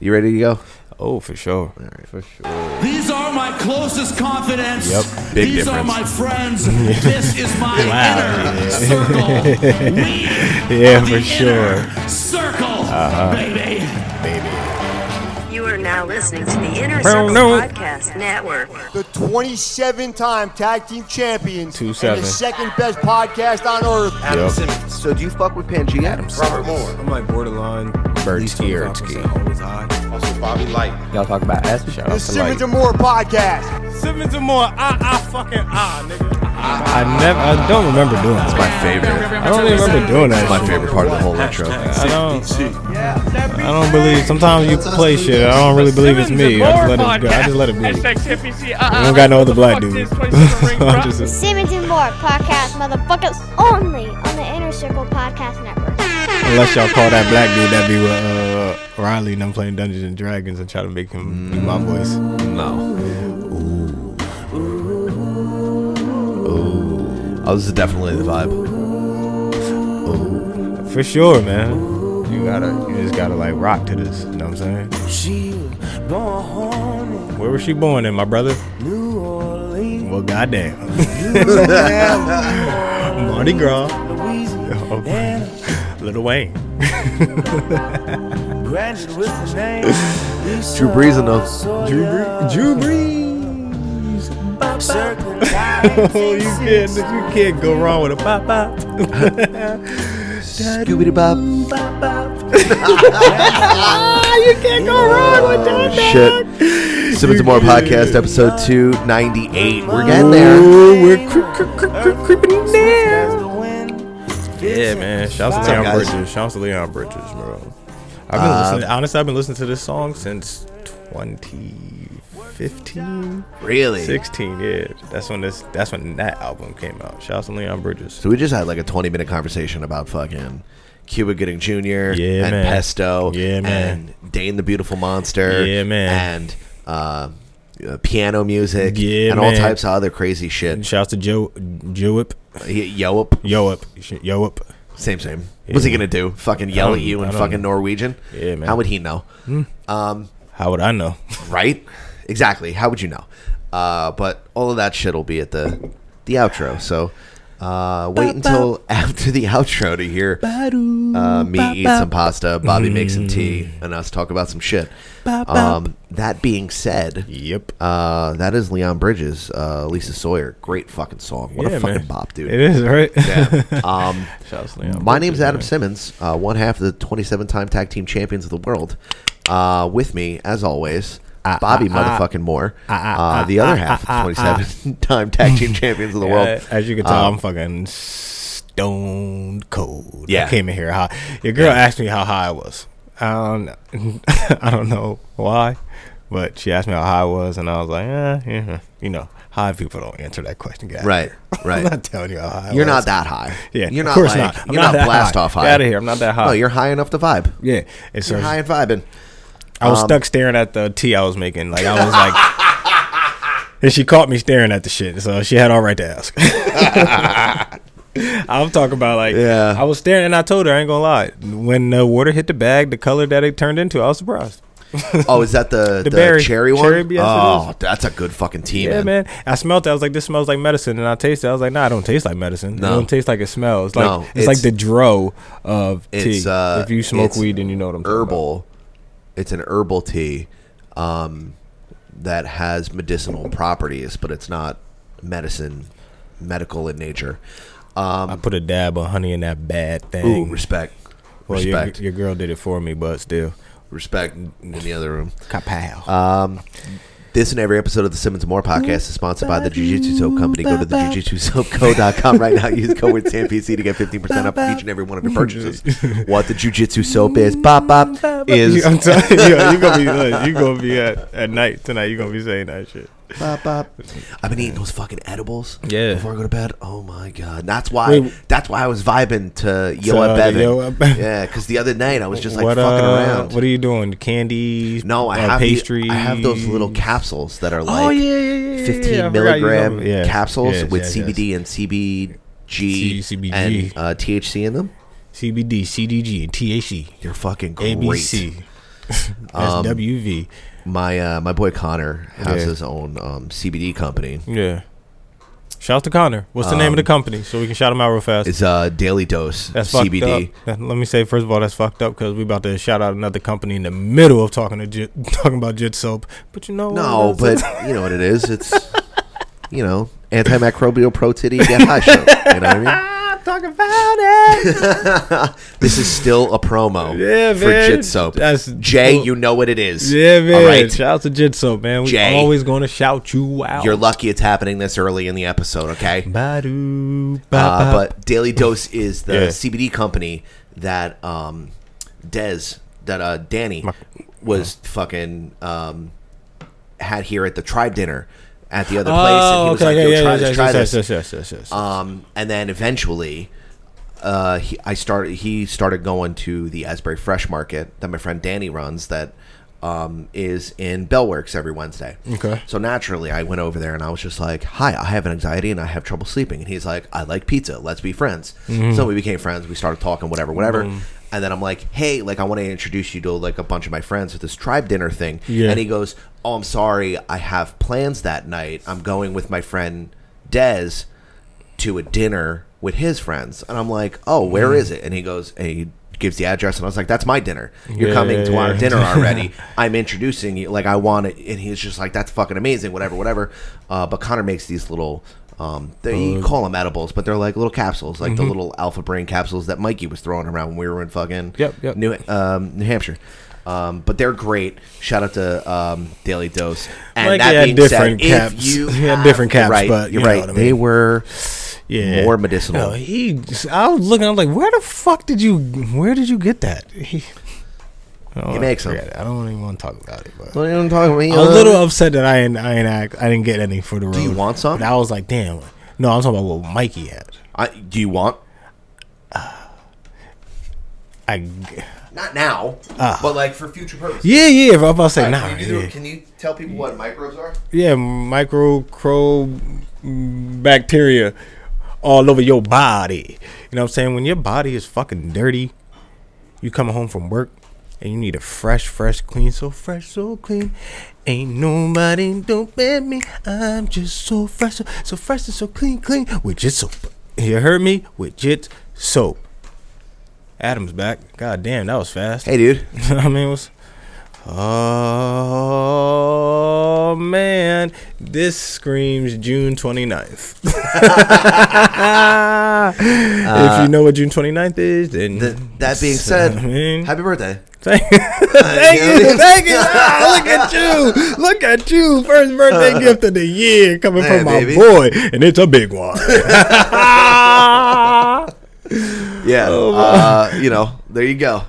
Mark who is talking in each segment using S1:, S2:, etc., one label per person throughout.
S1: You ready to go?
S2: Oh, for sure.
S1: All right, for sure.
S3: These are my closest confidants.
S2: Yep, big
S3: These are
S2: difference.
S3: my friends. this is my
S2: Wow,
S3: inner
S2: yeah.
S3: circle. We
S2: Yeah,
S3: are the
S2: for sure. Uh-huh.
S3: inner Circle, baby.
S4: You are now listening to the Inner Circle
S2: no.
S4: Podcast Network.
S5: The 27 time tag team champions.
S2: Two
S5: and
S2: seven.
S5: the second best podcast on earth.
S6: Adam
S2: Yep.
S6: Simmons,
S1: So do you fuck with Pangea? Adams.
S6: Robert Moore,
S7: I'm like borderline. at least
S2: Bertierski.
S7: 25% Always high.
S6: also Bobby Light.
S1: Y'all talk about ass.
S2: Shout
S5: The
S2: out to Light.
S5: Simmons and Moore podcast.
S7: Simmons and more. Ah, ah, fucking ah, nigga.
S2: I never. I don't remember doing that.
S1: My favorite.
S7: I don't even remember doing that.
S1: My
S7: shit.
S1: favorite part of the whole intro.
S7: I don't. I don't believe. Sometimes you play shit. I don't really believe it's me. I just let it go. I just let it be.
S8: I
S7: I don't got no other black dude. So I'm
S8: Just
S7: just-
S9: Simmons and More podcast, motherfuckers, only on the Inner Circle Podcast Network.
S7: Unless y'all call that black dude that be with uh, Riley and I'm playing Dungeons and Dragons and try to make him do my voice.
S1: No. Ooh. Ooh. Oh, this is definitely the vibe.
S7: For sure, man. You gotta, you just gotta like rock to this. You know what I'm saying? Where was she born in, my brother? Well, goddamn. Mardi Gras. Oh, Little Wayne.
S1: Drew Brees in those.
S7: Drew Brees. Drew Brees. oh, you can't, you can't go wrong with a pop pop.
S1: Scooby Bob.
S10: Ah,
S7: you can't go wrong with that.
S1: Shit. Simmons and More podcast episode 298. We're getting there.
S7: Ooh, we're creep, creep, creep, creep, creeping down. Yeah, man. Shouts
S1: What's
S7: to
S1: up,
S7: Leon
S1: guys? Uh,
S7: Bridges. Shouts to Leon Bridges, bro. I've been listening. Honestly, I've been listening to this song since 2015,
S1: Really?
S7: 16. Yeah, that's when this. That's when that album came out. Shouts to Leon Bridges.
S1: So we just had like a 20 minute conversation about fucking Cuba Gooding Jr. and
S7: man.
S1: Pesto.
S7: Yeah, man.
S1: And Dane the Beautiful Monster.
S7: Yeah, man.
S1: And uh, uh, piano music.
S7: Yeah,
S1: And all
S7: man.
S1: types of other crazy
S7: And
S1: shit.
S7: shouts to Joe Joep.
S1: Yo up.
S7: Joep. Joep.
S1: Same, same. What's he
S7: Yeah.
S1: gonna do? Fucking yell
S7: don't-
S1: at you
S7: I
S1: in
S7: don't
S1: fucking
S7: know.
S1: Norwegian?
S7: Yeah, man.
S1: How would he know? Um,
S7: How would I know?
S1: right? Exactly. How would you know? Uh, but all of that shit will be at the the outro. So uh, wait until after the outro to hear uh, me eat some pasta, Bobby make some tea,
S7: Mm.
S1: and us talk about some shit. Um, that being said,
S7: Yep.
S1: uh, that is Leon Bridges, uh, Lisa Sawyer. Great fucking song. What a fucking bop, dude.
S7: It is right.
S1: Yeah. Um,
S7: Shouts to Leon
S1: my
S7: Bridges,
S1: name's Adam
S7: man.
S1: Simmons, uh, one half of the 27 time tag team champions of the world. Uh, with me, as always,
S7: Ah,
S1: Bobby motherfucking Moore, uh, the other half of the 27 time tag team champions of the world.
S7: Yeah, as you can tell,
S1: Um,
S7: I'm fucking stone cold.
S1: Yeah.
S7: I came in here high. Your girl asked me how high I was. I don't, I don't know why, but she asked me how high I was, and I was like, eh, yeah, you know, high people don't answer that question, guys.
S1: Right, right.
S7: I'm not telling you how high. I
S1: You're
S7: was.
S1: not that high.
S7: Yeah,
S1: you're
S7: of
S1: not
S7: course
S1: like,
S7: not. I'm
S1: you're
S7: not
S1: not,
S7: that
S1: blast
S7: high.
S1: off
S7: Get
S1: high.
S7: outta here. I'm not that high.
S1: No, you're high enough to vibe.
S7: Yeah, it's
S1: You're high and vibing.
S7: I
S1: Um,
S7: was stuck staring at the tea I was making. Like I was like, and she caught me staring at the shit. So she had all right to ask. I'm talking about like
S1: Yeah.
S7: I was staring, and I told her I ain't gonna lie. When the water hit the bag, the color that it turned into, I was surprised.
S1: Oh, is that the, the,
S7: berry.
S1: cherry one?
S7: Cherry, yes, it
S1: oh, that's a good fucking tea,
S7: Yeah,
S1: man.
S7: man. I smelled it. I was like, this smells like medicine, and I tasted. it. I was like, nah, I don't taste like medicine.
S1: No.
S7: It don't taste like it smells. Like
S1: No,
S7: it's, like
S1: it's-
S7: the dro of tea.
S1: it's, uh,
S7: if you smoke
S1: it's
S7: weed, then you know what I'm talking about.
S1: herbal. It's an herbal tea um, that has medicinal properties, but it's not medicine, medical in nature.
S7: I
S1: Um,
S7: put a dab of honey in that bad thing.
S1: ooh, respect,
S7: well, your,
S1: respect,
S7: your girl did it for me, but still.
S1: respect in the other room.
S7: Kapow.
S1: This and every episode of the Simmons and More podcast is sponsored by the Jujitsu Soap Company. Go to the jujitsusoapco.com right now. Use code WITSAMPC to get 15% off each and every one of your purchases. What the Jujitsu Soap is, bop, bop, is
S7: I'm telling you, you're gonna be look, you gonna be at, at night tonight. You're gonna be saying that shit.
S1: I've been eating those fucking edibles.
S7: Yeah.
S1: Before I go to bed. Oh my god. That's why.
S7: Wait.
S1: that's why I was vibing to Yo
S7: To,
S1: at
S7: uh,
S1: Bevan.
S7: Yo at Bevan.
S1: yeah, because the other night I was just like
S7: what
S1: fucking
S7: uh,
S1: around.
S7: What are you doing? Candies?
S1: no, I
S7: uh,
S1: have
S7: pastries.
S1: The, I have those little capsules that are like
S7: oh yeah, yeah, yeah, yeah,
S1: fifteen
S7: yeah. I forgot you
S1: milligram
S7: told me. Yeah.
S1: capsules
S7: Yes,
S1: with
S7: yes, yes.
S1: CBD and CBG
S7: C- CBG.
S1: and uh, THC in them.
S7: CBD, CDG, and E. THC,
S1: You're fucking great. Um,
S7: ABC. That's WV.
S1: My uh, my boy Connor has
S7: Yeah.
S1: his own um, CBD company.
S7: Yeah. Shout out to Connor. What's the name
S1: um,
S7: of the company so we can shout him out real fast?
S1: It's uh, Daily Dose
S7: That's
S1: CBD.
S7: fucked up. That- Let me say first of all, that's fucked up because we about to shout out another company in the middle of talking to Jit, talking about Jit soap. But you know,
S1: No,
S7: what?
S1: but you know what it is. It's you know antimicrobial pro titty get high show. You know what I mean?
S7: I'm talking about it.
S1: This is still a promo
S7: Yeah,
S1: for
S7: man.
S1: Jit Soap.
S7: That's-
S1: Jay, you know what it is.
S7: yeah, man.
S1: All right.
S7: Shout out to Jit soap, man. We
S1: Jay.
S7: always going to shout you out.
S1: You're lucky it's happening this early in the episode, okay?
S7: Badu, ba,
S1: Uh,
S7: ba.
S1: but Daily Dose is the
S7: Yeah.
S1: CBD company that um, Dez, that uh, Danny was fucking um, had here at the tribe dinner at the other place.
S7: Oh,
S1: and he was like, Yo, try this, try
S7: yes,
S1: this.
S7: yes, yes, yes, yes, yes.
S1: Um, and then eventually, uh, he, I started. He started going to the Asbury Fresh Market that my friend Danny runs. That um, is in Bellworks every Wednesday.
S7: Okay.
S1: So naturally, I went over there and I was just like, "Hi, I have an anxiety and I have trouble sleeping." And he's like, "I like pizza. Let's be friends."
S7: Mm-hmm.
S1: So we became friends. We started talking, whatever, whatever. And then I'm like, "Hey, like I want to introduce you to like a bunch of my friends at this tribe dinner thing."
S7: Yeah.
S1: And he goes, "Oh, I'm sorry, I have plans that night. I'm going with my friend Dez." to a dinner with his friends. And I'm like, oh, where
S7: Mm-hmm.
S1: is it? And he goes, and he gives the address. And I was like, that's my dinner. You're
S7: Yeah,
S1: coming
S7: yeah,
S1: to our
S7: yeah.
S1: dinner already. I'm introducing you. Like, I want it. And he's just like, that's fucking amazing, whatever, whatever. Uh, but Connor makes these little. Um, they
S7: Uh,
S1: you call them edibles, but they're like little capsules, like the
S7: mm-hmm.
S1: little alpha brain capsules that Mikey was throwing around when we were in fucking
S7: Yep, yep.
S1: New um, New Hampshire. Um, but they're great. Shout out to um, Daily Dose. And
S7: Mikey
S1: that
S7: had
S1: being
S7: different
S1: said, if
S7: caps.
S1: you
S7: He had
S1: have-
S7: different
S1: you're
S7: caps,
S1: right,
S7: but
S1: you're
S7: you know
S1: right.
S7: what I
S1: They
S7: mean.
S1: were
S7: yeah.
S1: more medicinal.
S7: No, he. Just, I was looking. I'm like, where the fuck did you? Where did you get that? He, Oh,
S1: He makes 'em.
S7: forget it. I don't even want to talk about it. But.
S1: Don't even talk to me.
S7: I'm a little upset that I ain't, I ain't act, I didn't get any for the road.
S1: you want some?
S7: But I was like, damn. No, I'm talking about what Mikey had.
S1: I, do you want?
S7: I g-
S1: Not now,
S7: Ah.
S1: but like for future purposes.
S7: yeah yeah. I'm about to say
S1: All right,
S7: nah.
S1: can, you do-
S7: yeah.
S1: can you tell people what microbes are?
S7: yeah, micro bacteria all over your body. You know what I'm saying? When your body is fucking dirty, you come home from work and you need a fresh, fresh, clean, so fresh, so clean. Ain't nobody don't bet me. I'm just so fresh, so, so fresh and so clean, clean with jit soap. You heard me? With jit soap. Adam's back. God damn, that was fast.
S1: Hey, dude.
S7: I mean, it was. Oh man, this screams June 29th. if you know what June 29th is, then
S1: Uh,
S7: uh,
S1: Th- that being said,
S7: I mean-
S1: happy birthday.
S7: thank, thank you, thank you. Ah, look at you, look at you. First birthday gift of the year coming
S1: Yeah,
S7: from my
S1: Uh, baby.
S7: boy, and it's a big one.
S1: Yeah.
S7: Oh,
S1: uh, you know, there you go.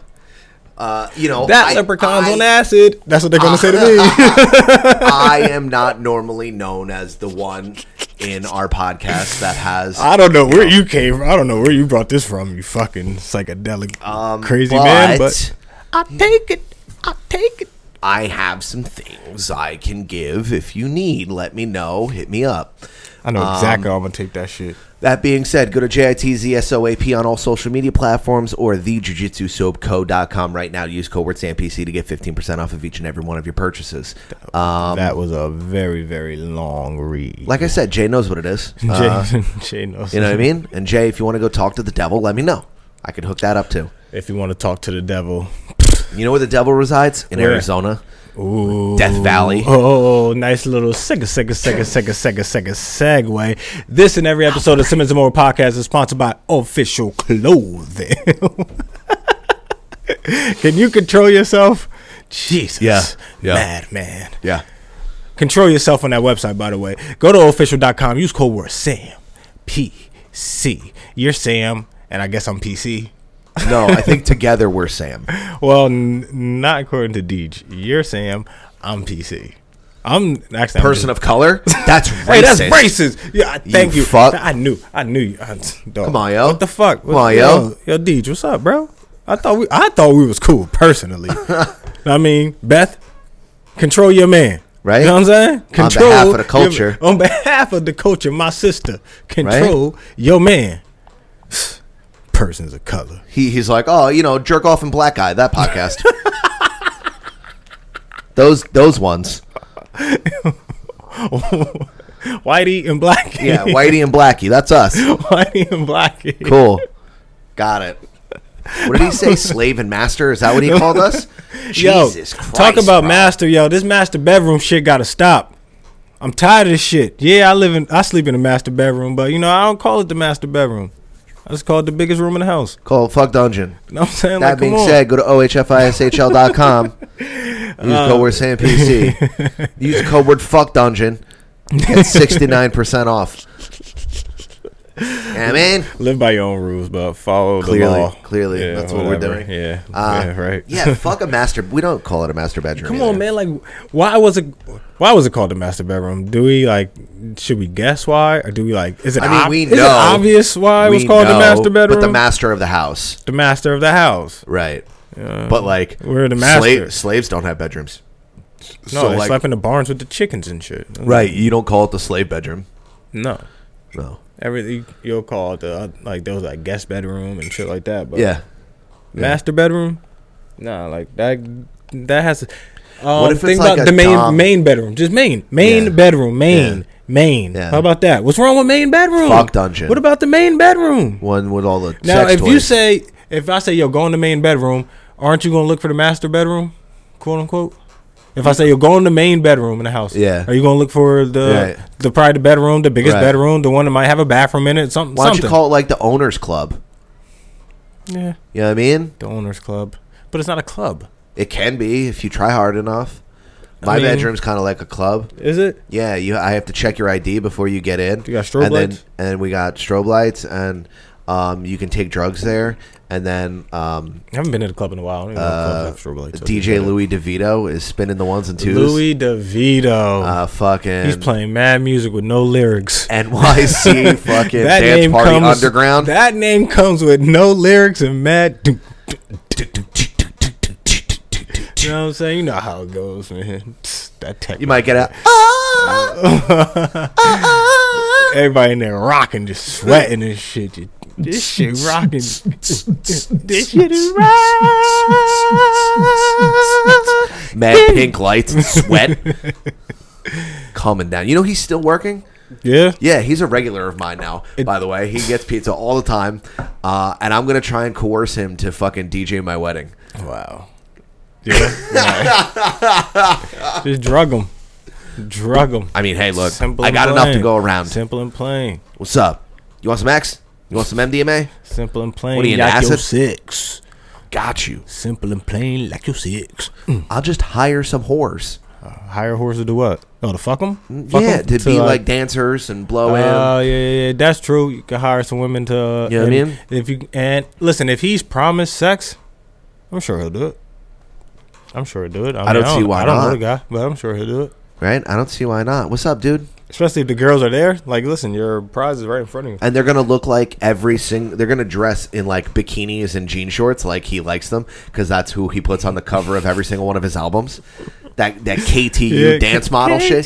S1: Uh, you know
S7: that
S1: I-
S7: leprechaun's
S1: I-
S7: on acid. That's what they're gonna say to me.
S1: I am not normally known as the one in our podcast that has
S7: I don't know where you came from. I don't know where you brought this from, you fucking psychedelic
S1: Um,
S7: crazy man. But I take it. I take it.
S1: I have some things I can give if you need. Let me know. Hit me up.
S7: I know
S1: um,
S7: exactly how I'm gonna take that shit.
S1: That being said, go to JITZSOAP on all social media platforms or thejujitsusoapco.com right now. Use code word SAMPC to get 15% off of each and every one of your purchases. Um,
S7: that was a very, very long read.
S1: like I said, Jay knows what it is. Uh,
S7: Jay, Jay knows.
S1: you know what I mean? And Jay, if you want to go talk to the devil, let me know. I could hook that up too.
S7: If you want to talk to the devil,
S1: You know where the devil resides? In
S7: Where?
S1: Arizona.
S7: ooh,
S1: Death Valley.
S7: Oh, nice little sega, sega, sega, sega, sega, sega segue. This and every episode of Simmons and More podcast is sponsored by Official Clothing. Can you control yourself? Jesus,
S1: Yeah, yeah.
S7: madman.
S1: Yeah.
S7: Control yourself on that website, by the way. Go to official.com, use code word SAM, PC. You're Sam, and I guess I'm PC.
S1: No, I think together we're Sam.
S7: Well, n- not according to Deej. You're Sam, I'm PC. I'm actually I'm
S1: Person of color? That's racist.
S7: Hey, that's racist. Yeah, I- thank you.
S1: fuck.
S7: I knew. I knew you. I, dog.
S1: Come on, yo.
S7: What the fuck?
S1: Come on, yo.
S7: Yo, Deej, what's up, bro? I thought we I thought we was cool personally. I mean, Beth, control your man.
S1: Right?
S7: You know what I'm saying?
S1: behalf
S7: Control
S1: of the
S7: your-
S1: culture.
S7: on behalf of the culture, my sister, control your man. Persons of color.
S1: He, he's like, oh, you know, jerk off and black guy, that podcast. Those those ones.
S7: Whitey and Blackie.
S1: Yeah, Whitey and Blackie. That's us.
S7: Whitey and Blackie.
S1: Cool. Got it. What did he say? Slave and master? Is that what he called us?
S7: Yo,
S1: Jesus Christ.
S7: talk about
S1: bro.
S7: master, yo. This master bedroom shit gotta stop. I'm tired of this shit. Yeah, I live in, I sleep in the master bedroom, but you know, I don't call it the master bedroom. I just call it the biggest room in the house.
S1: Call it fuck dungeon.
S7: You know what I'm saying?
S1: That
S7: like,
S1: being
S7: come on.
S1: said, go to ohfishl.com. Use
S7: Uh,
S1: code word SAMPC. Use code word fuck dungeon. Get 69% off. Yeah, man.
S7: live by your own rules, but follow
S1: Clearly,
S7: the law.
S1: clearly, that's what we're doing.
S7: Yeah,
S1: Uh,
S7: yeah, right.
S1: yeah, fuck a master. We don't call it a master bedroom.
S7: Come
S1: either.
S7: on, man. Like, why was it? Why was it called the master bedroom? Do we like? Should we guess why, or do we like? Is it?
S1: I mean,
S7: ob-
S1: we
S7: is
S1: know.
S7: it obvious why it was
S1: We
S7: called the
S1: know,
S7: master bedroom?
S1: But the master of the house.
S7: the master of the house.
S1: Right. but like
S7: we're the
S1: sla-
S7: master.
S1: slaves don't have bedrooms.
S7: No,
S1: So,
S7: they
S1: like-
S7: slept in the barns with the chickens and shit.
S1: Right. You don't call it the slave bedroom.
S7: No.
S1: No.
S7: Everything you'll call it the uh, like there was like guest bedroom and shit like that, but
S1: Yeah.
S7: master bedroom, nah, like that that has. Um,
S1: What if it's
S7: think
S1: like
S7: about
S1: a
S7: the main
S1: dom-
S7: main bedroom, just main main
S1: Yeah.
S7: bedroom, main
S1: Yeah.
S7: main.
S1: Yeah.
S7: How about that? What's wrong with main bedroom?
S1: Fuck dungeon.
S7: What about the main bedroom?
S1: One with all the
S7: Now,
S1: sex
S7: if
S1: toys.
S7: you say, if I say, yo, go in the main bedroom, aren't you gonna look for the master bedroom, quote unquote? If I say yo, go in the main bedroom in the house,
S1: Yeah.
S7: are you gonna look for
S1: Right.
S7: the the private bedroom, the biggest
S1: Right.
S7: bedroom, the one that might have a bathroom in it, something?
S1: why don't
S7: something.
S1: you call it like the owners club?
S7: yeah,
S1: You know what I mean?
S7: the owners club, but it's not a club,
S1: It can be if you try hard enough. My
S7: mean-
S1: bedroom's kind of like a club.
S7: is it?
S1: Yeah, you. I have to check your ID before you get in.
S7: You got strobe
S1: and
S7: lights?
S1: Then, and we got strobe lights, and um, you can take drugs there. And then um,
S7: I haven't been in a club in a while. I don't even know if clubs have strobe lights, so
S1: DJ Uh, Louis DeVito is spinning the ones and twos.
S7: Louis DeVito,
S1: uh, fucking
S7: he's playing mad music with no lyrics.
S1: NYC fucking dance party underground.
S7: That name comes with no lyrics and mad. doom, You know what I'm saying? You know how it goes, man. Psst, That tech.
S1: you might get out.
S7: Everybody in there rocking, just sweating and shit. Just- This shit rocking. this shit is rock.
S1: Mad pink lights and sweat coming down. You know he's still working.
S7: Yeah.
S1: Yeah, he's a regular of mine now. by the way, he gets pizza all the time, uh, and I'm gonna try and coerce him to fucking DJ my wedding.
S7: Wow. Yeah. just drug them. Drug them.
S1: I mean, hey, look,
S7: Simple
S1: I
S7: and
S1: got enough to
S7: plain.
S1: go around.
S7: Simple and plain.
S1: What's up? You want some X? You want some MDMA?
S7: Simple and plain.
S1: What are you, an
S7: like your
S1: acid?
S7: six.
S1: Got you.
S7: Simple and plain, like your six.
S1: I'll just hire some whores.
S7: Hire horses to do what? Oh, to fuck them?
S1: Mm, yeah, to be like Uh, dancers and blow
S7: Oh
S1: in.
S7: yeah, yeah, yeah, that's true. You can hire some women to. Uh,
S1: You know what I
S7: and
S1: mean?
S7: If you and listen, if he's promised sex, I'm sure he'll do it. I'm sure he'll do it. I, mean,
S1: don't see why
S7: I don't know
S1: not.
S7: the guy, but I'm sure he'll do it.
S1: right? I don't see why not. What's up, dude?
S7: Especially if the girls are there. Like, listen, your prize is right in front of you.
S1: And they're gonna look like every single. They're gonna dress in like bikinis and jean shorts, like he likes them, because that's who he puts on the cover of every single one of his albums. That that KTU
S7: Yeah,
S1: dance model shit.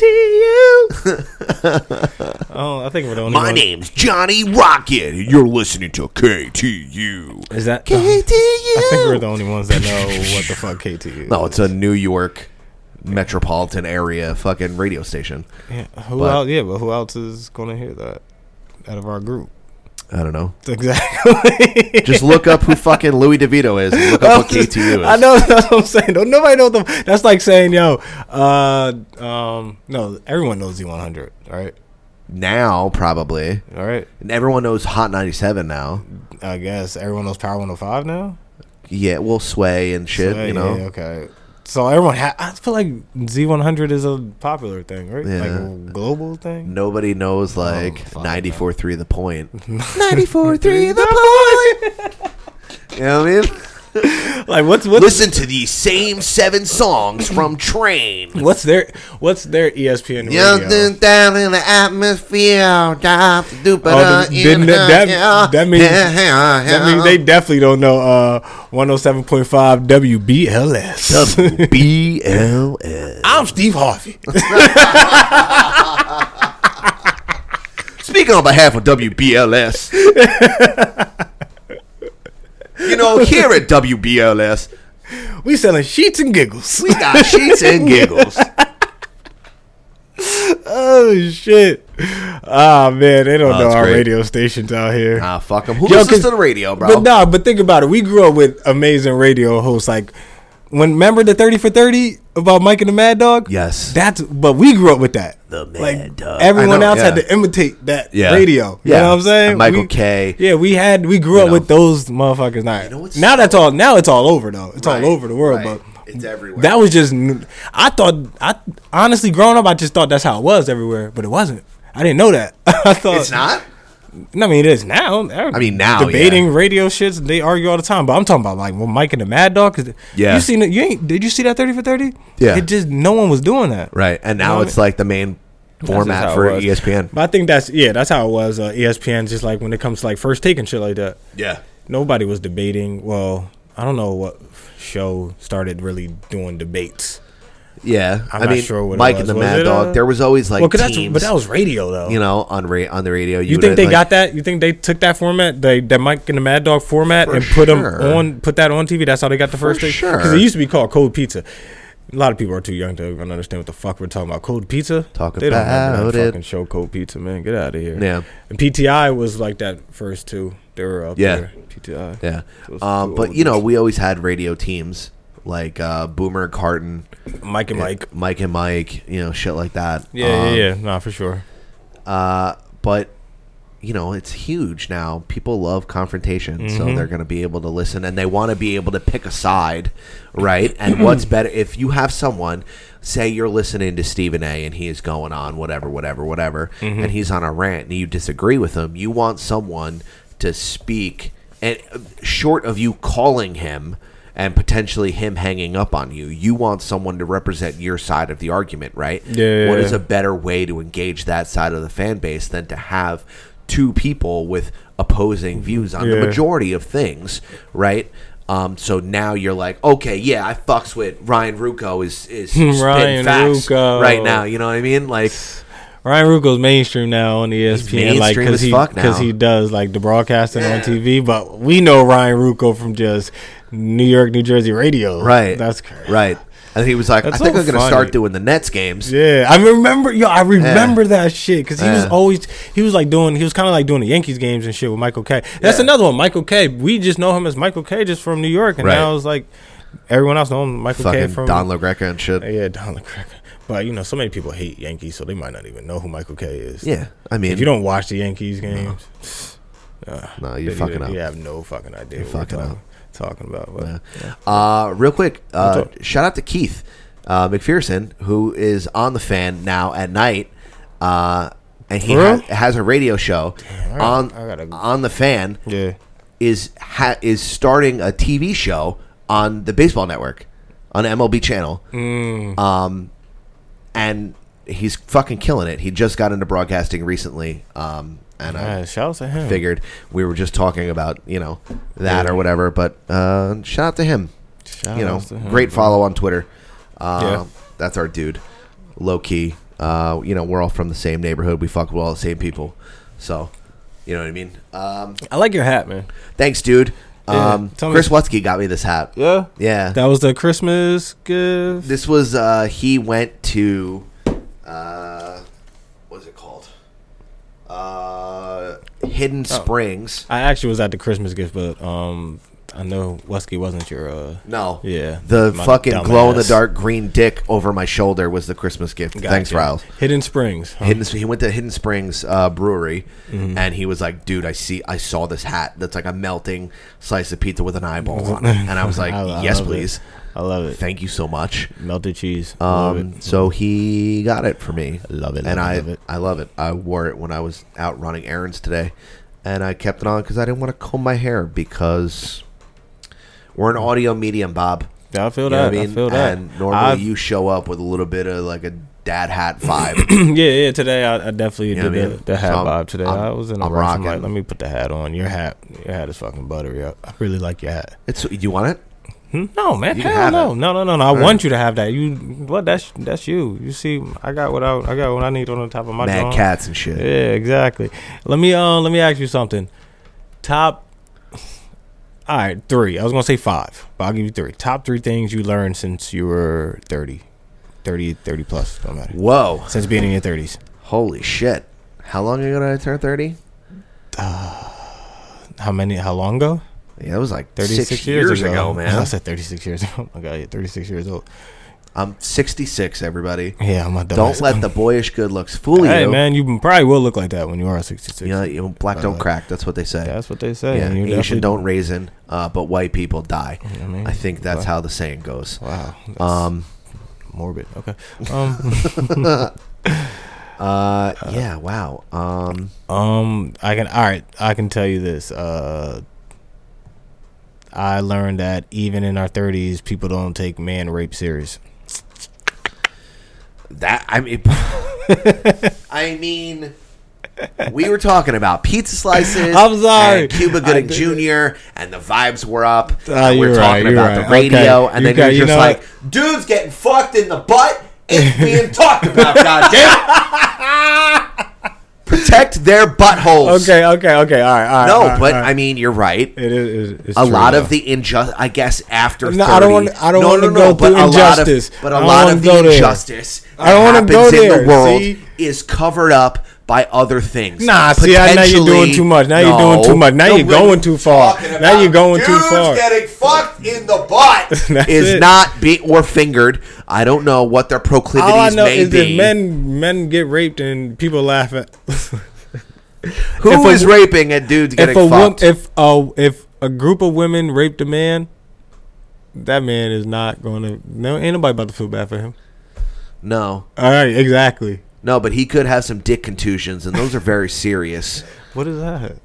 S7: Oh, I think we're the only
S1: My
S7: one-
S1: name's Johnny Rocket. and You're listening to KTU.
S7: Is that? I think we're
S1: KTU.
S7: the only ones that know what the fuck KT is.
S1: No, it's a New York metropolitan area fucking radio station.
S7: Yeah, who
S1: But-
S7: else? Yeah, but who else is gonna hear that out of our group?
S1: I don't know.
S7: Exactly.
S1: Just look up who fucking Louis DeVito is. And look up what KTU is.
S7: I know that's what I'm saying. Don't nobody know them. That's like saying, yo, uh, um, no, everyone knows Z100, right?
S1: Now probably,
S7: All right.
S1: and everyone knows Hot 97 now.
S7: I guess everyone knows Power 105 now.
S1: Yeah, well, sway and shit.
S7: Yeah,
S1: you know.
S7: yeah, okay. So everyone, ha- I feel like Z100 is a popular thing, right? Like
S1: Yeah.
S7: a global thing.
S1: Nobody knows like
S7: Oh, fuck,
S1: ninety four three the point. ninety four three the point. you know what I mean?
S7: Like what's what's
S1: Listen to these same seven songs from Train.
S7: what's their what's their E ESPN radio?
S1: Nothing down in the atmosphere. da- do-
S7: Oh, then- then
S1: uh,
S7: that- that- that means- That means
S1: uh-huh.
S7: they definitely don't know uh 107.5 WBLS.
S1: BLS.
S7: I'm Steve Harvey.
S1: Speaking on behalf of WBLS. you know, here at WBLS,
S7: We selling sheets and giggles.
S1: We got sheets and giggles.
S7: oh shit. Ah man, they don't
S1: Oh,
S7: know
S1: that's
S7: our
S1: great.
S7: radio stations out here.
S1: Ah, fuck them. Who
S7: Yo,
S1: listens
S7: 'cause-
S1: to the radio, bro?
S7: But nah, but think about it. We grew up with amazing radio hosts. Like when remember the thirty for thirty about Mike and the Mad Dog?
S1: Yes.
S7: That's but we grew up with that.
S1: The Mad
S7: Like,
S1: Dog. I
S7: Everyone
S1: know,
S7: else had
S1: yeah.
S7: to imitate that
S1: Yeah.
S7: radio. You
S1: Yeah.
S7: know what I'm saying?
S1: And Michael
S7: We-
S1: K.
S7: Yeah, we had we grew
S1: You
S7: up
S1: know.
S7: with those motherfuckers. Now,
S1: know what's
S7: now
S1: so-
S7: that's all now it's all over though. It's
S1: Right,
S7: all over the world,
S1: right.
S7: but
S1: It's everywhere.
S7: That was just n- I thought I honestly growing up I just thought that's how it was everywhere, but it wasn't. I didn't know that. I thought
S1: it's not.
S7: no, I mean it is now. I
S1: mean, now,
S7: debating
S1: yeah.
S7: radio shits, they argue all the time. But I'm talking about like well, Mike and the Mad Dog. 'cause
S1: Yeah.
S7: you seen it? You ain't? Did you see that thirty for thirty?
S1: Yeah.
S7: it just no one was doing that.
S1: Right. And
S7: You know
S1: now
S7: what
S1: it's
S7: I mean?
S1: like the main format
S2: how it
S1: for E
S2: was.
S1: ESPN.
S7: But I think that's yeah, that's how it was. Uh, ESPN just like when it comes to like first take and shit like that.
S1: Yeah.
S7: Nobody was debating. Well, I don't know what show started really doing debates.
S1: Yeah.
S7: I'm
S1: I
S7: not
S1: mean,
S7: sure what it
S1: Mike
S7: was.
S1: and the
S7: Was
S1: Mad
S7: it,
S1: Dog,
S7: uh,
S1: there was always like
S7: well, 'cause
S1: teams,
S7: that's but that was radio though.
S1: you know, on ra- on the radio.
S7: You think
S1: would've,
S7: they
S1: like-
S7: got that? You think they took that format, they, that Mike and the Mad Dog format,
S1: For
S7: and put 'em
S1: sure.
S7: on, put that on TV? That's how they got the first thing.
S1: sure.
S7: it used to be called Cold Pizza. A lot of people are too young to even understand what the fuck we're talking about. Cold Pizza.
S1: Talk
S7: they don't
S1: about
S7: have that
S1: it.
S7: fucking show Cold Pizza, man. Get out of here.
S1: Yeah.
S7: And PTI was like that first too. They were up
S1: Yeah.
S7: there. PTI.
S1: Yeah.
S7: Those
S1: Um,
S7: two
S1: but
S7: old
S1: you know,
S7: dudes.
S1: we always had radio teams like uh, Boomer and Carton,
S7: Mike and Mike.
S1: Mike and Mike, you know, shit like that.
S7: Yeah,
S1: Um,
S7: yeah, yeah. Nah, for sure.
S1: Uh, but you know, it's huge now. People love confrontation,
S7: Mm-hmm.
S1: so they're going to be able to listen and they want to be able to pick a side, right? And what's better if you have someone say you're listening to Stephen A and he is going on whatever whatever whatever
S7: Mm-hmm.
S1: and he's on a rant and you disagree with him, you want someone to speak and short of you calling him and potentially him hanging up on you, you want someone to represent your side of the argument, right?
S7: Yeah, yeah,
S1: What is
S7: yeah.
S1: a better way to engage that side of the fan base than to have two people with opposing views on the
S7: Yeah.
S1: majority of things, right? Um, so now you're like, okay, yeah, I fucks with Ryan Rucco is is spitting
S7: Ryan
S1: facts
S7: Rucco.
S1: right now. You know what I mean? Like,
S7: Ryan Rucco's mainstream now on E ESPN, like
S1: mainstream as
S7: because he
S1: fuck now.
S7: because he does like the broadcasting on TV. But we know Ryan Rucco from just New York, New Jersey radio.
S1: right?
S7: That's crazy.
S1: right. And he was like,
S7: That's
S1: I think
S7: so
S1: I'm gonna start
S7: funny.
S1: doing the Nets games.
S7: Yeah, I remember. Yo, I remember that shit because he was
S1: Yeah.
S7: always he was like doing he was kind of like doing the Yankees games and shit with Michael K. That's
S1: Yeah.
S7: another one, Michael K. We just know him as Michael K. just from New York, and
S1: Right.
S7: now it's like everyone else know him Michael K.
S1: Fucking
S7: from
S1: Don LaGreca and shit.
S7: Yeah, Don LaCracker. But you know, so many people hate Yankees, so they might not even know who Michael K. is.
S1: Yeah, I mean,
S7: If you don't watch the Yankees games,
S1: no, you're
S7: then
S1: fucking
S7: you,
S1: up.
S7: you have no fucking idea what
S1: fucking
S7: we're
S1: up.
S7: talking, talking about. But
S1: Uh, real quick, uh,
S7: What's up?
S1: shout out to Keith uh, McPherson, who is on the fan now at night, uh, and he
S7: For real?
S1: ha- has a radio show
S7: right,
S1: on
S7: I gotta-
S1: on the fan.
S7: yeah,
S1: Is ha- is starting a TV show on the baseball network on MLB channel,
S7: Mm.
S1: um, and he's fucking killing it. He just got into broadcasting recently, um, and I
S7: uh, shout out to him.
S1: figured we were just talking about you know that or whatever. But uh, shout out to him.
S7: Shout
S1: you know,
S7: outs to him,
S1: great
S7: bro.
S1: follow on Twitter. Uh,
S7: Yeah.
S1: that's our dude, low key. Uh, you know, we're all from the same neighborhood. We fuck with all the same people. So, you know what I mean. Um,
S7: I like your hat, man.
S1: thanks, dude.
S7: Yeah,
S1: Um,
S7: tell me-
S1: Chris Wutzke got me this hat.
S7: Yeah,
S1: Yeah,
S7: that was the Christmas gift.
S1: this was uh, he went to uh, what's it called? Uh, Hidden
S7: Oh.
S1: Springs.
S7: I actually was at the Christmas gift, but um, I know Wesky wasn't your uh.
S1: No.
S7: Yeah,
S1: The
S7: my
S1: fucking
S7: dumb
S1: glow in the
S7: ass.
S1: dark green dick over my shoulder was the Christmas gift. Thanks,
S7: Gotcha. Uh-huh.
S1: Riles.
S7: Hidden Springs. huh?
S1: Hidden, he went to Hidden Springs uh, Brewery,
S7: Mm-hmm.
S1: and he was like, "Dude, I see, I saw this hat that's like a melting slice of pizza with an eyeball on it," and I was like,
S7: I- I
S1: "Yes,
S7: love it.
S1: please,
S7: I love it.
S1: thank you so much."
S7: Melted cheese. Love it.
S1: Um, so he got it for me.
S7: Love it,
S1: and
S7: love
S1: I
S7: it, love it.
S1: I love it. I wore it when I was out running errands today, and I kept it on because I didn't want to comb my hair because we're an audio medium, Bob.
S7: Yeah, I feel
S1: You know
S7: that.
S1: what
S7: I, feel that.
S1: And normally
S7: I've-
S1: you show up with a little bit of like a dad hat vibe.
S7: yeah, yeah. Today I, I definitely
S1: know
S7: did
S1: what I
S7: the,
S1: mean?
S7: the hat
S1: So I'm-
S7: vibe today.
S1: I'm-
S7: i was in a
S1: I'm
S7: rush. I'm
S1: rocking.
S7: like, let me put the hat on. Your hat, your hat is fucking buttery. I, I really like your hat.
S1: it's you want it?
S7: No, man,
S1: You can
S7: hell
S1: have
S7: no,
S1: it.
S7: no, no, no, no. I want you to have that. You, what? That's that's you. You see, I got what I, I got what I need on the top of my.
S1: Mad
S7: drawing.
S1: cats and shit.
S7: Yeah, exactly. Let me uh, let me ask you something. Top All right, three. I was gonna say five, but I'll give you three. Top three things you learned since you were 30. 30, 30 plus, don't matter.
S1: Whoa.
S7: Since being in your thirties.
S1: Holy shit. How long ago did I turn 30?
S7: How many how long ago?
S1: Yeah, that was like
S7: 36
S1: six years, ago,
S7: I
S1: man.
S7: said 36 years ago. Oh my god, yeah, 36 years old.
S1: I'm 66, everybody.
S7: Yeah, I'm a
S1: Don't
S7: dumbass.
S1: let the boyish good looks fool
S7: Hey
S1: you.
S7: man, you probably will look like that when you are 66.
S1: You know, you know, black don't crack. That's what they say.
S7: Uh, That's what they say.
S1: yeah,
S7: and you
S1: Asian
S7: definitely-
S1: don't raisin, uh, but white people die. I,
S7: I mean,
S1: think that's how the saying goes.
S7: Wow. That's
S1: Um,
S7: morbid. Okay. Um
S1: uh, yeah, wow. Um,
S7: Um, I can. All right, I can tell you this. Uh, I learned that even in our thirties, people don't take man rape serious.
S1: that I mean, I mean, we were talking about pizza slices.
S7: I'm sorry.
S1: and Cuba Gooding Jr. and the vibes were up.
S7: Ah,
S1: and we're
S7: you're
S1: talking
S7: right, you're
S1: about
S7: right.
S1: the radio,
S7: Okay.
S1: and
S7: You
S1: then
S7: got-
S1: you're
S7: you
S1: just
S7: know
S1: like, dudes getting fucked in the butt ain't being talked about. God damn it! Protect their buttholes.
S7: Okay, okay, okay. All right, all right.
S1: No,
S7: all right,
S1: but
S7: all right.
S1: I mean, you're right.
S7: it is. It's, it's
S1: a
S7: true,
S1: lot
S7: though.
S1: of the injustice, I guess, after 30.
S7: No, I don't want- I don't want to go
S1: but
S7: through
S1: a lot of-
S7: injustice.
S1: But a
S7: I don't
S1: lot
S7: wanna
S1: of
S7: go
S1: the
S7: there.
S1: injustice
S7: I don't wanna
S1: that
S7: go
S1: happens in
S7: there,
S1: the world
S7: see?
S1: is covered up by other things.
S7: Nah, see, I, now you're doing
S1: Potentially-
S7: too much. Now you're doing too much. Now
S1: No,
S7: you're
S1: we're
S7: going too far.
S1: talking
S7: Now
S1: about
S7: you're going too
S1: dudes
S7: far.
S1: getting fucked in the butt
S7: That's
S1: is
S7: it.
S1: not be or fingered. I don't know what their proclivities
S7: All I know
S1: may
S7: is
S1: be.
S7: that men men get raped and people laugh at.
S1: Who
S7: if a
S1: is
S7: wo-
S1: raping and dudes
S7: if
S1: getting
S7: a wo-
S1: fucked?
S7: if a if a group of women raped a man, that man is not going to. No, ain't nobody about to feel bad for him.
S1: no.
S7: All right, exactly.
S1: No, but he could have some dick contusions, and those are very serious.
S7: What is that?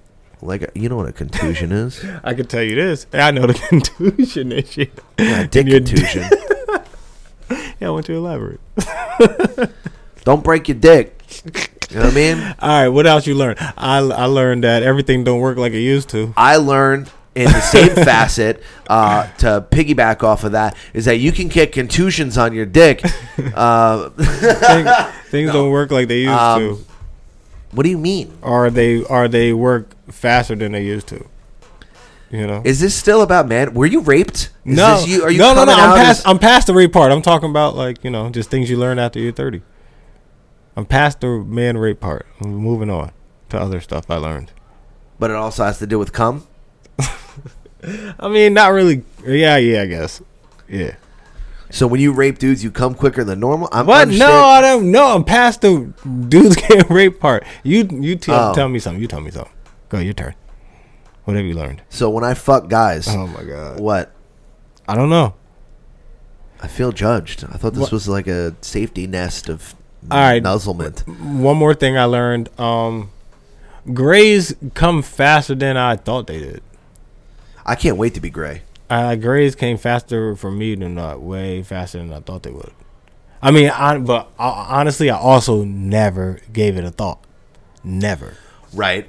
S1: Like you know what a contusion is?
S7: I can tell you this. I know the contusion and shit.
S1: Yeah, a dick
S7: your
S1: contusion.
S7: Yeah, I want you to elaborate.
S1: Don't break your dick. You know what I mean?
S7: All right, what else you learned? I, I learned that everything don't work like it used to.
S1: I learned in the same facet uh, to piggyback off of that is that you can get contusions on your dick. Uh,
S7: Thing- things don't work like they used to,
S1: Um, what do you mean?
S7: or they or they work faster than they used to. You know.
S1: Is this still about man? Were you raped? Is
S7: no,
S1: this you, are you
S7: no, no, no.
S1: coming
S7: I'm
S1: out
S7: past.
S1: as-
S7: I'm past the rape part. I'm talking about like you know just things you learn after you're 30. I'm past the man rape part. I'm moving on to other stuff I learned.
S1: but it also has to do with cum.
S7: I mean, not really. Yeah, yeah, I guess. Yeah.
S1: So when you rape dudes, you come quicker than normal. I'm
S7: What?
S1: understand-
S7: No, I don't. No, I'm past the dudes getting raped part. You, you tell
S1: Oh.
S7: tell me something. You tell me something. Go, your turn. What have you learned?
S1: So when I fuck guys,
S7: Oh my god.
S1: what?
S7: I don't know.
S1: I feel judged. I thought this
S7: What-
S1: was like a safety nest of
S7: All right.
S1: nuzzlement.
S7: One more thing I learned. Um, grays come faster than I thought they did.
S1: I can't wait to be gray.
S7: Uh, grays came faster for me than not way faster than I thought they would. I mean, I, but uh, honestly, I also never gave it a thought. Never,
S1: Right.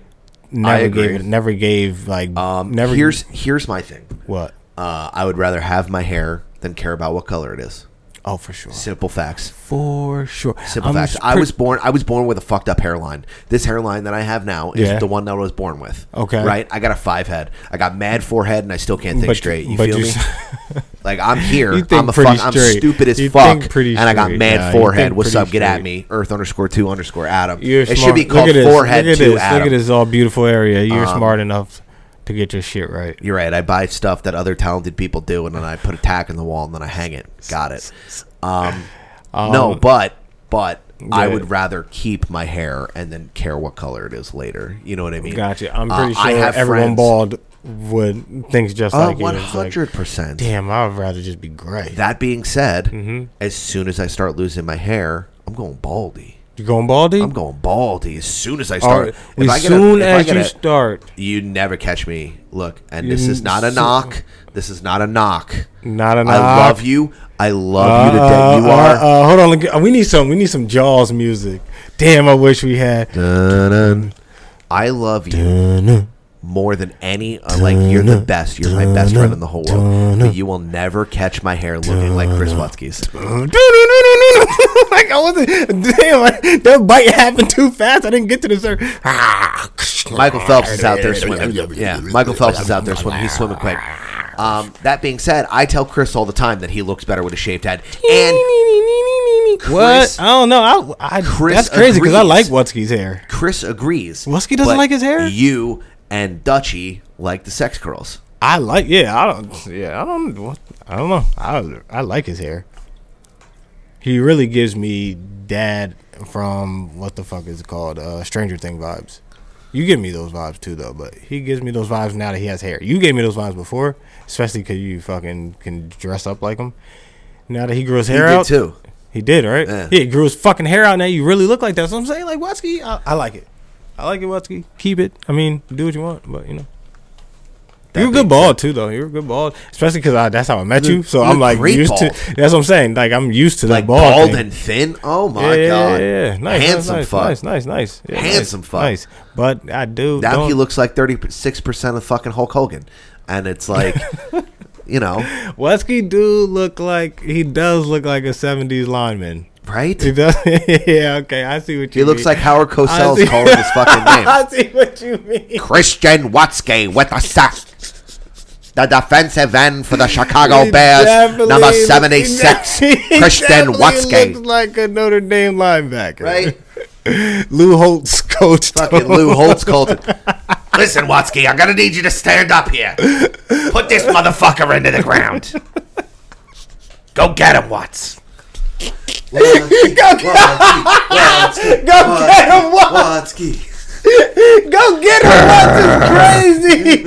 S7: never
S1: agree.
S7: gave it. Never gave like.
S1: Um,
S7: never.
S1: here's here's my thing.
S7: what?
S1: Uh, I would rather have my hair than care about what color it is.
S7: Oh, for sure.
S1: Simple facts.
S7: For sure.
S1: Simple
S7: I'm
S1: facts.
S7: just
S1: I
S7: pre-
S1: was born. I was born with a fucked up hairline. This hairline that I have now is
S7: Yeah.
S1: the one that I was born with.
S7: Okay.
S1: Right. I got a five head. I got mad forehead, and I still can't think
S7: But-
S1: straight. You
S7: but
S1: feel
S7: you
S1: me?
S7: s-
S1: like I'm here.
S7: You think
S1: I'm a
S7: pretty
S1: fuck. I'm
S7: straight.
S1: stupid as
S7: You
S1: fuck.
S7: think pretty
S1: and I got
S7: straight.
S1: mad
S7: Nah, you
S1: forehead.
S7: think
S1: What's
S7: pretty
S1: up? Get at
S7: straight.
S1: me. Earth underscore two underscore Adam.
S7: You're
S1: it should
S7: smart.
S1: be called
S7: Look at this.
S1: forehead
S7: Look at
S1: two
S7: this.
S1: Adam. Um,
S7: Look at this all beautiful area. You're smart enough to get your shit right.
S1: You're right. I buy stuff that other talented people do, and then I put a tack in the wall, and then I hang it. Got it. Um, no, but but I
S7: yeah.
S1: would rather keep my hair and then care what color it is later. You know what I mean?
S7: Gotcha. I'm
S1: Uh,
S7: pretty
S1: I
S7: sure
S1: have
S7: everyone
S1: friends-
S7: bald would thinks just
S1: Uh,
S7: like you.
S1: One
S7: It's like,
S1: hundred percent.
S7: Damn, Mm-hmm. I'd rather just be gray.
S1: That being said, as soon as I start losing my hair, I'm going baldy.
S7: you going baldy?
S1: I'm going baldy as soon as I
S7: All
S1: start.
S7: right.
S1: If
S7: As
S1: I get a-
S7: soon
S1: if I
S7: as
S1: get
S7: you
S1: a-
S7: start,
S1: you never catch me. Look, and
S7: You
S1: this is not a
S7: Mm, so-
S1: knock. This is not a knock.
S7: not enough.
S1: I love you. I love you to death. You
S7: uh,
S1: are.
S7: Uh, hold on. look, We need some. We need some Jaws music. Damn, I wish we had.
S1: Dun-dun. I love you more than any. I'm like you're the best. You're my best friend in the whole world. But you will never catch my hair looking like Chris Watsky's.
S7: like I wasn't. Damn, I, that bite happened too fast. I didn't get to the Ah. surface.
S1: Michael Phelps is out there swimming. Yeah, Michael Phelps is out there swimming. He's swimming quick. Um, that being said, I tell Chris all the time that he looks better with a shaved head. And
S7: what?
S1: Chris-
S7: I don't know. I, I,
S1: Chris
S7: that's crazy because I like
S1: agrees.
S7: Watsky's hair.
S1: Chris agrees.
S7: Wusky doesn't
S1: but
S7: like his hair?
S1: You and Dutchy like the sex curls.
S7: I like. Yeah, I don't. Yeah, I don't. what- I don't know. I I like his hair. He really gives me dad from what the fuck is it called? Uh, Stranger Thing vibes. You give me those vibes too, though. But he gives me those vibes now that he has hair. You gave me those vibes before, especially because you fucking can dress up like him. Now that he grew his hair
S1: did
S7: out
S1: too.
S7: He did, right?
S1: Yeah.
S7: Yeah. he grew his fucking hair out. Now you really look like that. So I'm saying, like Watsky, I, I like it. I like it, Watsky. Keep it. I mean, do what you want, but you know.
S1: That
S7: You're a good
S1: being
S7: ball too, though. You're a good ball, especially because that's how I met
S1: You're-
S7: you. So
S1: you're
S7: I'm
S1: a
S7: like
S1: great
S7: used to.
S1: ball.
S7: That's what I'm saying. Like I'm used to
S1: Like
S7: that ball.
S1: bald
S7: thing.
S1: and thin. Oh
S7: yeah,
S1: my
S7: yeah,
S1: god!
S7: yeah, yeah. Nice,
S1: handsome
S7: nice,
S1: fuck.
S7: Nice, nice, nice. Yeah, nice,
S1: Handsome fuck.
S7: Nice, but I do.
S1: Now
S7: don't-
S1: he looks like thirty six percent of fucking Hulk Hogan, and it's like, you know,
S7: Wesky do look like he does look like a '70s lineman.
S1: right?
S7: He does. yeah. Okay. I see what you.
S1: He looks
S7: mean.
S1: like Howard Cosell's
S7: see.
S1: calling his fucking name.
S7: I see what you mean.
S1: Christian Watzke with the sack. The defensive end for the Chicago
S7: He
S1: Bears,
S7: definitely-
S1: number
S7: he
S1: 76,
S7: de- he
S1: Christian
S7: definitely
S1: Watzke.
S7: looks like a Notre Dame linebacker.
S1: Right?
S7: Lou Holtz coach.
S1: Fucking Lou Holtz Colton. Listen, Watsky, I'm gonna need you to stand up here. Put this motherfucker into the ground. Go get him, Watts. Go get him,
S7: Go get him. What?
S1: Watsky.
S7: Go get her. That's crazy.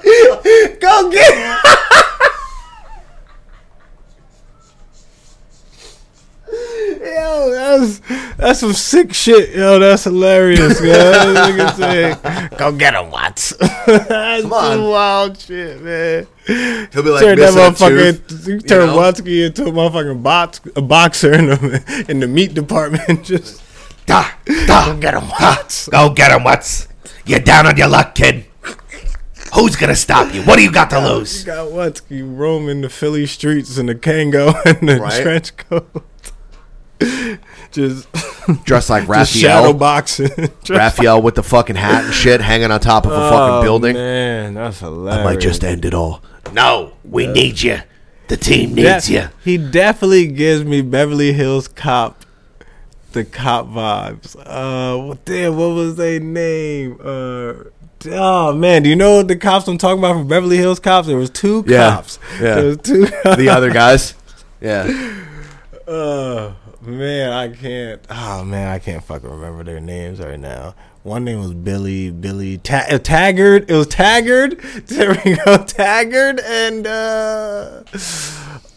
S7: Go get her. Yo, that's that's some sick shit. Yo, that's hilarious, man. Look at that. Go get him, Watts. that's
S1: Come on.
S7: some wild shit, man.
S1: He'll be like,
S7: Turn that
S1: "Missing a
S7: motherfucker.
S1: tooth,"
S7: you
S1: you
S7: turn
S1: know?
S7: Watsky into a motherfucking box, a boxer in the in the meat department. Just
S1: Da, da. Go get him, Watts. Go get him, Watts. You're down on your luck, kid. Who's gonna stop you? What do you got to
S7: You
S1: lose?
S7: got what? You roaming the Philly streets in the Kango and the
S1: Right.
S7: trench coat. just,
S1: Dressed like
S7: just shadow
S1: Raphael.
S7: boxing.
S1: Raphael with the fucking hat and shit hanging on top of a fucking building.
S7: Oh, Man, that's hilarious.
S1: I might just end it all. No, we need you. The team
S7: Yeah,
S1: needs you.
S7: He definitely gives me Beverly Hills Cop, the cop vibes. Uh, what- damn, what was their name? Uh, oh man, do you know the cops I'm talking about from Beverly Hills Cops? There was two
S1: Yeah,
S7: cops.
S1: yeah.
S7: There was two.
S1: The other guys. Yeah.
S7: Oh man, I can't. Oh man, I can't fucking remember their names right now. One name was Billy, Billy Ta- uh, Taggart. It was Taggart. There we go, Taggart. And uh,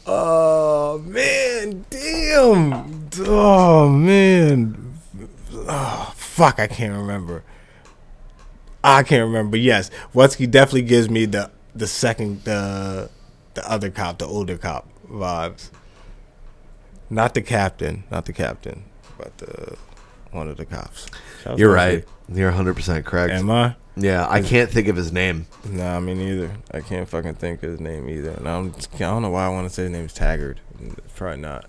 S7: oh man, damn. Oh man, oh fuck, I can't remember. I can't remember. Yes, Wutsky definitely gives me the the second the the other cop, the older cop vibes. Not the captain, not the captain, but the one of the cops.
S1: You're right. You're 100% correct.
S7: Am I?
S1: yeah, I can't think of his name.
S7: Nah, me neither. I can't fucking think of his name either. And I'm I don't know why I want to say his name's Taggart. Probably not.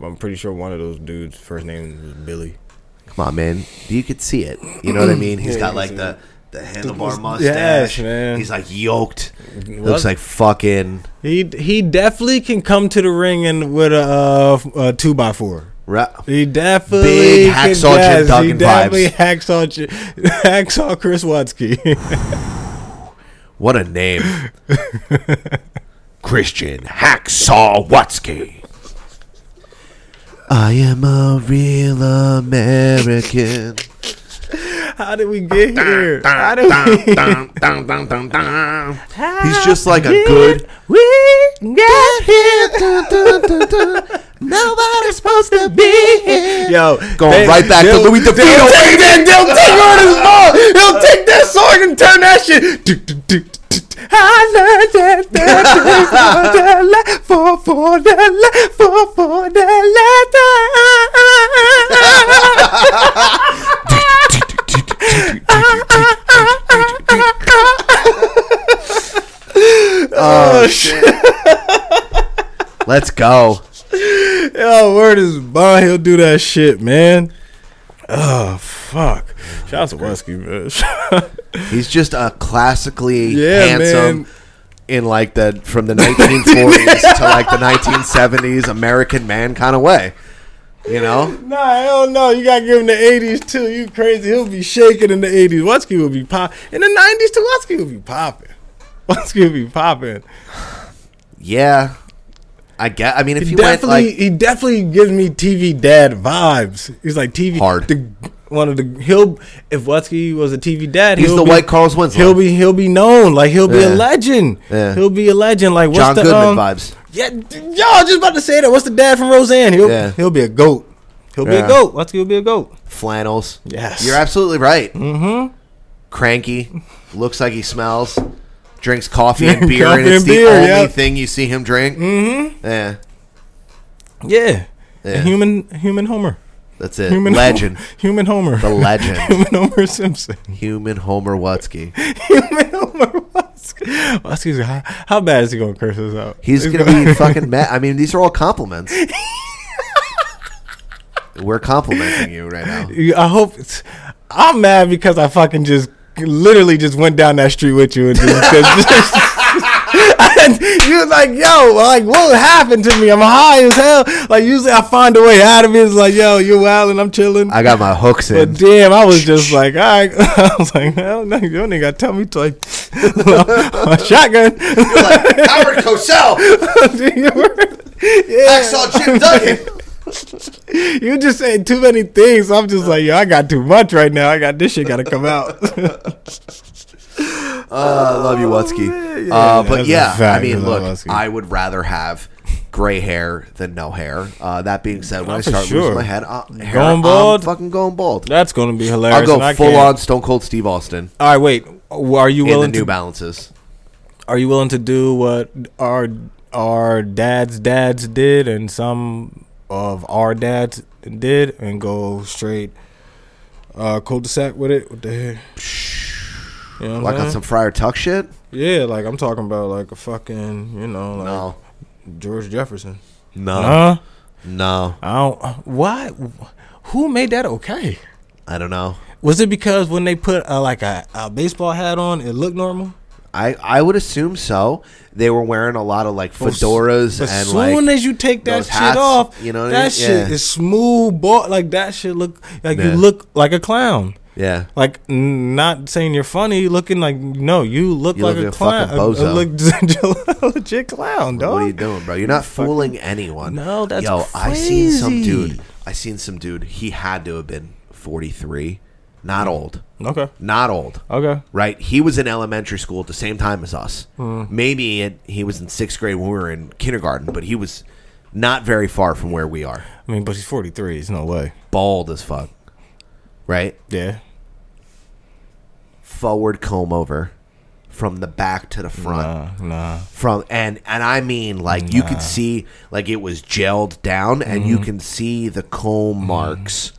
S7: But I'm pretty sure one of those dudes' first name was Billy.
S1: Come on, man. You could see it. You know what I mean? He's
S7: Yeah,
S1: got
S7: you
S1: like
S7: can
S1: the, the handlebar mustache.
S7: Yes, man.
S1: He's like yoked. Looks like fucking.
S7: He he definitely can come to the ring and with a, uh, a two by four.
S1: Ra-
S7: He definitely
S1: Big
S7: can-
S1: Hacksaw Jim
S7: yes, He
S1: Duggan
S7: definitely
S1: vibes.
S7: hacksaw Jim- hacksaw Chris Watsky.
S1: What a name. Christian Hacksaw Watsky. I am a real American.
S7: How did we get here? How did we?
S1: He's just like a good.
S7: We got here. Nobody's supposed to be here. Yo,
S1: Going right back to
S7: they'll-
S1: Louis
S7: they'll
S1: DeVito,
S7: Take
S1: baby.
S7: that, they'll take on his ball. He'll take that song and turn that shit. Do, do, do, do, do. I learned that there is for the la- for for the la- for for the latter. Oh,
S1: Let's go.
S7: Yo, Oh, word is bond. He'll do that shit, man. Oh fuck! Shout out to Wesky, man.
S1: He's just a classically
S7: Yeah,
S1: handsome
S7: man.
S1: in like the from the 1940s to like the 1970s American man kind of way. You know?
S7: nah, hell no. You gotta give him the '80s too. You crazy? He'll be shaking in the '80s. Wesky will be pop in the '90s too. Wesky will be popping. Wesky will be popping.
S1: Yeah. I get I mean if
S7: He
S1: you went
S7: definitely,
S1: like
S7: he definitely gives me TV dad vibes. He's like TV
S1: Hard.
S7: The, one of the he'll if Wesky was a TV dad,
S1: He's
S7: he'll
S1: the
S7: be-
S1: white Carlos Winslow.
S7: He'll be he'll be known like he'll be
S1: Yeah.
S7: a legend.
S1: Yeah.
S7: He'll be a legend. Like what's
S1: John
S7: the
S1: Goodman
S7: um,
S1: vibes.
S7: Yeah, d- y'all just about to say that. What's the dad from Roseanne? He'll
S1: Yeah.
S7: he'll be a goat. He'll be
S1: Yeah.
S7: a goat. Wesky will be a goat.
S1: flannels.
S7: Yes.
S1: You're absolutely right. Mm-hmm. Cranky, looks like he smells, drinks coffee and beer, and
S7: Coffee
S1: it's
S7: and
S1: the
S7: beer,
S1: only
S7: yep.
S1: thing you see him drink. Mm-hmm. Yeah,
S7: Yeah,
S1: Yeah.
S7: A human human Homer.
S1: that's it.
S7: Human
S1: legend,
S7: Human Homer.
S1: the legend,
S7: human Homer Simpson.
S1: human Homer Wutzke.
S7: human Homer Wesky. Wesky's how, how bad is he gonna curse us out?
S1: He's gonna be fucking mad. I mean, these are all compliments. We're complimenting you right now.
S7: I hope it's, I'm mad because I fucking just literally just went down that street with you and just, 'cause just- and you was like, yo, like what happened to me? I'm high as hell. Like usually I find a way out of it. It's like, yo, you're wild and I'm chilling.
S1: I got my hooks in.
S7: but damn, I was just like, all right. I was like, hell no, you don't even gotta tell me to like my shotgun.
S1: Howard Cosell,
S7: yeah,
S1: Axel Jim Duggan.
S7: you just saying too many things. I'm just like, yo, I got too much right now. I got this shit gotta come out.
S1: I love you, Wutzke. uh, but
S7: That's a
S1: yeah, I
S7: fact.
S1: mean,
S7: I
S1: look,
S7: love Wutzke.
S1: I would rather have gray hair than no hair. Uh, that being said, when I
S7: Oh, for
S1: start losing
S7: sure.
S1: my head, uh, hair,
S7: Going bald?
S1: I'm fucking going bald.
S7: That's gonna be hilarious.
S1: I'll go
S7: and I
S1: full
S7: can't-
S1: on Stone Cold Steve Austin
S7: All right, wait. Are you
S1: in the
S7: willing
S1: New
S7: to
S1: Balances.
S7: Are you willing to do what our our dads dads did and some of our dads did and go straight uh cul-de-sac with it? What the heck? You know what I'm
S1: Like on
S7: saying?
S1: some Friar Tuck shit?
S7: yeah, like I'm talking about like a fucking, you know, like
S1: No.
S7: George Jefferson.
S1: No.
S7: Huh?
S1: No.
S7: I don't why who made that okay?
S1: I don't know.
S7: Was it because when they put uh, like a, a baseball hat on, it looked normal?
S1: I, I would assume so. They were wearing a lot of like fedoras
S7: But
S1: and
S7: soon
S1: like
S7: as you take that
S1: those
S7: shit
S1: hats,
S7: off,
S1: you know what I
S7: that
S1: mean? Yeah.
S7: shit is smooth, boy. Like that shit look like
S1: Yeah.
S7: you look like a clown.
S1: yeah.
S7: Like n- not saying you're funny, looking like no, you look
S1: You
S7: like
S1: look
S7: a
S1: like a
S7: clown.
S1: fucking bozo.
S7: look a legit clown, dog.
S1: What are you doing, bro? You're not fooling anyone.
S7: Oh, No, that's
S1: yo. I seen some
S7: crazy.
S1: dude. I seen some dude. He had to have been 43, not old,
S7: Okay,
S1: not old.
S7: okay.
S1: Right? He was in elementary school at the same time as us.
S7: Uh.
S1: Maybe it, he was in sixth grade when we were in kindergarten, but he was not very far from where we are.
S7: I mean, but he's 43. It's no way.
S1: Bald as fuck. Right?
S7: Yeah.
S1: Forward comb over from the back to the front.
S7: Uh, nah.
S1: from and and I mean like you could see like it was gelled down and
S7: Mm-hmm.
S1: you can see the comb marks.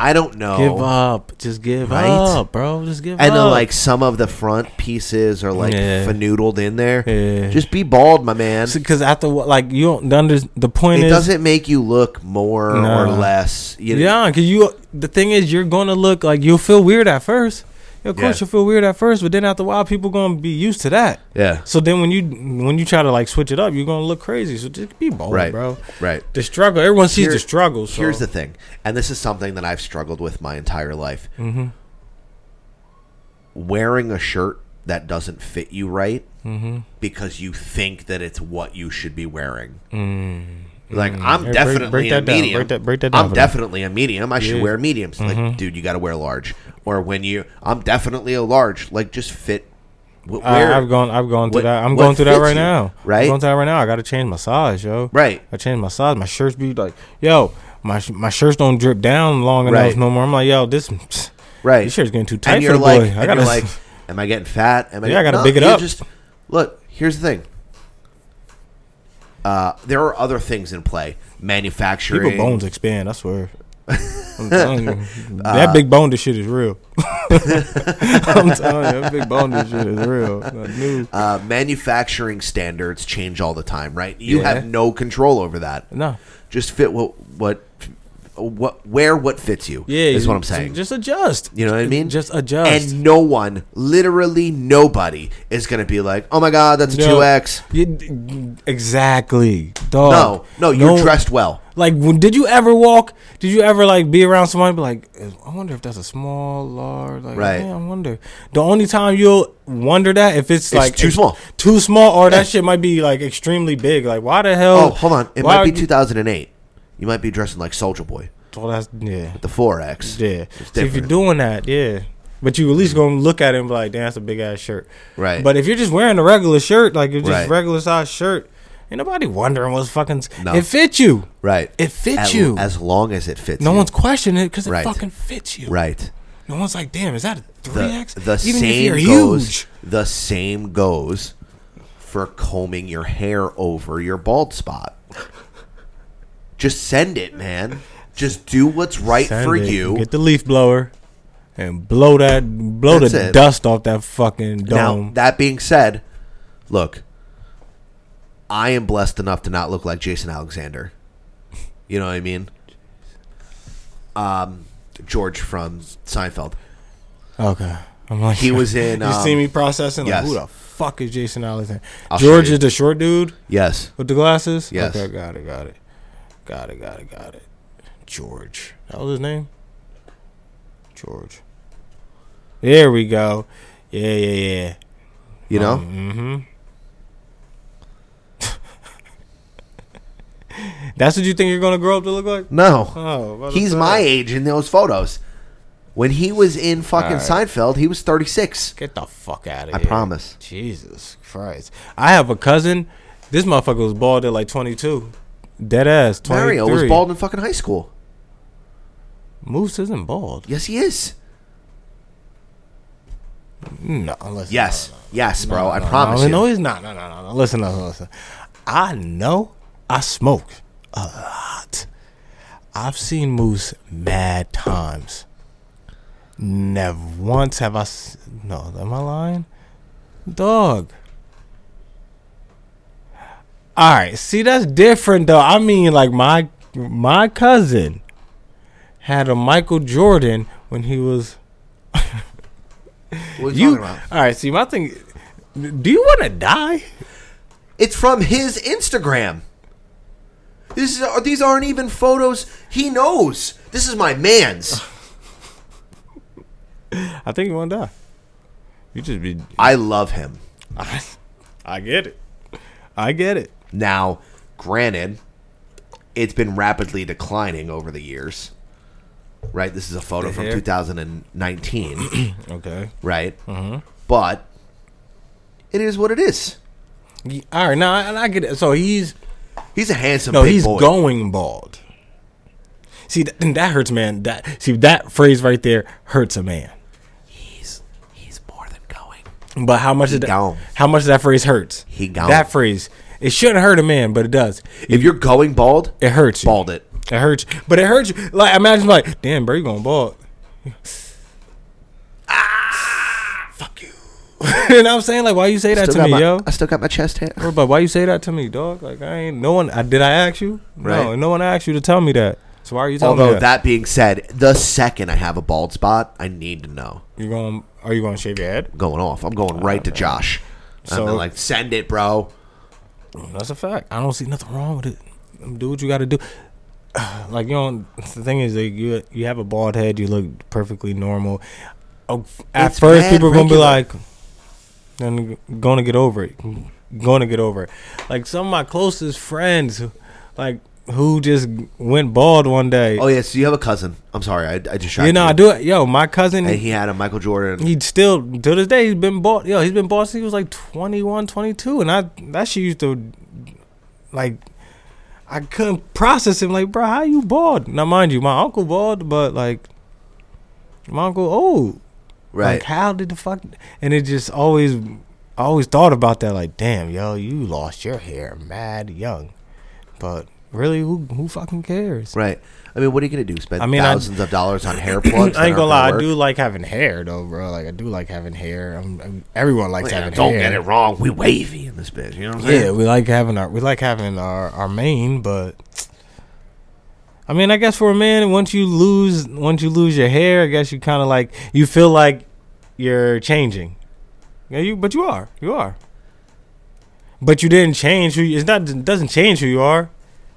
S1: I don't know.
S7: Give up. Just give
S1: Right?
S7: up, bro. Just give
S1: And
S7: up.
S1: then like some of the front pieces are like
S7: Yeah.
S1: fanoodled in there.
S7: Yeah.
S1: Just be bald, my man.
S7: because after what, like you don't under the point
S1: it
S7: is
S1: doesn't make you look more
S7: No.
S1: or less. You know,
S7: Yeah, because you. The thing is, you're gonna look like you'll feel weird at first. Of course,
S1: Yeah.
S7: you'll feel weird at first, but then after a while, people gonna be used to that.
S1: Yeah.
S7: So then, when you when you try to like switch it up, you're gonna look crazy. So just be bold,
S1: Right.
S7: bro.
S1: Right.
S7: The struggle. Everyone sees
S1: Here-
S7: the struggle. So.
S1: Here's the thing, and this is something that I've struggled with my entire life.
S7: Mm-hmm.
S1: Wearing a shirt that doesn't fit you right
S7: Mm-hmm.
S1: because you think that it's what you should be wearing. Like I'm
S7: Mm-hmm. break-
S1: definitely
S7: break
S1: a
S7: that down,
S1: medium.
S7: break that- break that down
S1: I'm
S7: for them.
S1: definitely a medium. I should
S7: Yeah. Mm-hmm.
S1: wear mediums. Like, dude, you got to wear large. Or when you, I'm definitely a large. Like, just fit. wh-
S7: I, I've gone. I've gone through
S1: what-
S7: that. I'm
S1: what
S7: going through that
S1: fits
S7: right
S1: you,
S7: now.
S1: right?
S7: I'm going through that right now. I gotta change my size, yo.
S1: Right.
S7: I change my size. My shirts be like, yo. My sh- my shirts don't drip down long enough
S1: Right.
S7: no more. I'm like, yo, this. Pfft,
S1: Right.
S7: This shirt's getting too tight
S1: and you're
S7: for the
S1: like,
S7: boy.
S1: and
S7: I gotta
S1: you're like, am I getting fat? Am I?
S7: Yeah, I
S1: getting-"
S7: gotta big it
S1: you
S7: up.
S1: Just look. Here's the thing. Uh, there are other things in play. Manufacturing. Uh,
S7: People bones expand. I swear. I'm telling you, that big bone, this shit is real. I'm telling you, that big bone this shit is real. Not new.
S1: Uh, manufacturing standards change all the time, right? You
S7: Yeah.
S1: have no control over that.
S7: No.
S1: just fit what what what where what fits you.
S7: Yeah,
S1: is
S7: you-
S1: what I'm saying.
S7: Just adjust.
S1: You know what I mean?
S7: Just adjust.
S1: And no one, literally nobody, is gonna be like, "Oh my God, that's a two X."
S7: You- exactly, dog.
S1: No, no, you're dressed well.
S7: Like, when, did you ever walk? Did you ever like be around someone and be like, I wonder if that's a small, large? Like,
S1: Right.
S7: man, I wonder. The only time you'll wonder that if it's, like
S1: too
S7: ex-
S1: small.
S7: too small, or that shit might be like extremely big. Like, why the hell?
S1: Oh, hold on, it
S7: why
S1: might be
S7: are you-
S1: 2008. You might be dressing like Soldier Boy,
S7: Well, that's yeah,
S1: the four X.
S7: yeah.
S1: it's
S7: See, if you're
S1: different. Mm-hmm.
S7: doing that, yeah. But you at least gonna look at it and be like, damn, that's a big ass shirt.
S1: Right.
S7: But if you're just wearing a regular shirt, like you're just
S1: Right.
S7: regular size shirt, ain't nobody wondering what's fucking.
S1: No.
S7: It fit you.
S1: right?
S7: It fits
S1: At-
S7: you.
S1: as long as it fits.
S7: No
S1: you.
S7: one's questioning it because it
S1: Right.
S7: fucking fits you.
S1: right.
S7: No one's like, damn, is that a three
S1: The,
S7: X?
S1: the same goes. The same goes for combing your hair over your bald spot. Just send it, man. Just do what's right for you.
S7: Get the leaf blower and blow that, blow
S1: That's
S7: the
S1: it.
S7: dust off that fucking
S1: Now,
S7: dome.
S1: that being said, look, I am blessed enough to not look like Jason Alexander. You know what I mean? Um, George from Seinfeld.
S7: okay, I'm like,
S1: He was in.
S7: You
S1: Um,
S7: see me processing? Like,
S1: yes.
S7: who the fuck is Jason Alexander?
S1: I'll show
S7: George
S1: you.
S7: is the short dude
S1: Yes.
S7: with the glasses.
S1: Yes.
S7: Okay, got it, got it, got it, got it, got it. George, that was his name. George. There we go. Yeah, yeah, yeah.
S1: You know.
S7: Oh. That's what you think you're gonna grow up to look like?
S1: no.
S7: Oh, about to
S1: He's
S7: say.
S1: my age in those photos. When he was in fucking Seinfeld, he was 36.
S7: Get the fuck out of
S1: I
S7: here.
S1: promise.
S7: Jesus Christ. I have a cousin. This motherfucker was bald at like 22. Dead ass. 23.
S1: Mario was bald in fucking high school.
S7: Moose isn't bald.
S1: Yes, he is.
S7: No, unless
S1: Yes. Yes, bro. I
S7: No,
S1: promise
S7: no,
S1: you.
S7: No, he's not. No, no, no, no. Listen, listen, listen. I know I smoke a lot. I've seen Moose mad times. Never once have I. s- No, am I lying? Dog. All right. See, that's different though. I mean, like my my cousin had a Michael Jordan when he was
S1: What are you
S7: you.
S1: talking about?
S7: All right. See, my thing. Do you want to die?
S1: It's from his Instagram. This is, these aren't even photos he knows. This is my man's.
S7: I think you want to die. You just be.
S1: I love him.
S7: I, get it. I get it.
S1: Now, granted, it's been rapidly declining over the years. Right? This is a photo from
S7: hair?
S1: 2019,
S7: Okay.
S1: right? Mm-hmm. But it is what it is.
S7: All right. Now, and I get it. So he's
S1: He's a handsome
S7: no,
S1: big
S7: he's
S1: boy.
S7: going bald. See, that, and that hurts, man. That see that phrase right there hurts a man.
S1: He's more than going.
S7: But how much is that?
S1: gone.
S7: How much that phrase hurts?
S1: He gone.
S7: That phrase it shouldn't hurt a man, but it does.
S1: If you're going bald,
S7: It hurts. you.
S1: bald it.
S7: It hurts. you. But it hurts. you. Like imagine, like damn, bro, you going bald.
S1: Fuck you.
S7: you know what I'm saying? Like, why you say that
S1: Ah! Still
S7: to
S1: got
S7: me,
S1: my,
S7: yo?
S1: I still got my chest hair.
S7: Bro, But why you say that to me, dog? Like I ain't no one. I did I ask you? No,
S1: Right.
S7: no one asked you to tell me that. So why are you telling
S1: Although
S7: me that?
S1: that being said, the second I have a bald spot, I need to know.
S7: You going? Are you going to shave your head?
S1: Going off, I'm going right to Josh.
S7: So-
S1: I'm then like, send it, bro.
S7: That's a fact. I don't see nothing wrong with it. Do what you got to do. Like you don't. The thing is, like, you you have a bald head. You look perfectly normal. Oh, At
S1: It's
S7: first,
S1: mad
S7: people are gonna be
S1: regular.
S7: like, "I'm gonna get over it. Gonna get over it." Like some of my closest friends, like who just went bald one day.
S1: Oh yeah, so you have a cousin. I'm sorry, I, I distracted.
S7: you know, I
S1: you.
S7: do it. Yo, my cousin.
S1: And he had a Michael Jordan.
S7: he still to this day he's been bought yo he's been bought since he was like 21 22 and i that shit used to like i couldn't process him like bro how you bald now mind you my uncle bald but like my uncle old
S1: right.
S7: like how did the fuck and it just always I always thought about that like damn yo you lost your hair mad young but really, who who fucking cares?
S1: Right. I mean, what are you gonna do? Spend
S7: I mean, I-
S1: thousands of dollars on hair plugs?
S7: I
S1: that
S7: ain't gonna
S1: aren't
S7: lie, I
S1: work?
S7: do like having hair though, bro. Like I do like having hair. I'm, I'm- everyone likes
S1: Yeah,
S7: having
S1: don't
S7: hair.
S1: get it wrong. We wavy in this bitch. You know what I'm saying?
S7: Yeah, we like having our we like having our our mane, but I mean, I guess for a man, once you lose once you lose your hair, I guess you kind of like you feel like you're changing. Yeah, you but you are you are. But you didn't change who you, it's not it doesn't change who you are.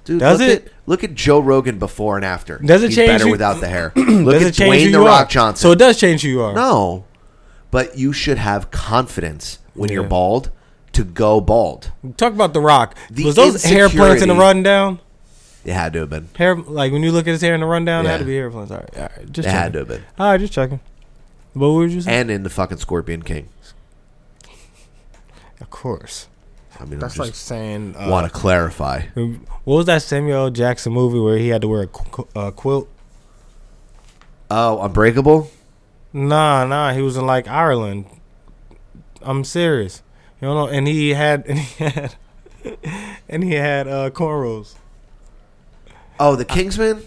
S1: Dude,
S7: Does
S1: look
S7: it?
S1: At, look at Joe Rogan before and after.
S7: Does it
S1: He's
S7: change
S1: better
S7: you-
S1: without the hair. look
S7: doesn't
S1: at
S7: change
S1: Dwayne
S7: who
S1: the
S7: you
S1: Rock
S7: are.
S1: Johnson.
S7: So it does change who you are.
S1: no, but you should have confidence when you're
S7: Yeah.
S1: bald to go bald.
S7: Talk about the Rock.
S1: The
S7: Was those hair plants in the
S1: insecurity-
S7: rundown?
S1: It had to have been.
S7: Hair like when you look at his hair in the rundown, it had to
S1: Yeah.
S7: be hair plants. All right, all right, just
S1: It had
S7: checking.
S1: to have been.
S7: All right, just checking. But what were you saying?
S1: And in the fucking Scorpion King.
S7: Of course.
S1: I mean,
S7: That's
S1: I
S7: like
S1: just
S7: saying uh,
S1: want to clarify.
S7: What was that Samuel L. Jackson movie where he had to wear a qu- qu- uh, quilt?
S1: Oh, Unbreakable.
S7: Nah, nah, he was in like Ireland. I'm serious. You know, and he had and he had and he had uh, cornrows.
S1: Oh,
S7: Uh,
S1: the Kingsman.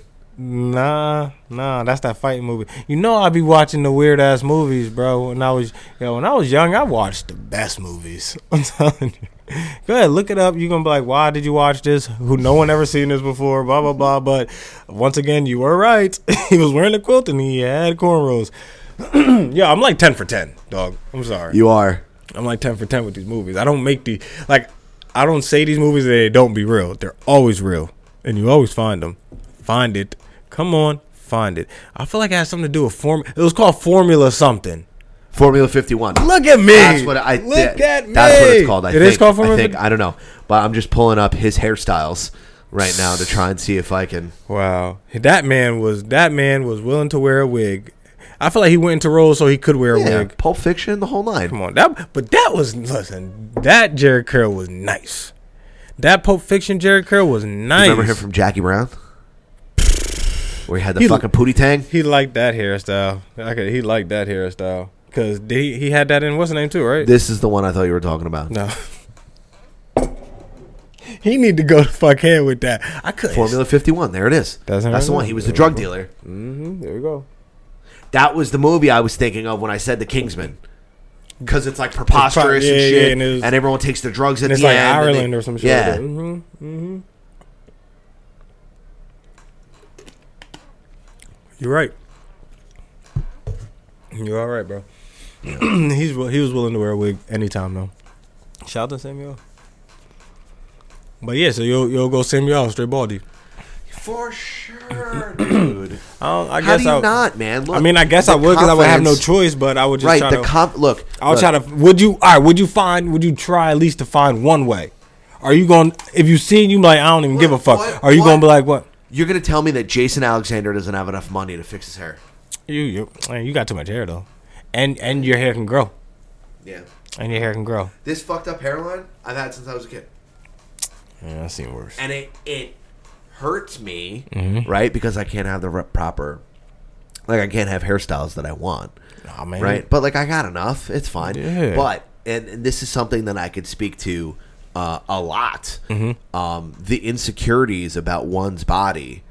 S7: Nah, nah, that's that fighting movie. You know, I be watching the weird ass movies, bro. When I was yo, when I was young, I watched the best movies. I'm telling you. Go ahead, look it up. You're gonna be like, why did you watch this? Who no one ever seen this before? Blah blah blah. But once again, you were right. he was wearing a quilt and he had cornrows. yeah, I'm like ten for ten, dog. I'm sorry.
S1: You are.
S7: I'm like ten for ten with these movies. I don't make the like. I don't say these movies that they don't be real. They're always real, and you always find them. Find it. Come on, find it. I feel like it has something to do with form. It was called Formula something.
S1: Formula 51.
S7: Look at me.
S1: That's what I
S7: Look
S1: did.
S7: at me.
S1: That's what it's called. I
S7: It
S1: think.
S7: is called Formula
S1: I think.
S7: 50?
S1: I don't know, but I'm just pulling up his hairstyles right now to try and see if I can.
S7: Wow, that man was that man was willing to wear a wig. I feel like he went into roles so he could wear a
S1: Yeah,
S7: wig.
S1: Pulp Fiction, the whole nine.
S7: Come on, that but that was listen. That Jared Curl was nice. That Pulp Fiction Jared Curl was nice.
S1: Remember him from Jackie Brown? Where he had the
S7: He-
S1: fucking pootie tang?
S7: He liked that hairstyle. I could, he liked that hairstyle because he, he had that in what's the name too, right?
S1: This is the one I thought you were talking about.
S7: no. he need to go to fuck hand with that. I couldn't.
S1: Formula 51. There it is.
S7: Doesn't
S1: That's the
S7: matter.
S1: one. He was the drug dealer.
S7: There we go.
S1: That was the movie I was thinking of when I said The Kingsman. Because it's like preposterous
S7: yeah,
S1: and
S7: yeah,
S1: shit.
S7: and
S1: and,
S7: it was-
S1: everyone takes their drugs at
S7: And it's
S1: the
S7: like
S1: end. and they-
S7: Ireland or some shit.
S1: Yeah.
S7: Yeah. Mm-hmm. Mm-hmm. You're right. You're all right, bro. He's wi- he was willing to wear a wig anytime though. Shout out to Samuel. But yeah, so you'll you'll go Samuel straight baldy.
S1: For sure, dude.
S7: I, don't,
S1: How
S7: I guess
S1: do you
S7: I,
S1: not, man? Look,
S7: I mean, I guess
S1: the
S7: I would because I would have no
S1: confidence-
S7: choice. But I would just
S1: Right,
S7: try
S1: the
S7: to.
S1: comp. Look,
S7: I
S1: look,
S7: would try to. Would you? All right. Would you find? Would you try at least to find one way? Are you going? to If you see it, you be like I don't even give a
S1: What-
S7: fuck.
S1: what-
S7: Are you going to be
S1: what?
S7: like what?
S1: You're gonna tell me that Jason Alexander doesn't have enough money to fix his hair?
S7: You you man, you got too much hair though, and and your hair can grow,
S1: Yeah.
S7: and your hair can grow.
S1: This fucked up hairline I've had since I was a kid,
S7: Yeah, I've seen worse.
S1: and it it hurts me,
S7: Mm-hmm.
S1: right? Because I can't have the re- proper, like I can't have hairstyles that I want,
S7: Nah, man.
S1: right? But like I got enough, it's fine.
S7: Yeah.
S1: But and, and this is something that I could speak to uh, a lot.
S7: Mm-hmm.
S1: Um, the insecurities about one's body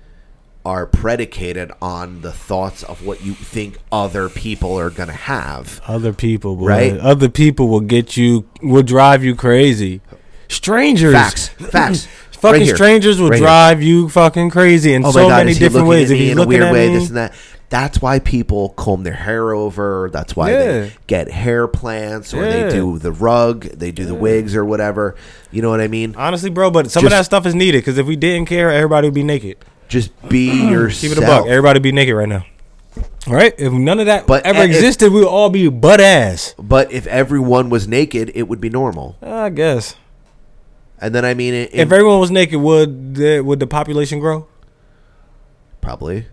S1: are predicated on the thoughts of what you think other people are gonna have.
S7: Other people, boy.
S1: Right?
S7: Other people will get you, will drive you crazy. Strangers,
S1: Facts. Facts.
S7: fucking
S1: Right here.
S7: strangers will
S1: Right here.
S7: drive you fucking crazy in
S1: oh
S7: so
S1: my God,
S7: many
S1: is he
S7: different
S1: looking
S7: ways.
S1: At
S7: If
S1: me
S7: he's
S1: in a
S7: looking
S1: weird
S7: at
S1: way,
S7: me,
S1: this and that. That's why people comb their hair over. That's why
S7: Yeah.
S1: they get hair plants or
S7: Yeah.
S1: they do the rug, they do the wigs or whatever. You know what I mean?
S7: Honestly, bro, but some of
S1: Just-
S7: that stuff is needed because if we didn't care, everybody would be naked.
S1: Just be
S7: Keep
S1: yourself.
S7: it a buck. Everybody would be naked right now. Right? If none of that
S1: But
S7: ever
S1: a- if-
S7: existed, we would all be butt ass.
S1: but if everyone was naked, it would be normal.
S7: I guess.
S1: And then I mean, it,
S7: If everyone was naked, would the, would the population grow?
S1: probably.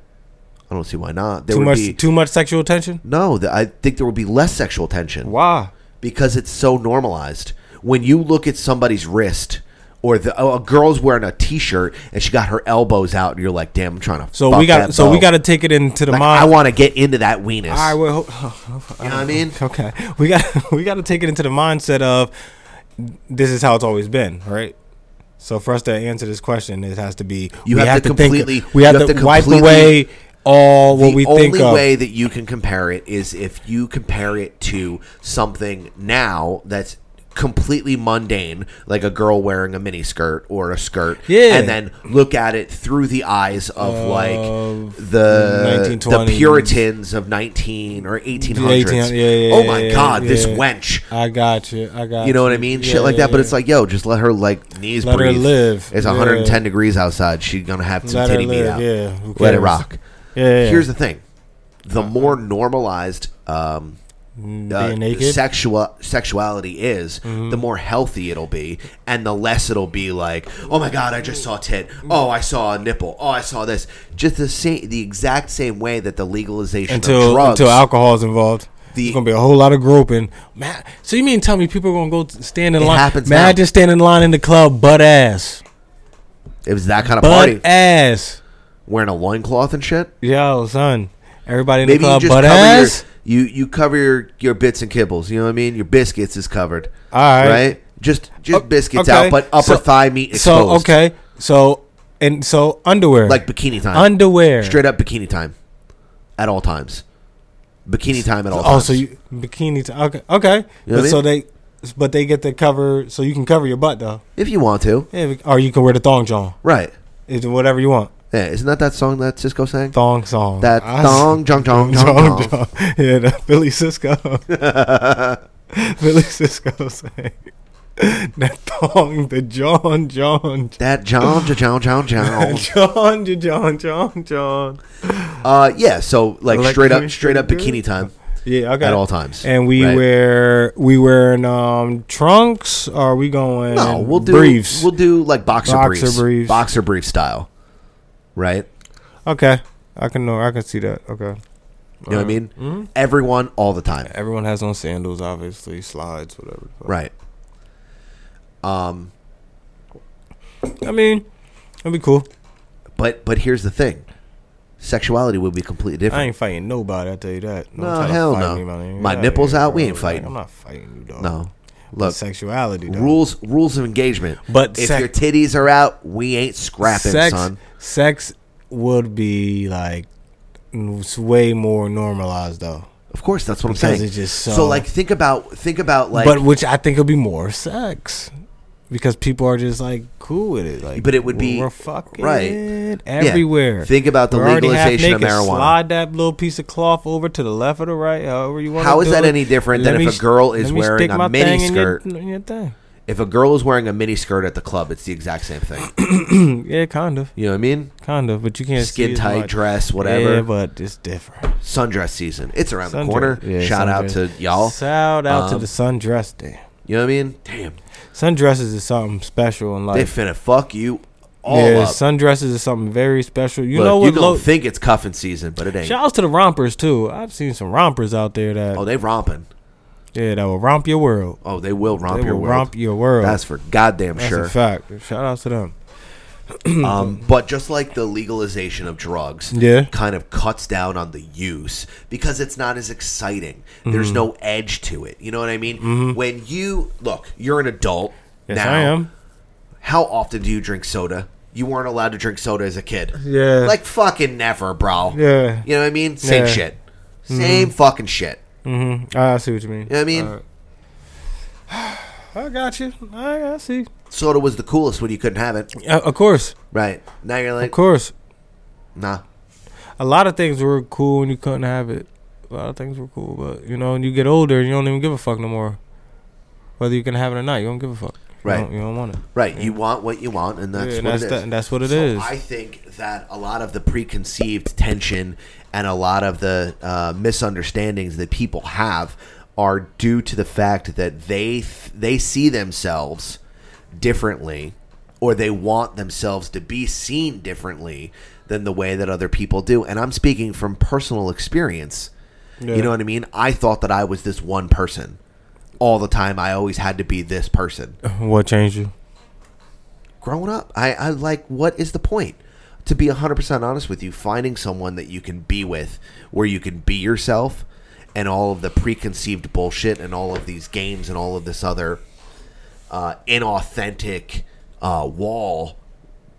S1: I don't see why not. There
S7: Too
S1: would
S7: much
S1: be
S7: too much sexual tension?
S1: no. th- I think there would be less sexual tension.
S7: Why?
S1: because it's so normalized. When you look at somebody's wrist, or the, oh, a girl's wearing a T-shirt and she got her elbows out, and you're like, "Damn, I'm trying to."
S7: So
S1: fuck
S7: we got
S1: that
S7: so we
S1: bow.
S7: got to take it into the
S1: Like,
S7: mind.
S1: I want to get into that weenus.
S7: All right, well,
S1: you know what I mean?
S7: okay. We got we got to take it into the mindset of this is how it's always been, right? So for us to answer this question, it has to be
S1: You
S7: we
S1: have to
S7: think-
S1: completely-
S7: we have,
S1: you have
S7: to,
S1: to
S7: wipe
S1: completely-
S7: away all what
S1: the
S7: we
S1: only
S7: think of.
S1: way that you can compare it is if you compare it to something now that's completely mundane, like a girl wearing a miniskirt or a skirt,
S7: Yeah.
S1: and then look at it through the eyes of like the the
S7: 1920s.
S1: Puritans of nineteen or eighteen hundreds.
S7: 1800s, yeah, yeah,
S1: oh my
S7: yeah,
S1: God, this
S7: yeah.
S1: wench.
S7: I got you. I got
S1: You know what I mean? Shit like that, but it's like, yo, just let her like knees
S7: Let her
S1: breathe.
S7: live.
S1: It's
S7: Yeah.
S1: 110 degrees outside. She's gonna have some
S7: Let her
S1: titty meat
S7: live,
S1: out.
S7: yeah. Who
S1: let it
S7: cares?
S1: rock.
S7: Yeah, yeah.
S1: Here's the thing: the more normalized um, uh,
S7: Mm, being naked. Mm-hmm.
S1: sexual sexuality is, the more healthy it'll be, and the less it'll be like, oh my god, I just saw a tit.
S7: Mm-hmm.
S1: Oh, I saw a nipple. Oh, I saw this. Just the same, the exact same way that the legalization of
S7: until
S1: drugs.
S7: until alcohol is involved.
S1: The-
S7: There's gonna be a whole lot of groping. Man, so you mean tell me people are gonna go t- stand in
S1: It
S7: line?
S1: happens now.
S7: Imagine standing in line in the club, butt ass,
S1: it was that kind of
S7: butt
S1: party,
S7: ass.
S1: wearing a loincloth and shit.
S7: Yo, son, everybody in
S1: Maybe
S7: the
S1: you
S7: club,
S1: just
S7: butt
S1: cover
S7: ass.
S1: your you you cover your, your bits and kibbles. You know what I mean? Your biscuits is covered.
S7: All right.
S1: right? Just just
S7: O-
S1: biscuits
S7: okay.
S1: out, but upper
S7: So-
S1: thigh meat
S7: So
S1: exposed.
S7: okay, so and so underwear,
S1: like bikini time,
S7: underwear.
S1: straight up bikini time, at all times. Bikini time at all.
S7: Oh,
S1: times.
S7: so you bikini. T- okay, okay.
S1: You know what I
S7: But
S1: mean?
S7: so they, but they get to cover. So you can cover your butt though,
S1: if you want to,
S7: yeah, we- or you can wear the thong john,
S1: right?
S7: It's whatever you want.
S1: Yeah, isn't that that song that Cisco sang?
S7: Thong song.
S1: That
S7: I-
S1: thong, jong, jong, jong, jong.
S7: Dog, dog. Yeah, that Billy Cisco. Billy Cisco saying that thong, the John, John,
S1: That John, John, John, John.
S7: John, John, John, John.
S1: Uh, yeah. So like,
S7: Like,
S1: straight
S7: can we
S1: up, straight up
S7: do it?
S1: bikini time.
S7: Yeah, okay.
S1: At all times.
S7: And we
S1: Right.
S7: wear we wearing um trunks. Or are we going?
S1: No, we'll do
S7: briefs.
S1: We'll do like boxer,
S7: Boxer
S1: briefs,
S7: briefs.
S1: boxer brief style, right?
S7: okay, I can know. I can see that. Okay.
S1: You know what I mean?
S7: Uh, mm-hmm.
S1: Everyone, all the time.
S7: Everyone has on sandals, obviously slides, whatever.
S1: Right. Um,
S7: I mean, that'd be cool.
S1: but but here's the thing: sexuality would be completely
S7: I
S1: different.
S7: ain't fighting nobody. I tell you that. Don't
S1: No,
S7: try to
S1: hell
S7: fight
S1: no.
S7: me, my nigga.
S1: My
S7: Get outta
S1: nipples
S7: here,
S1: out, we
S7: bro.
S1: ain't
S7: Like,
S1: fighting.
S7: I'm not fighting you, dog.
S1: no, look,
S7: sexuality. Dog.
S1: rules rules of engagement.
S7: But
S1: if
S7: sex-
S1: your titties are out, we ain't scrapping,
S7: sex,
S1: son.
S7: sex would be like it's way more normalized though.
S1: Of course, that's what I'm
S7: Because
S1: saying.
S7: it's just
S1: so,
S7: so-
S1: like, think about think about like,
S7: but which I think would be more sex because people are just like cool with it. Like,
S1: But it would be-
S7: we're fucking
S1: right.
S7: everywhere.
S1: Think about the
S7: We're already half
S1: legalization of
S7: naked.
S1: marijuana.
S7: Slide that little piece of cloth over to the left or the right, however you want.
S1: How is that any different than if a girl is wearing a miniskirt?
S7: thing.
S1: if a girl is wearing a mini skirt at the club, it's the exact same thing.
S7: Yeah, kind of,
S1: You know what I mean?
S7: kind of, but you can't see
S1: Skin
S7: as
S1: tight
S7: much.
S1: dress, whatever.
S7: Yeah, but it's different.
S1: sundress season. It's around the
S7: Sundress.
S1: corner.
S7: Yeah,
S1: Shout out to
S7: sundress.
S1: y'all.
S7: Shout out to
S1: Um,
S7: the sundress day.
S1: You know what I mean? Damn,
S7: Sundresses is something special in
S1: they
S7: life.
S1: finna fuck you all
S7: yeah,
S1: up.
S7: sundresses is something very special. You
S1: Look,
S7: know
S1: you
S7: what?
S1: don't
S7: Lo-
S1: think it's cuffing season, but it ain't.
S7: Shout outs to the rompers too. I've seen some rompers out there that
S1: oh, they romping.
S7: yeah that will romp your world.
S1: Oh, they will romp
S7: They
S1: your
S7: will
S1: world.
S7: romp your world.
S1: That's for goddamn
S7: That's
S1: sure.
S7: a fact. Shout outs to them.
S1: Um, but just like the legalization of drugs,
S7: Yeah.
S1: kind of cuts down on the use because it's not as exciting.
S7: Mm-hmm.
S1: There's no edge to it. You know what I mean? When you look, you're an adult
S7: Yes,
S1: now.
S7: I am.
S1: How often do you drink soda? You weren't allowed to drink soda as a kid.
S7: Yeah.
S1: Like fucking never, bro.
S7: Yeah. Mm-hmm.
S1: You know what I mean? Same
S7: Yeah.
S1: shit. Same fucking shit.
S7: I see what you mean.
S1: You know what I mean?
S7: I got you. I, I see.
S1: Soda was the coolest when you couldn't have it.
S7: Uh, of course,
S1: Right. Now you're
S7: of
S1: like,
S7: course.
S1: nah.
S7: a lot of things were cool and you couldn't have it. A lot of things were cool, but you know, when you get older, you don't even give a fuck no more. Whether you can have it or not, you don't give a fuck.
S1: Right.
S7: You don't, you don't want it.
S1: Right. You want what you want, and that's
S7: Yeah, and
S1: what
S7: that's
S1: it is.
S7: that- and that's what it
S1: so
S7: is.
S1: I think that a lot of the preconceived tension and a lot of the uh, misunderstandings that people have are due to the fact that they th- they see themselves differently, or they want themselves to be seen differently than the way that other people do. And I'm speaking from personal experience. You know what I mean? I thought that I was this one person all the time. I always had to be this person
S7: What changed you?
S1: growing up. I, I like, what is the point? To be 100% honest with you, finding someone that you can be with, where you can be yourself, and all of the preconceived bullshit, and all of these games, and all of this other uh, inauthentic uh, wall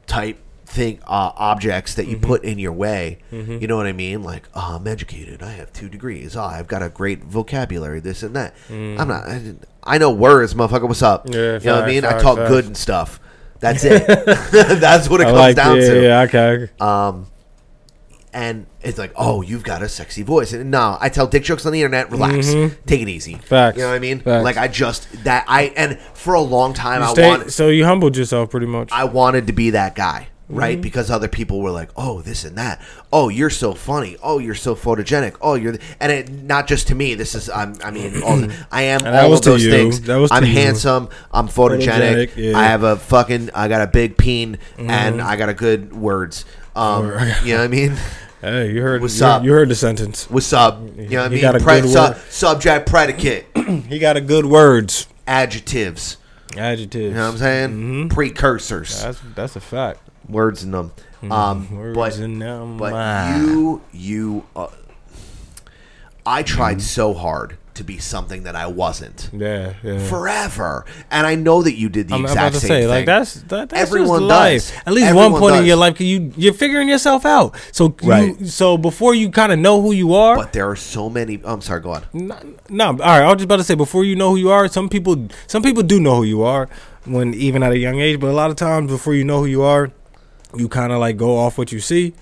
S1: type thing uh, objects that you
S7: Mm-hmm.
S1: put in your way. You know what I mean? Like, oh, I'm educated. I have two degrees. Oh, I've got a great vocabulary. This and that. I'm not. I, didn't- I know words, motherfucker. What's up? you know what I
S7: Mm. facts,
S1: mean? I
S7: facts,
S1: talk
S7: facts.
S1: good and stuff. That's it. That's what it
S7: I
S1: comes
S7: like
S1: down
S7: yeah,
S1: to
S7: yeah, okay.
S1: and it's like, oh, you've got a sexy voice. And no, I tell dick jokes on the internet. Relax, take it easy.
S7: Mm-hmm. Facts.
S1: You know what I mean?
S7: Facts.
S1: Like I just that I and for a long time I
S7: Stay-
S1: wanted
S7: so you humbled yourself pretty much.
S1: I wanted to be that guy, right?
S7: Mm-hmm.
S1: Because other people were like, oh, this and that. Oh, you're so funny. Oh, you're so photogenic. Oh, you're th-" and it not just to me. This is I'm, I mean, all, I am
S7: And that
S1: all
S7: was
S1: of
S7: to
S1: those
S7: you.
S1: things.
S7: That was to
S1: I'm
S7: you.
S1: handsome. I'm photogenic.
S7: Photogenic, yeah. Mm-hmm.
S1: I have a fucking. I got a big peen and I got a good words. Um, you know what I mean?
S7: hey, you heard
S1: What's
S7: you,
S1: up?
S7: you heard the sentence.
S1: What's up? You know what I
S7: You
S1: mean?
S7: got a
S1: Pre-
S7: good
S1: su-
S7: word.
S1: subject, predicate,
S7: He got a good words.
S1: adjectives.
S7: Adjectives.
S1: You know what I'm saying?
S7: Mm-hmm.
S1: Precursors,
S7: That's that's a fact.
S1: words in them. Um,
S7: Mm-hmm. Words
S1: but
S7: in them.
S1: but
S7: Ah.
S1: you you, uh, I tried so hard to be something that I wasn't
S7: Mm-hmm. Yeah, yeah.
S1: forever, and I know that you did the
S7: I'm
S1: exact
S7: about to
S1: same
S7: say
S1: thing.
S7: like that's that, that's
S1: Everyone
S7: just
S1: does.
S7: life. At least
S1: Everyone
S7: one point in
S1: does.
S7: your life, 'cause you you're figuring yourself out. So you-
S1: Right.
S7: so before you kind of know who you are,
S1: But there are so many. I'm sorry. Go on.
S7: No, no, all right. I was just about to say before you know who you are, some people some people do know who you are when even at a young age, but a lot of times before you know who you are, you kind of like go off what you see,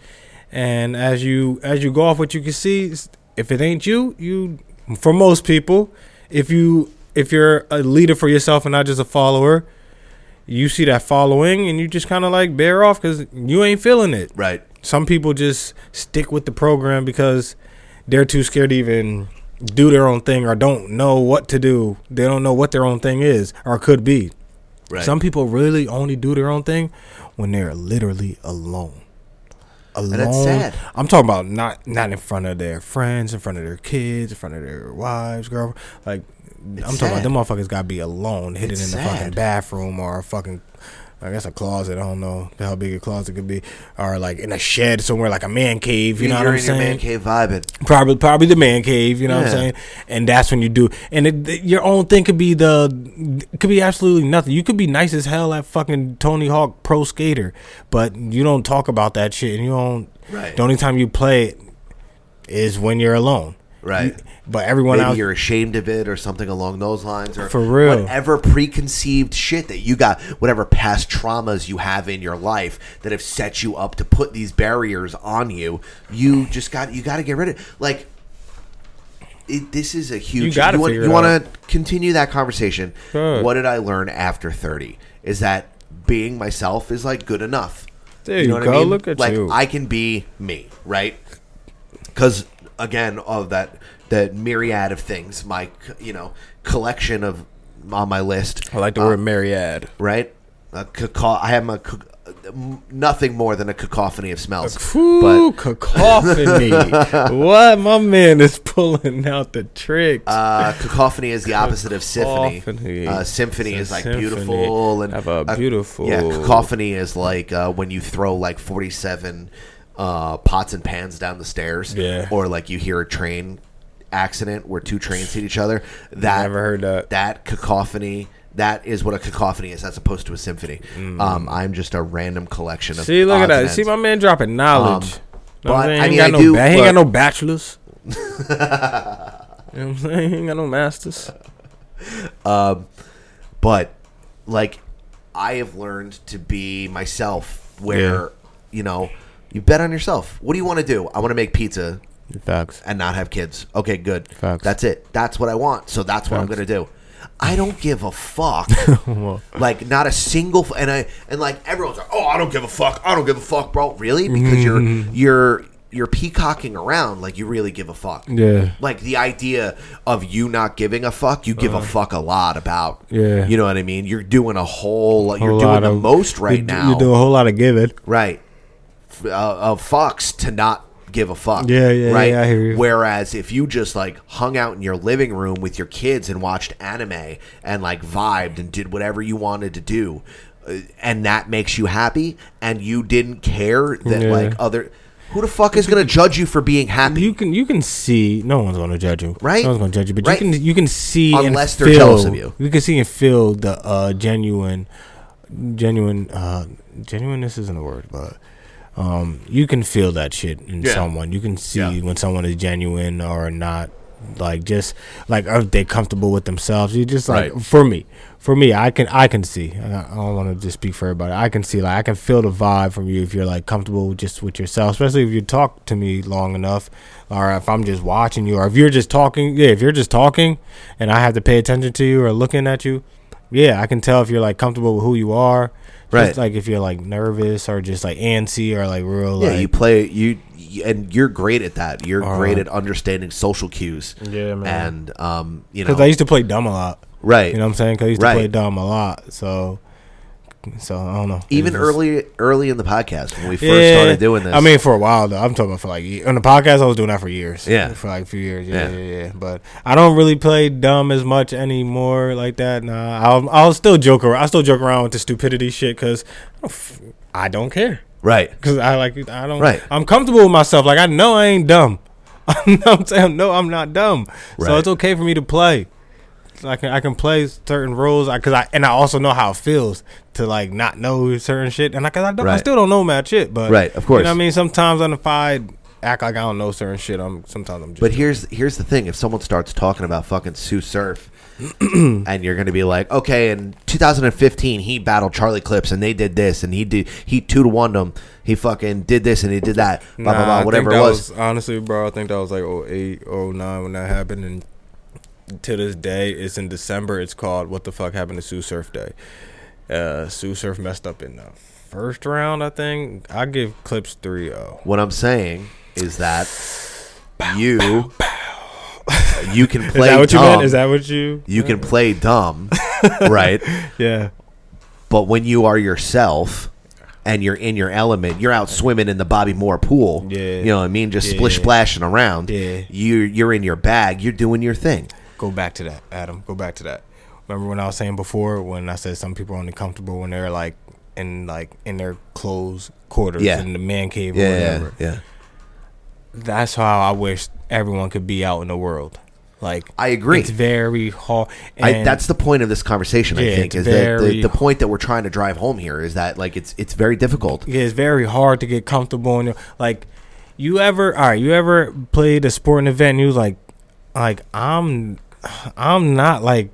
S7: and as you as you go off what you can see, s- if it ain't you, you for most people, if you if you're a leader for yourself and not just a follower, you see that following and you just kind of like bear off because you ain't feeling it
S1: Right.
S7: some people just stick with the program because they're too scared to even do their own thing or don't know what to do. They don't know what their own thing is or could be.
S1: Right.
S7: Some people really only do their own thing when they're literally alone. Alone.
S1: that's sad.
S7: I'm talking about not not in front of their friends, in front of their kids, in front of their wives, girl. Like I'm talking about
S1: sad.
S7: them motherfuckers got to be alone, hidden
S1: It's
S7: in the fucking
S1: sad.
S7: bathroom or a fucking I guess a closet. I don't know how big a closet could be, or like in a shed somewhere, like a man cave. You know
S1: are
S7: what I'm
S1: in your man
S7: saying?
S1: cave vibing.
S7: Probably, probably the man cave. You know what I'm
S1: Yeah.
S7: saying? And that's when you do. And it, th- your own thing could be the it could be absolutely nothing. You could be nice as hell at fucking Tony Hawk Pro Skater, but you don't talk about that shit. And you don't.
S1: Right.
S7: The only time you play it is when you're alone.
S1: Right.
S7: But everyone
S1: Maybe
S7: else,
S1: you're ashamed of it or something along those lines or
S7: For real.
S1: whatever preconceived shit that you got, whatever past traumas you have in your life that have set you up to put these barriers on you, you just got you got to get rid of like it, this is a huge
S7: You gotta
S1: want,
S7: figure
S1: you
S7: it
S1: want to continue that conversation.
S7: Sure.
S1: What did I learn after 30 is that being myself is like good enough.
S7: There you go, look at
S1: like
S7: you.
S1: I can be me, right? because again of that that myriad of things my c- you know collection of on my list
S7: I like the word myriad.
S1: right a caco- i am a cac- m- nothing more than a cacophony of smells
S7: Ooh,
S1: but
S7: cacophony. what my man is pulling out the tricks.
S1: uh, cacophony is the opposite of symphony.
S7: Cacophony.
S1: Uh, symphony
S7: It's
S1: is
S7: a
S1: like
S7: symphony.
S1: beautiful and
S7: Have a
S1: uh,
S7: beautiful-
S1: yeah, cacophony is like uh, when you throw like forty-seven uh, pots and pans down the stairs,
S7: Yeah.
S1: or like you hear a train accident where two trains hit each other. That
S7: Never heard that.
S1: That cacophony. That is what a cacophony is, as opposed to a symphony. Um, I'm just a random collection of.
S7: Mm. See, look
S1: odds
S7: at
S1: and
S7: that. See
S1: ends.
S7: my man dropping knowledge.
S1: Um, but,
S7: Know what I'm
S1: I
S7: saying? He
S1: mean,
S7: ain't
S1: I
S7: got no
S1: do-
S7: ba- he ain't got
S1: look.
S7: no bachelors. you know what I'm saying? He ain't got no masters.
S1: but like I have learned to be myself where you know you bet on yourself. What do you want to do? I want to make pizza
S2: Facts.
S1: and not have kids. Okay, good.
S2: Facts.
S1: That's it. That's what I want. So that's what I'm
S2: Facts.
S1: going to do. I don't give a fuck. like not a single f- and I and like everyone's like, "Oh, I don't give a fuck. I don't give a fuck, bro." Really? Because you're
S7: Mm-hmm.
S1: you're you're peacocking around like you really give a fuck.
S7: Yeah.
S1: Like the idea of you not giving a fuck, you give a fuck a lot about.
S7: Uh. Yeah.
S1: You know what I mean? You're doing a whole lot. You're
S7: Whole
S1: doing
S7: lot
S1: the
S7: of-
S1: most
S7: you
S1: right
S7: do-
S1: now.
S7: You do a whole lot of giving.
S1: right. F- Uh, of fucks to not give a fuck.
S7: Yeah, yeah, yeah, I hear you.
S1: Whereas if you just like hung out in your living room with your kids and watched anime and like vibed and did whatever you wanted to do, uh, and that makes you happy, and you didn't care that
S7: Yeah.
S1: like other, who the fuck is gonna judge you for being happy?
S7: You can you can see no one's gonna judge you.
S1: Right?
S7: No one's gonna judge you, but
S1: Right.
S7: you can you can see
S1: Unless
S7: and
S1: they're
S7: feel,
S1: jealous of you.
S7: You can see and feel the uh, genuine genuine uh genuineness isn't a word but um you can feel that shit in
S1: Yeah.
S7: someone you can see
S1: Yeah.
S7: when someone is genuine or not like just like are they comfortable with themselves you just like
S1: Right.
S7: for me for me i can i can see i I don't want to just speak for everybody i can see like i can feel the vibe from you if you're like comfortable just with yourself especially if you talk to me long enough or if i'm just watching you or if you're just talking yeah if you're just talking and i have to pay attention to you or looking at you yeah i can tell if you're like comfortable with who you are
S1: Right.
S7: just, like if you're like nervous or just like antsy or like real
S1: Yeah,
S7: like
S1: you play you, you- and you're great at that. You're great
S7: Uh-huh.
S1: at understanding social cues.
S7: Yeah, man.
S1: And um, you know,
S7: Because I used to play dumb a lot.
S1: right.
S7: You know what I'm saying? Because I used to
S1: Right.
S7: play dumb a lot. So, so I don't know.
S1: even
S7: It's just-
S1: early early in the podcast when we first
S7: Yeah.
S1: started doing this.
S7: I mean, for a while though. I'm talking about for like ye- on the podcast. I was doing that for years.
S1: Yeah.
S7: for like a few years.
S1: Yeah.
S7: Yeah, yeah, yeah. yeah. But I don't really play dumb as much anymore like that. Nah, I'll, I'll still joke around. I still joke around with the stupidity shit because I, don't f- I don't care.
S1: right.
S7: Cause I like I don't
S1: Right.
S7: I'm comfortable with myself. Like I know I ain't dumb. I'm saying no, I'm not dumb. So
S1: Right.
S7: it's okay for me to play. I can I can play certain roles because I and I also know how it feels to like not know certain shit and I cause I, don't, I
S1: Right.
S7: still don't know mad shit. But
S1: Right, of
S7: You
S1: course.
S7: know what I mean, sometimes I'm if I act like I don't know certain shit, I'm sometimes I'm just.
S1: But here's here's the thing: if someone starts talking about fucking Sue Surf, and you're gonna be like, okay, in 2015 he battled Charlie Clips and they did this and he did he two to one them, he fucking did this and he did that, blah
S7: Nah,
S1: blah
S7: I
S1: blah,
S7: think
S1: whatever
S7: that
S1: it was.
S7: Honestly, bro, I think that was like oh, 08, 09 when that happened. And to this day, it's in December. It's called What the Fuck Happened to Sue Surf Day. Uh, Sue Surf messed up in the first round, I think. I give Clips oh. 3 0.
S1: What I'm saying is that you you can play.
S7: Is that what you
S1: dumb,
S7: meant? Is that what you.
S1: you can play dumb, right?
S7: Yeah.
S1: But when you are yourself and you're in your element, you're out swimming in the Bobby Moore pool.
S7: Yeah.
S1: You know what I mean? Just
S7: Yeah.
S1: splish splashing around.
S7: Yeah.
S1: You're you're in your bag. You're doing your thing.
S7: Go back to that, Adam. Go back to that. Remember when I was saying before when I said some people are only comfortable when they're like in like in their closed quarters
S1: Yeah.
S7: in the man cave or
S1: Yeah.
S7: whatever.
S1: Yeah. yeah.
S7: that's how I wish everyone could be out in the world. Like
S1: I agree.
S7: It's very hard.
S1: I, that's the point of this conversation, I
S7: Yeah,
S1: think, is
S7: it's
S1: that the,
S7: very-
S1: the point that we're trying to drive home here is that like it's it's very difficult.
S7: yeah, it's very hard to get comfortable in your like. You ever all right? You ever played a sporting event? and You was like, like I'm, I'm not like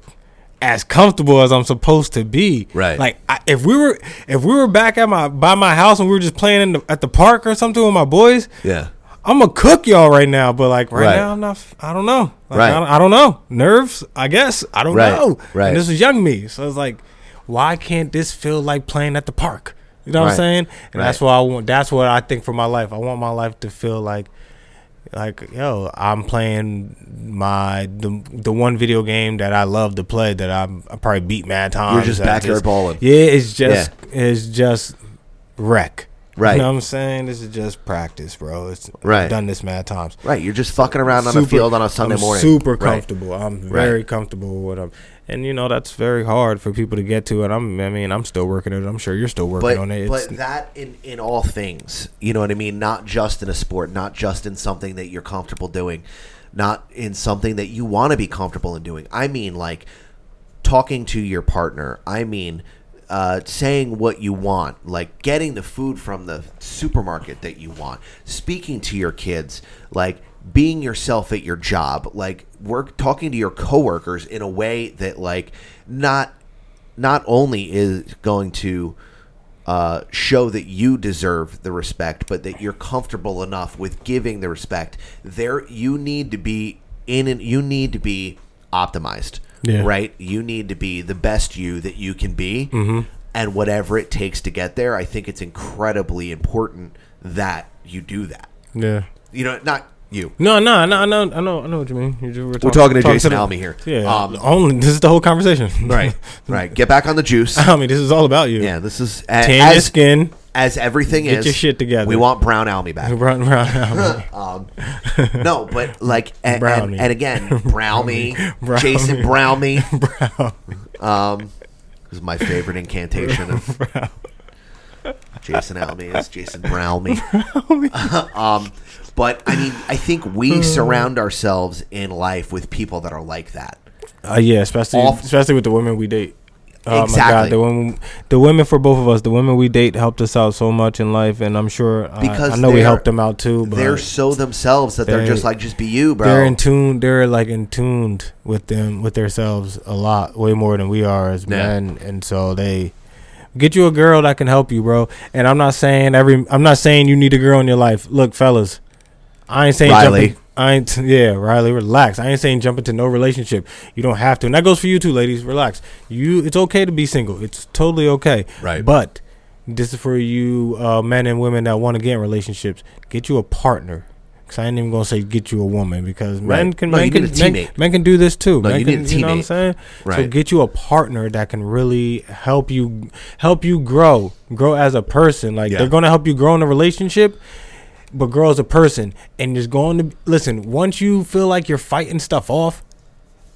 S7: as comfortable as I'm supposed to be.
S1: Right.
S7: Like I, if we were if we were back at my by my house and we were just playing in the, at the park or something with my boys,
S1: Yeah.
S7: I'm gonna cook y'all right now, but like right,
S1: Right.
S7: now, I'm not. f- I don't know. Like,
S1: Right.
S7: I, don't, I don't know. Nerves, I guess. I don't
S1: Right,
S7: know.
S1: right.
S7: And this was young me, so it's like, why can't this feel like playing at the park? You know what
S1: Right,
S7: I'm saying? And that's
S1: right.
S7: what I want. That's what I think for my life. I want my life to feel like, like yo, I'm playing my the the one video game that I love to play that I'm I probably beat mad times.
S1: just
S7: that I
S1: backyard balling.
S7: Yeah, it's just it's just wreck.
S1: Right.
S7: You know what I'm saying? This is just practice, bro. It's
S1: Right.
S7: done this mad times.
S1: Right. You're just fucking around on a
S7: Super-
S1: field on a Sunday
S7: I'm
S1: morning.
S7: Super
S1: Right.
S7: comfortable. I'm very
S1: Right.
S7: comfortable with them. And you know that's very hard for people to get to. And I'm, I mean, I'm still working it. I'm sure you're still working
S1: but,
S7: on it.
S1: but
S7: It's-
S1: that in, in all things, you know what I mean? Not just in a sport, not just in something that you're comfortable doing, not in something that you want to be comfortable in doing. I mean, like talking to your partner. I mean, uh, saying what you want, like getting the food from the supermarket that you want, speaking to your kids, like being yourself at your job, like work talking to your coworkers in a way that like not not only is going to uh, show that you deserve the respect, but that you're comfortable enough with giving the respect. There, you need to be in, and you need to be optimized,
S7: Yeah.
S1: right? You need to be the best you that you can be,
S7: Mm-hmm.
S1: and whatever it takes to get there. I think it's incredibly important that you do that.
S7: yeah.
S1: You know, not you.
S7: No, no, no, I know, I know, I know what you mean. You just, we're,
S1: We're
S7: talk-
S1: talking to Jason
S7: the-
S1: Almy here.
S7: Yeah,
S1: Um,
S7: only this is the whole conversation.
S1: Right, right. Get back on the juice.
S7: I mean, this is all about you.
S1: Yeah, this is
S7: tan your
S1: as,
S7: skin.
S1: as everything
S7: Get
S1: is.
S7: your shit together.
S1: We want Brown Almy back.
S7: Brown, brown,
S1: Um, no, but like, a- and, and,
S7: Brownie.
S1: and again, Brownie,
S7: Brownie.
S1: Jason Brownie,
S7: brown.
S1: um, is my favorite incantation of Jason Almy is Jason Brownie. um, but I mean, I think
S7: Uh.
S1: we surround ourselves in life with people that are like that.
S7: Uh, yeah, especially
S1: Off-
S7: especially with the women we date. Oh my
S1: Exactly.
S7: God, the women, the women for both of us, the women we date helped us out so much in life, and I'm sure I-
S1: Because
S7: I, know we
S1: they're-
S7: helped them out too. But
S1: They're so themselves that they're,
S7: They-
S1: just like, just be you, bro.
S7: they're in tune. They're like in tuned with them with themselves a lot, way more than we are as
S1: Yeah.
S7: men. And so they get you a girl that can help you, bro. And I'm not saying every. I'm not saying you need a girl in your life. Look, fellas, I ain't saying
S1: Riley.
S7: jumping. I ain't yeah, Riley, relax. I ain't saying jump into no relationship. You don't have to. And that goes for you too, ladies. Relax. You it's okay to be single. It's totally okay.
S1: Right.
S7: But this is for you uh, men and women that want to get in relationships. Get you a partner. Cause I ain't even gonna say get you a woman because men
S1: Right.
S7: can
S1: No,
S7: men
S1: you
S7: can
S1: need a
S7: men,
S1: teammate.
S7: men can do this too.
S1: No,
S7: men
S1: you
S7: can,
S1: need a
S7: You know what I'm
S1: teammate.
S7: saying? So
S1: Right.
S7: get you a partner that can really help you help you grow, grow as a person. Like
S1: Yeah.
S7: they're gonna help you grow in a relationship but girl is a person and is going to listen once you feel like you're fighting stuff off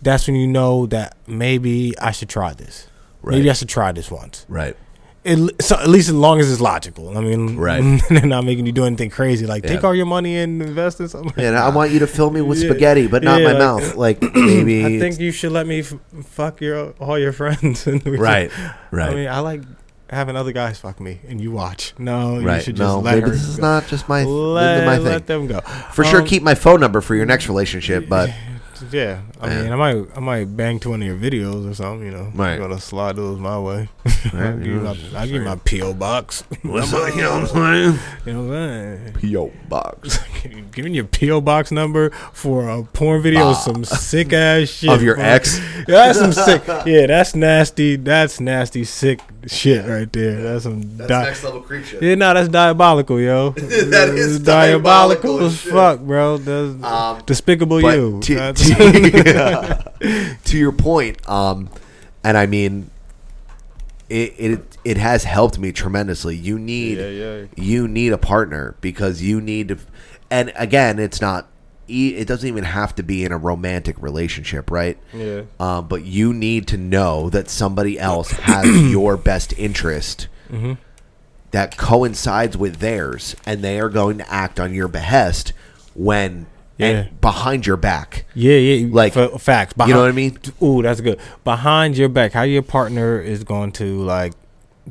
S7: that's when you know that maybe i should try this maybe
S1: Right.
S7: i should try this once
S1: right.
S7: it, so at least as long as it's logical i mean
S1: Right.
S7: they're not making you do anything crazy like take
S1: Yeah.
S7: all your money and invest in something
S1: And I want you to fill me with
S7: Yeah.
S1: spaghetti, but not
S7: Yeah,
S1: my
S7: like-
S1: mouth. Like maybe.
S7: i think you should let me f- fuck your all your friends and we
S1: Right, right.
S7: i mean i like having other guys fuck me and you watch no you
S1: right.
S7: should just
S1: no,
S7: let
S1: maybe
S7: her
S1: this is
S7: go.
S1: not just my
S7: let,
S1: my thing.
S7: let them go
S1: For sure,
S7: Um,
S1: keep my phone number for your next relationship, but
S7: Yeah, I
S1: Yeah.
S7: mean, I might, I might bang to one of your videos or something. You know,
S1: Right.
S7: You gotta slide those my way.
S1: Right,
S7: I'll give
S1: you
S7: you
S1: know,
S7: my,
S1: just
S7: I'll give you my PO box. you know
S1: you know what I'm saying?
S7: what I'm
S1: Yo, box
S7: saying? Giving your PO box number for a porn video is some sick ass shit
S1: of your
S7: bro.
S1: ex.
S7: That's some sick. Yeah, that's nasty. That's nasty, sick shit right there. That's some. di-
S1: level creep shit.
S7: yeah, no, that's diabolical, yo.
S1: That is diabolical
S7: as
S1: shit.
S7: fuck, bro. That's
S1: Um,
S7: despicable
S1: But
S7: you.
S1: to,
S7: That's-
S1: to- to your point, um, and I mean, it, it it has helped me tremendously. You need you need a partner because you need to, and again, it's not. e- It doesn't even have to be in a romantic relationship, right?
S7: Yeah.
S1: Um, but you need to know that somebody else has your best interest
S7: Mm-hmm.
S1: that coincides with theirs, and they are going to act on your behest when
S7: Yeah.
S1: and behind your back.
S7: Yeah, yeah,
S1: Like,
S7: like facts.
S1: you know what I mean?
S7: Ooh, that's good. Behind your back, how your partner is going to like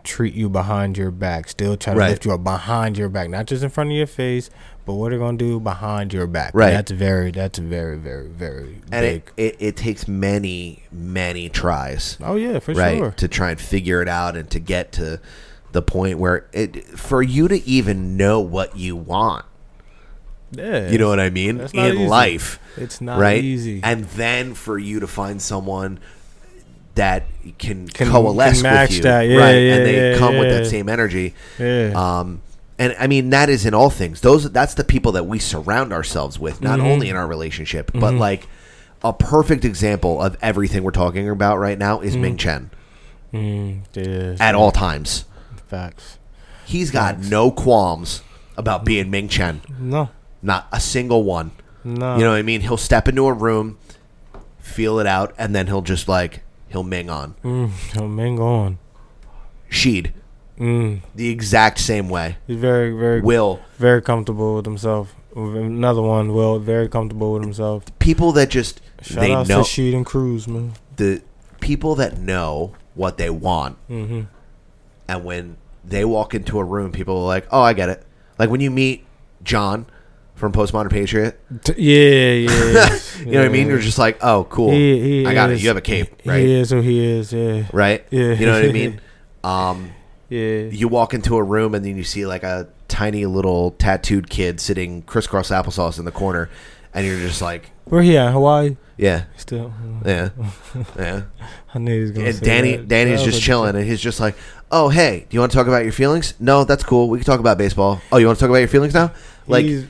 S7: treat you behind your back, still try to
S1: Right.
S7: lift you up behind your back, not just in front of your face, but what they're gonna do behind your back.
S1: Right.
S7: That's very, that's very, very, very
S1: and
S7: big.
S1: it, it, it takes many many tries
S7: oh yeah, for
S1: right
S7: sure.
S1: to try and figure it out and to get to the point where it for you to even know what you want
S7: Yeah,
S1: you know what i mean
S7: That's not
S1: in
S7: easy.
S1: life
S7: It's not
S1: right
S7: easy.
S1: and then for you to find someone that can,
S7: Can-
S1: coalesce
S7: can match
S1: with you
S7: that. Yeah,
S1: right
S7: yeah,
S1: and they
S7: yeah,
S1: come with that
S7: yeah.
S1: same energy
S7: Yeah.
S1: um and I mean that is in all things. Those that's the people that we surround ourselves with, not
S7: Mm-hmm.
S1: only in our relationship, but like a perfect example of everything we're talking about right now
S7: Mm.
S1: is Ming Chen
S7: yeah,
S1: at all times.
S7: facts.
S1: He's got no qualms about being Ming Chen.
S7: No,
S1: Not a single one.
S7: No.
S1: You know what I mean? He'll step into a room, feel it out, and then he'll just like he'll Ming on.
S7: oh, man, go on.
S1: Sheed.
S7: Mm.
S1: The exact same way.
S7: He's very, very,
S1: Will
S7: very comfortable with himself. Another one, Will, very comfortable with himself.
S1: people that just
S7: Shout
S1: they
S7: out
S1: know
S7: to Sheed and Cruz, man.
S1: the people that know what they want,
S7: Mm-hmm.
S1: and when they walk into a room, people are like, "Oh, I get it." Like when you meet John from Postmodern Patriot,
S7: T- yeah, yeah. yeah.
S1: you know what I mean? You're just like, "Oh, cool,
S7: He- he
S1: I got
S7: is-
S1: it." You have a cape,
S7: he-
S1: right?
S7: He is who he is. Yeah.
S1: Right?
S7: Yeah.
S1: You know what I mean? Um,
S7: Yeah.
S1: you walk into a room and then you see like a tiny little tattooed kid sitting crisscross applesauce in the corner, and you're just like,
S7: Where he at? Hawaii.
S1: "Yeah,
S7: Still.
S1: yeah, yeah."
S7: I knew he was gonna.
S1: and
S7: say
S1: Danny
S7: that.
S1: Danny's
S7: That was
S1: just
S7: a-
S1: chilling, and he's just like, "Oh, hey, do you want to talk about your feelings? No, that's cool. We can talk about baseball. Oh, you want to talk about your feelings now? Like,
S7: he's-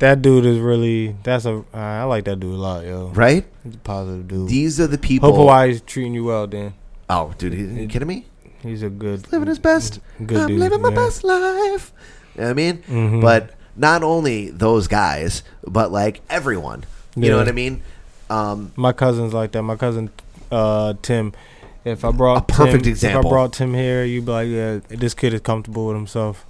S7: that dude is really. That's a. I I like that dude a lot, yo.
S1: right?
S7: He's a positive dude.
S1: These are the people.
S7: Hope Hawaii's treating you well, Dan.
S1: Oh, dude, he- are you kidding me?
S7: He's a good.
S1: Living his best.
S7: Mm, Good
S1: I'm
S7: dude,
S1: living my
S7: yeah. Mm-hmm.
S1: best life. You know what I mean? But not only those guys, but like everyone. You know
S7: Yeah.
S1: what I mean? Um,
S7: My cousin's like that. My cousin, uh, Tim. If I brought
S1: A perfect
S7: Tim,
S1: example.
S7: If I brought Tim here, you'd be like, yeah, this kid is comfortable with himself.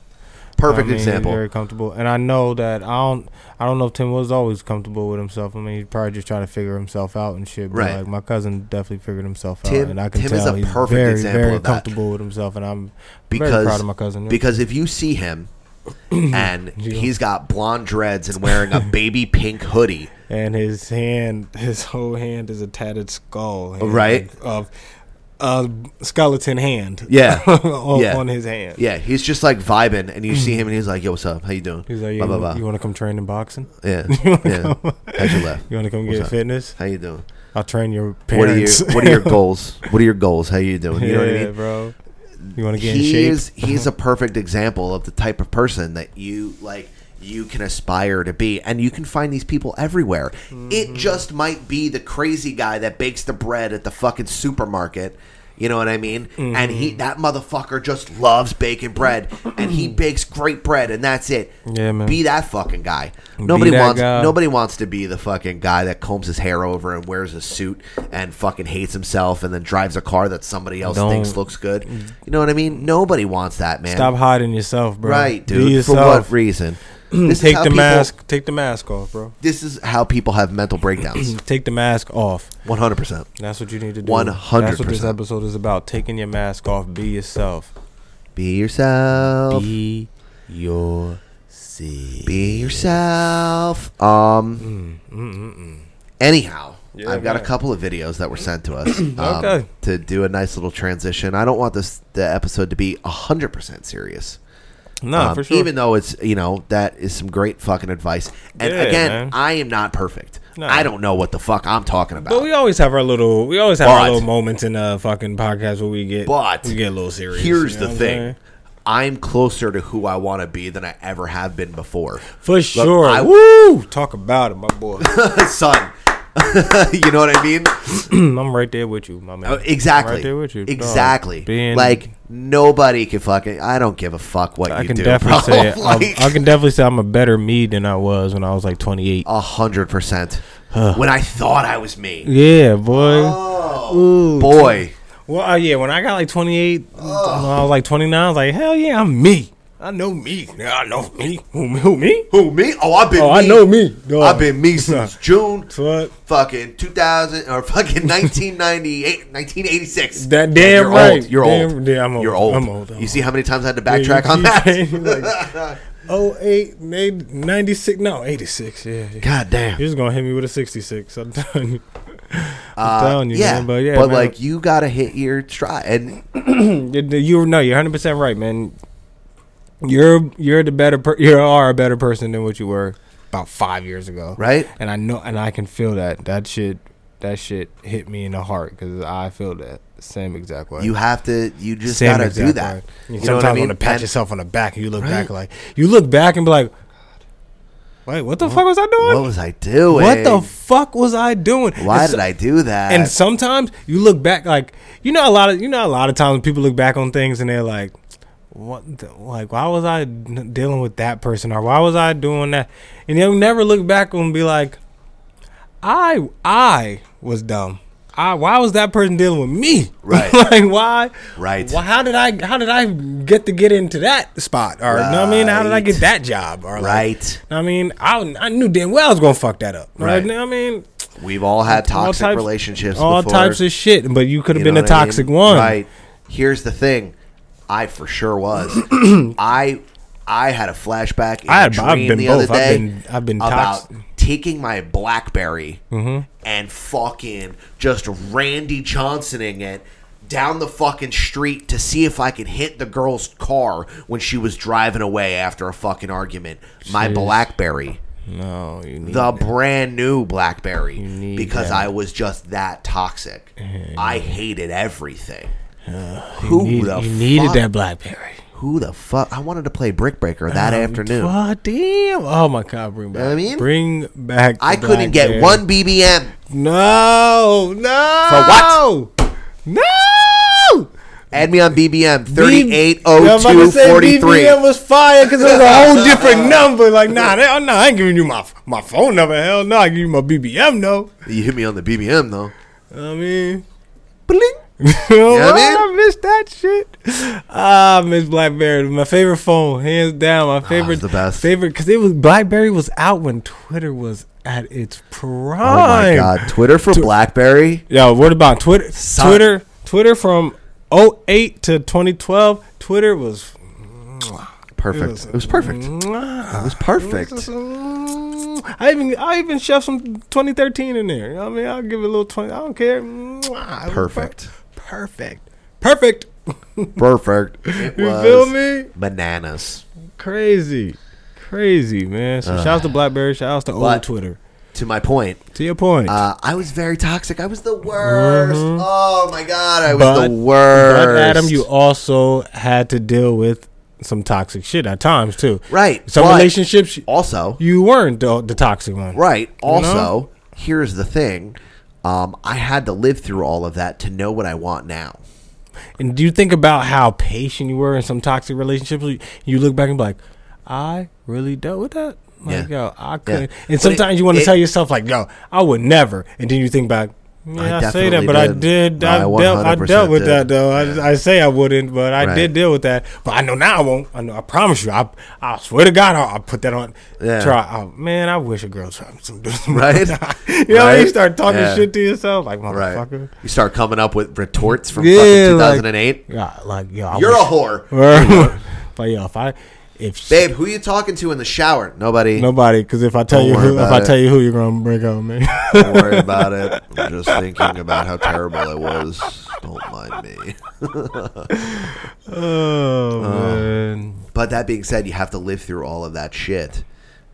S1: Perfect
S7: I mean, he's
S1: example.
S7: Very comfortable, and I know that I don't. I don't know if Tim was always comfortable with himself. I mean, he probably just trying to figure himself out and shit. But
S1: Right.
S7: Like my cousin definitely figured himself
S1: Tim-
S7: out, and I can
S1: Tim
S7: tell
S1: is a
S7: he's
S1: perfect
S7: very,
S1: example
S7: very
S1: of that.
S7: comfortable with himself, and I'm very
S1: because
S7: proud of my cousin. yeah.
S1: because if you see him and he's got blonde dreads and wearing a baby pink hoodie,
S7: and his hand, his whole hand is a tatted skull, hand
S1: Right.
S7: Of a skeleton hand,
S1: Yeah.
S7: on,
S1: Yeah.
S7: on his hand.
S1: yeah, he's just like vibing, and you see him and he's like, "Yo, what's up? How you doing?"
S7: He's like, you,
S1: Blah, blah, blah.
S7: want to come train in boxing?
S1: yeah,
S7: wanna
S1: yeah.
S7: come-
S1: How's your left?
S7: You want to come
S1: What's
S7: get
S1: up?
S7: fitness?
S1: How you doing?
S7: I'll train your
S1: What are your
S7: parents.
S1: What are your goals? What are your goals? How you doing? You know what I
S7: Yeah,
S1: mean?
S7: bro. You want to get in
S1: He
S7: shape?
S1: is he's a perfect example of the type of person that you like you can aspire to be and you can find these people everywhere.
S7: Mm-hmm.
S1: It just might be the crazy guy that bakes the bread at the fucking supermarket. You know what I mean? And
S7: Mm-hmm.
S1: he that motherfucker just loves baking bread and he bakes great bread and that's it.
S7: Yeah, man.
S1: Be that fucking guy. Nobody
S7: that
S1: wants
S7: guy.
S1: nobody wants to be the fucking guy that combs his hair over and wears a suit and fucking hates himself and then drives a car that somebody else thinks
S7: Don't-
S1: looks good. You know what I mean? Nobody wants that, man.
S7: Mm. Stop hiding yourself, bro.
S1: right,
S7: Be
S1: dude. For
S7: yourself.
S1: what reason? This
S7: Take
S1: how
S7: the
S1: people-
S7: mask. Take the mask off, bro.
S1: This is how people have mental breakdowns.
S7: Take the mask off.
S1: One hundred percent.
S7: That's what you need to do. That's what this
S1: 100%.
S7: episode is about. Taking your mask off. Be yourself.
S1: Be yourself. Be,
S7: your
S1: yourself. Um.
S7: Mm,
S1: Anyhow. I've got a
S7: man.
S1: couple of videos that were sent to us um,
S7: Okay.
S1: to do a nice little transition. I don't want this the episode to be hundred percent serious.
S7: No,
S1: Um,
S7: for sure.
S1: Even though it's you know that is some great fucking advice. And
S7: Yeah,
S1: again,
S7: man.
S1: I am not perfect.
S7: No.
S1: I don't know what the fuck I'm talking about.
S7: but we always have our little, we always have
S1: But-
S7: our little moments in the fucking podcast where we get,
S1: But
S7: we get a little serious.
S1: Here's
S7: you
S1: the
S7: know what I'm
S1: thing.
S7: saying?
S1: I'm closer to who I want to be than I ever have been before.
S7: for sure.
S1: I-
S7: woo, talk about it, my boy.
S1: Son. you know what I mean?
S7: I'm right there with you, my man.
S1: Uh, Exactly.
S7: I'm right there with you. dog.
S1: Exactly.
S7: Being-
S1: like nobody can fucking I don't give a fuck what
S7: I
S1: you
S7: can
S1: do.
S7: definitely
S1: bro.
S7: say I'm-
S1: Like-
S7: I can definitely say I'm a better me than I was when I was like 28.
S1: A hundred percent. When I thought I was me,
S7: Yeah, boy.
S1: Oh.
S7: Ooh.
S1: boy,
S7: Well, uh, yeah, when I got like 28,
S1: Oh.
S7: when I was like 29, I was like, hell yeah, I'm me. I know me. Yeah, I know me. Who, me- who me?
S1: who me? Oh, I've been.
S7: Oh, I
S1: me.
S7: know me. Dog.
S1: I've been me since June
S7: Fuck.
S1: fucking 2000 or fucking 1998 1986
S7: That damn
S1: you're
S7: right.
S1: old you're
S7: Damn-
S1: old.
S7: yeah, I'm old.
S1: you're old.
S7: I'm old, I'm
S1: you see
S7: old.
S1: how many times I had to
S7: Yeah, you
S1: backtrack on
S7: keep
S1: that
S7: saying, like, oh, 08, may- 96, no, 86. Yeah. yeah.
S1: god damn
S7: You're just gonna hit me with a 66. I'm telling you. I'm
S1: Uh,
S7: telling you,
S1: yeah
S7: man. But yeah, man,
S1: like you gotta hit your stride and
S7: You- You no, you're 100 percent right, man. You're you're the better per- you are a better person than what you were about five years ago,
S1: Right.
S7: And I know, and I can feel that. That shit, that shit hit me in the heart because I feel that same exact way.
S1: you have to you just
S7: Same
S1: gotta
S7: exact
S1: do that
S7: way.
S1: you know
S7: sometimes
S1: what I mean
S7: want to pat
S1: And-
S7: yourself on the back, and you look back
S1: Right.
S7: like you look back and be like, "Wait, what the fuck was I doing?
S1: what was I doing
S7: What the fuck was I doing?
S1: why
S7: And so-
S1: did I do that
S7: and sometimes you look back, like you know, a lot of you know, a lot of times people look back on things and they're like, "What? The, like, why was I n- dealing with that person, or why was I doing that?" And they'll never look back and be like, "I, I was dumb. I, why was that person dealing with me?
S1: Right.
S7: like, why?
S1: Right.
S7: Why, how did I? How did I get to get into that spot? Or you know what I mean? How did I
S1: Right.
S7: get that job? Or like,
S1: Right.
S7: I mean, I, I knew damn well I was gonna fuck that up.
S1: Right.
S7: Like, you know what I mean,
S1: we've all had
S7: all
S1: toxic
S7: types-
S1: relationships
S7: all
S1: before.
S7: types of shit. But you could have
S1: You
S7: been
S1: know
S7: a
S1: what I mean?
S7: toxic one.
S1: Right. Here's the thing. I for sure was. I I had a flashback. In
S7: I
S1: I
S7: had-
S1: had.
S7: I've
S1: Dream
S7: been
S1: the
S7: both.
S1: other
S7: I've
S1: day
S7: been- I've been
S1: about
S7: toxic. Mm-hmm.
S1: taking my BlackBerry and fucking just Randy Johnsoning it down the fucking street to see if I could hit the girl's car when she was driving away after a fucking argument. My BlackBerry
S7: No, you need
S1: the brand new BlackBerry
S7: need
S1: because
S7: that.
S1: I was just that toxic. I hated everything. who
S7: need-
S1: the
S7: Uh, you
S1: fuck?
S7: needed that BlackBerry.
S1: Who the fuck? I wanted to play Brick Breaker that afternoon.
S7: Oh damn! Oh my god! Bring back.
S1: I mean?
S7: bring back.
S1: I
S7: the
S1: couldn't get
S7: BlackBerry.
S1: one BBM.
S7: No, no.
S1: For
S7: what? No.
S1: Add me on BBM
S7: Yeah, I'm about to say
S1: 380243.
S7: BBM was fire because it was a whole different number. Like, nah, that, oh, nah, I ain't giving you my my phone number. Hell, no, I give you my BBM though.
S1: You hit me on the BBM though.
S7: I mean,
S1: Bling. what I
S7: I missed that shit. Ah, Miss BlackBerry, my favorite phone, hands down. My favorite,
S1: Ah, the best.
S7: favorite, because it was BlackBerry was out when Twitter was at its prime.
S1: Oh my god, Twitter for BlackBerry.
S7: Yo, what about Twitter?
S1: Son.
S7: Twitter, Twitter from 08 to 2012. Twitter was
S1: Perfect. It was perfect. It was
S7: Mm-hmm.
S1: perfect.
S7: I even I even shoved some 2013 in there. You know what I mean, I'll give it a little 20. I don't care. Mwah.
S1: Perfect.
S7: Perfect. Perfect.
S1: Perfect. It
S7: You
S1: was
S7: feel me?
S1: Bananas.
S7: Crazy. Crazy, man. So shouts to Blackberry. Shouts to old
S1: Uh. but-
S7: Twitter.
S1: To my point,
S7: To your point.
S1: uh, I was very toxic. I was the worst. Oh my god, I was
S7: Mm-hmm. But-
S1: the
S7: but
S1: worst.
S7: Adam, you also had to deal with some toxic shit at times too.
S1: Right,
S7: Some
S1: but-
S7: relationships
S1: also
S7: you weren't the, the toxic one.
S1: Right. Also,
S7: know?
S1: here's the thing. Um, I had to live through all of that to know what I want now.
S7: And do you think about how patient you were in some toxic relationships? You- You look back and be like, I really dealt with that.
S1: Yeah.
S7: Like, yo, I couldn't.
S1: Yeah.
S7: And
S1: But
S7: sometimes
S1: it-
S7: you want to
S1: it-
S7: tell yourself, like, yo, I would never. And then you think back, yeah, I, say that,
S1: definitely
S7: but I
S1: did.
S7: did.
S1: No,
S7: I,
S1: I
S7: dealt. I
S1: 100%
S7: dealt with
S1: did.
S7: that though.
S1: Yeah.
S7: I, I say I wouldn't, but I
S1: Right.
S7: did deal with that. But I know now I won't. I know. I promise you. I I swear to God, I'll, I'll put that on.
S1: Yeah.
S7: Try. Oh, man, I wish a girl tried some.
S1: Right?
S7: you know,
S1: Right?
S7: you start talking
S1: Yeah.
S7: shit to yourself, like motherfucker.
S1: Right. You start coming up with retorts from
S7: Yeah,
S1: fucking
S7: like-
S1: 2008.
S7: Yeah, like yo, I
S1: You're a
S7: wish-
S1: whore.
S7: Or- but yeah, if I if she-
S1: Babe, who you talking to in the shower? Nobody.
S7: nobody, because if I tell
S1: Don't
S7: you
S1: worry
S7: who, if
S1: about
S7: I
S1: it.
S7: tell you who, you're gonna break up with me.
S1: Don't worry about it. I'm just thinking about how terrible I was. Don't mind me.
S7: oh man,
S1: But that being said, you have to live through all of that shit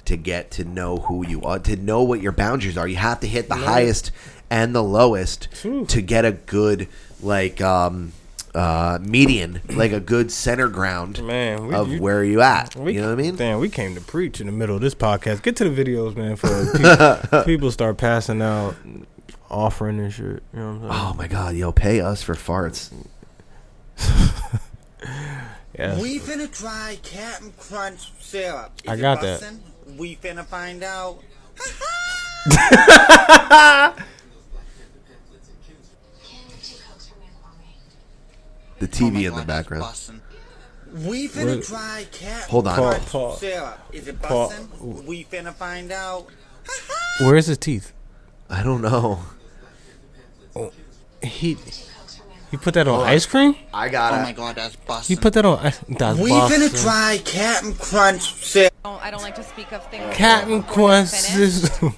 S1: to get to know who you are, to know what your boundaries are. You have to hit the highest and the lowest to get a good like um uh median, like a good center ground
S7: Man, we-
S1: of
S7: you-
S1: where you at.
S7: we,
S1: you know what I mean?
S7: Damn, we came to preach in the middle of this podcast. Get to the videos, man. For people, people start passing out, offering and shit. You know what I'm saying?
S1: Oh my god, yo, pay us for farts.
S7: Yeah.
S6: We finna try Captain Crunch syrup. Is
S7: I
S6: it
S7: got that.
S6: bussin'? We finna find out.
S1: The
S6: Oh my
S1: TV in
S6: God,
S1: the
S6: it's
S1: background.
S6: bussin'. We finna try Captain
S1: Hold on.
S6: Crunch
S7: Paul, Paul,
S6: syrup. Is it
S7: Paul.
S6: bussin'? We finna find out.
S7: Where's his teeth?
S1: I don't know.
S7: He you put that on ice cream?
S1: I
S6: Oh
S1: got
S6: my
S1: it.
S6: god, that's bussin'.
S7: You put that on ice. That's
S6: we
S7: bussin'.
S6: finna try Captain Crunch syrup.
S8: Oh, I don't like to speak of things.
S7: Captain
S8: before they're finished.
S7: Quincy's.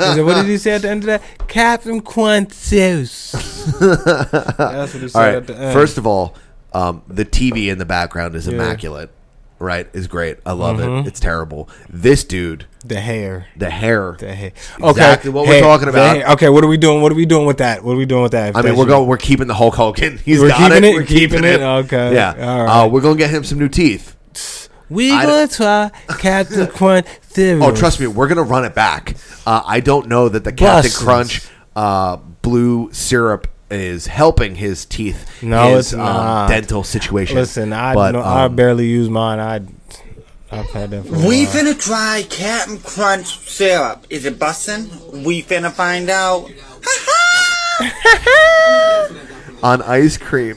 S7: Is it, what did he say at the end of that? Captain Quincy's. That's what he said
S1: All right. First of all, um, the TV in the background is immaculate. Right? Is great. I love it.
S7: Mm-hmm.
S1: It's terrible. This dude
S7: the hair.
S1: The hair.
S7: The hair.
S1: Okay. Exactly what
S7: hair,
S1: we're talking
S7: the oh,
S1: about.
S7: hair. Okay, what are we doing? What are we doing with that? What are we doing with that?
S1: I mean,
S7: That's
S1: we're
S7: your-
S1: going. We're keeping the Hulk Hogan. He's
S7: We're
S1: got
S7: keeping
S1: it.
S7: it?
S1: We're
S7: Keeping
S1: keeping
S7: it?
S1: it.
S7: Okay.
S1: Yeah.
S7: All right.
S1: Uh, we're gonna get him some new teeth.
S7: We
S1: I
S7: gonna try Captain Quincy.
S1: Oh, trust me, we're gonna run it back. Uh, I don't know that the Captain
S7: Buses.
S1: Crunch uh, blue syrup is helping his teeth.
S7: No,
S1: his, um,
S7: it's not.
S1: dental situation.
S7: Listen, I
S1: But,
S7: know, I
S1: um,
S7: barely use mine. I I've had that for a
S6: We
S7: while.
S6: finna try Captain Crunch syrup. Is it bussin'? We finna find out.
S1: on ice cream.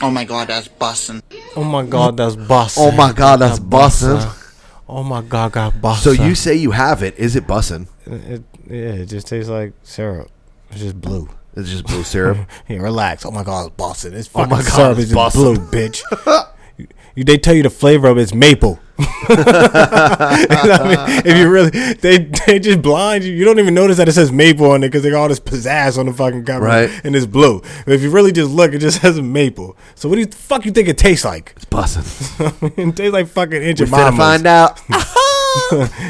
S6: Oh my god, that's bussin'.
S7: Oh my god, that's boss.
S1: Oh my God, that's bussin'.
S7: Oh my god, got boss.
S1: So you say you have it? Is it bussin'?
S7: It, yeah, it just tastes like syrup. It's just blue.
S1: It's just blue syrup.
S7: Hey, relax. Oh my God, it's Boston. It's
S1: Oh
S7: fucking
S1: my God,
S7: syrup.
S1: it's
S7: It's just
S1: Boston.
S7: blue, bitch. you, they tell you the flavor of it's maple. You know what I mean? If you really, they they just blind you. You don't even notice that it says maple on it because they got all this pizzazz on the fucking cover,
S1: Right.
S7: And it's blue. But if you really just look, it just says maple. So what do you the fuck you think it tastes like?
S1: It's bussin'.
S7: it tastes like fucking
S1: We're
S7: injure
S1: gonna find out.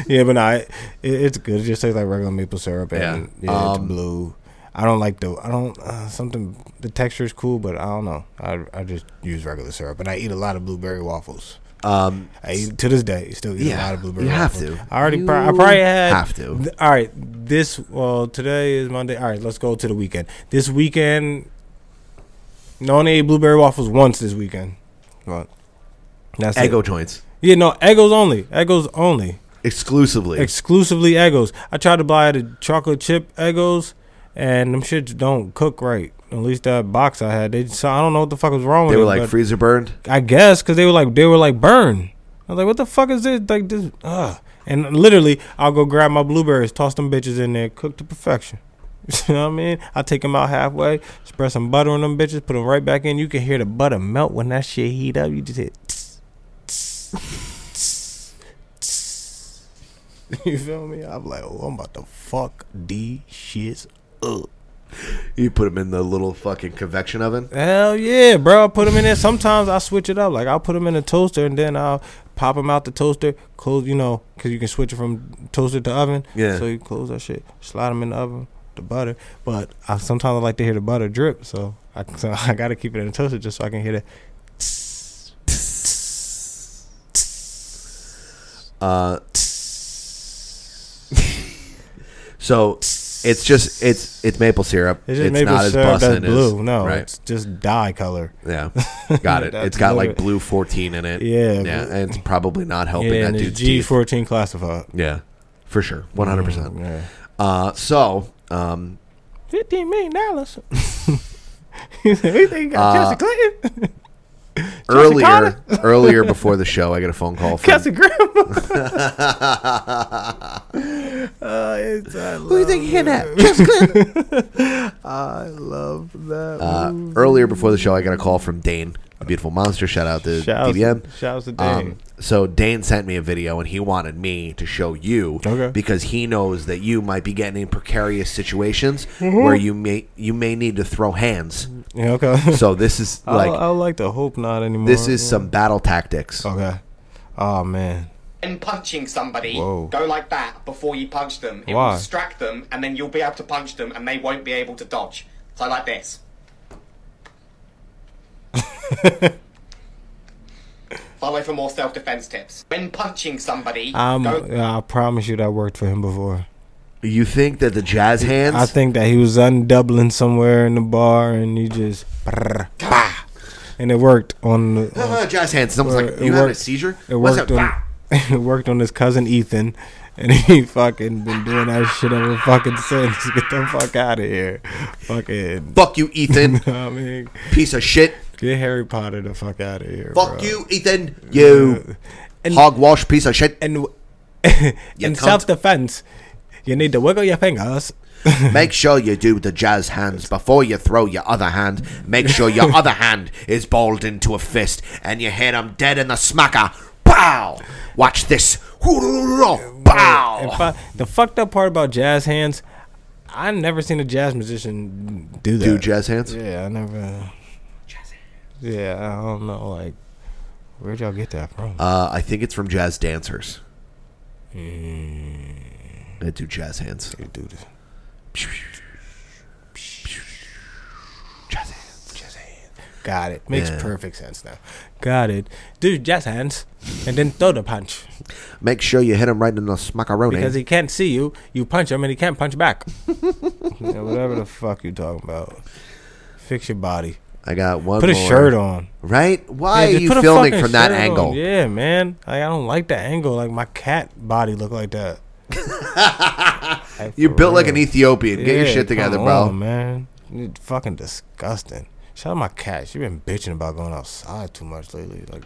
S7: yeah, but nah, it, it, it's good. It just tastes like regular maple syrup and
S1: Yeah.
S7: yeah, it's blue. I don't like the I don't uh, something the texture is cool, but I don't know. I I just use regular syrup and I eat a lot of blueberry waffles.
S1: Um,
S7: I eat, to this day still eat
S1: Yeah,
S7: a lot of blueberry.
S1: you have
S7: waffles.
S1: to.
S7: I already
S1: You
S7: pro- I probably had
S1: have to.
S7: th- all right, this well today is Monday. All right, let's go to the weekend. This weekend, no, I only ate blueberry waffles once this weekend. But that's it.
S1: Ego joints
S7: Yeah, no, Eggos only. Eggos only
S1: exclusively.
S7: exclusively Eggos. I tried to buy the chocolate chip Eggos, and them shits don't cook right. At least that box I had, they so I don't know what the fuck was wrong with
S1: They were
S7: it,
S1: like
S7: but
S1: freezer burned.
S7: I guess because they were like they were like burn. I was like, what the fuck is this? Like this, uh And literally, I'll go grab my blueberries, toss them bitches in there, cook to perfection. You know what I mean? I take them out halfway, spread some butter on them bitches, put them right back in. You can hear the butter melt when that shit heat up. You just hit. Tss, tss, tss, tss. You feel me? I'm like, oh, I'm about to fuck these shits up.
S1: You put them in the little fucking convection oven.
S7: Hell yeah, bro. I put them in there. Sometimes I switch it up. Like I'll put them in the toaster and then I'll pop them out the toaster. Close, you know, because you can switch it from toaster to oven.
S1: Yeah.
S7: So you close that shit. Slide them in the oven. The butter. But I sometimes I like to hear the butter drip. So I so I gotta keep it in the toaster just so I can hear that.
S1: Uh, so it's just it's it's maple syrup.
S7: It's
S1: It's,
S7: just maple
S1: not
S7: syrup
S1: as
S7: that's
S1: busting as
S7: blue. no,
S1: right.
S7: it's just dye color.
S1: yeah, got it.
S7: That's
S1: It's got like
S7: literally-
S1: blue fourteen in it.
S7: Yeah,
S1: yeah,
S7: but-
S1: and it's probably not helping
S7: Yeah, and
S1: that
S7: it's
S1: dude's
S7: G
S1: teeth.
S7: fourteen classified.
S1: Yeah, for sure, one hundred percent.
S7: Yeah.
S1: Uh, so um,
S7: Fifteen million dollars. we think you got
S1: Uh,
S7: Jesse Clinton.
S1: earlier, earlier before the show, I got a phone call from
S7: Kelsey Grandma. uh, it's, I love Who you think hit that? I love that.
S1: uh, earlier before the show. I got a call from Dane, a beautiful monster. Shout out to
S7: Shouts-
S1: DBM.
S7: shouts to Dane.
S1: Um, so Dane sent me a video, and he wanted me to show you
S7: Okay.
S1: because he knows that you might be getting in precarious situations
S7: Mm-hmm.
S1: where you may you may need to throw hands.
S7: yeah, okay.
S1: So this is
S7: like,
S1: like
S7: I would like to hope not anymore.
S1: this is
S7: yeah.
S1: some battle tactics.
S7: Okay. Oh, man.
S10: And punching somebody,
S7: Whoa.
S10: go like that before you punch them. It
S7: Why?
S10: will distract them, and then you'll be able to punch them, and they won't be able to dodge. So like this. Follow for more self-defense tips. When punching somebody,
S7: I'm,
S10: go
S7: I promise you that worked for him before.
S1: You think that the jazz hands?
S7: I think that he was undoubling somewhere in the bar and he just. and it worked on the. on-
S1: Uh, jazz hands. Someone's
S7: Or
S1: like,
S7: it
S1: you had a
S7: worked-
S1: seizure?
S7: It
S1: What's
S7: worked
S1: that?
S7: on it worked on his cousin Ethan, and he fucking been doing that shit ever fucking since. Get the fuck out of here, fucking.
S1: Fuck you, Ethan.
S7: I mean,
S1: Piece of shit.
S7: get Harry Potter the fuck out of here.
S1: Fuck
S7: bro.
S1: you, Ethan. You
S7: And-
S1: hogwash piece of shit.
S7: And w- in
S1: cunt.
S7: self defense, you need to wiggle your fingers.
S1: Make sure you do the jazz hands before you throw your other hand. Make sure your other hand is balled into a fist and you hit him dead in the smacker. Pow! Watch this.
S7: And
S1: Pow!
S7: fu- the fucked up part about jazz hands, I never seen a jazz musician do that.
S1: Do jazz hands?
S7: Yeah, I never. Yeah, I don't know. Like, where'd y'all get that from?
S1: Uh, I think it's from jazz dancers. They Mm. do jazz hands.
S7: do this.
S1: Jazz hands.
S7: Got it. Makes
S1: Yeah.
S7: perfect sense now. Got it. Do jazz hands and then throw the punch.
S1: Make sure you hit him right in the smacaroni.
S7: Because he can't see you, you punch him and he can't punch back. Yeah, whatever the fuck you talking about. Fix your body.
S1: I got one.
S7: Put a
S1: more.
S7: shirt on.
S1: Right? Oh, Why
S7: Yeah,
S1: are
S7: just put
S1: you
S7: a
S1: filming
S7: fucking
S1: from that
S7: shirt on.
S1: angle?
S7: Yeah, man. Like, I don't like that angle. Like my cat body look like that. Like,
S1: You're
S7: for
S1: built like an
S7: real.
S1: Ethiopian. Get your
S7: Yeah,
S1: shit together,
S7: come
S1: bro.
S7: on, man. you fucking disgusting. Shout out my cat. She been bitching about going outside too much lately. Like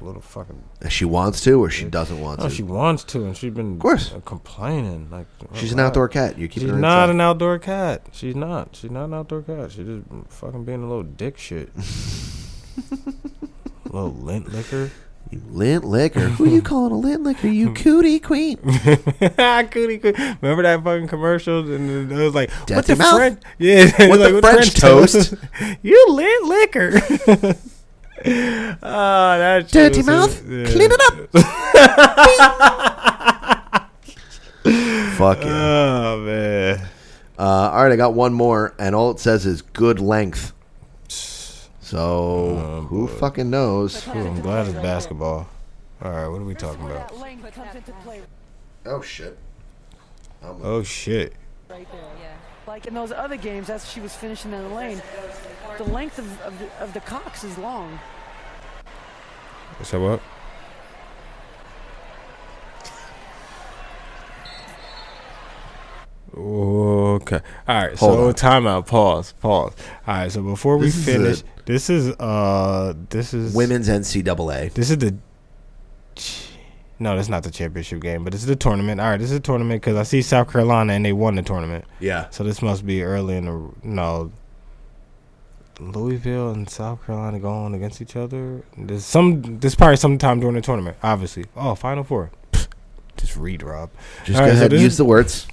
S7: a little fucking.
S1: She wants to or she doesn't want
S7: No,
S1: to.
S7: she wants to, and she's been of
S1: course.
S7: complaining. Like
S1: She's an
S7: relax.
S1: outdoor cat. You keep
S7: She's
S1: her
S7: not
S1: inside.
S7: an outdoor cat. She's not. She's not an outdoor cat. She's just fucking being a little dick shit. little lint licker.
S1: lint licker. Who you calling a lint licker? You cootie queen.
S7: Cootie, coo- Remember that fucking commercial? And it was like, what
S1: Dirty
S7: the
S1: mouth.
S7: French? Yeah, it was
S1: the French toast?
S7: you lint licker. oh, that shit
S1: Dirty
S7: was-
S1: mouth.
S7: yeah.
S1: Clean it up. Fuck yeah.
S7: Oh man.
S1: Uh, all right, I got one more, and all it says is good length. So
S7: Oh,
S1: who fucking knows?
S7: Ooh, I'm glad it's basketball. All right, what are we talking about?
S1: Oh shit. I'm
S7: Oh shit.
S10: Like in those other games, that's she was finishing in the lane. The length of, of, the, of the cocks is long.
S7: So what? Okay. All right. right, so
S1: Hold
S7: timeout. Pause. Pause. All right, so before we
S1: This is
S7: finish,
S1: it.
S7: this is uh, this is
S1: Women's NCAA.
S7: This is the. ch- No, that's not the championship game, but this is the tournament. All right, this is the tournament because I see South Carolina and they won the tournament.
S1: Yeah.
S7: So this must be early in the no. Louisville and South Carolina going against each other. There's some. This probably sometime during the tournament, obviously. Oh, Final Four. Pfft, Just read, Rob.
S1: Just
S7: All
S1: go
S7: right, so
S1: ahead and
S7: this
S1: use
S7: is-
S1: the words.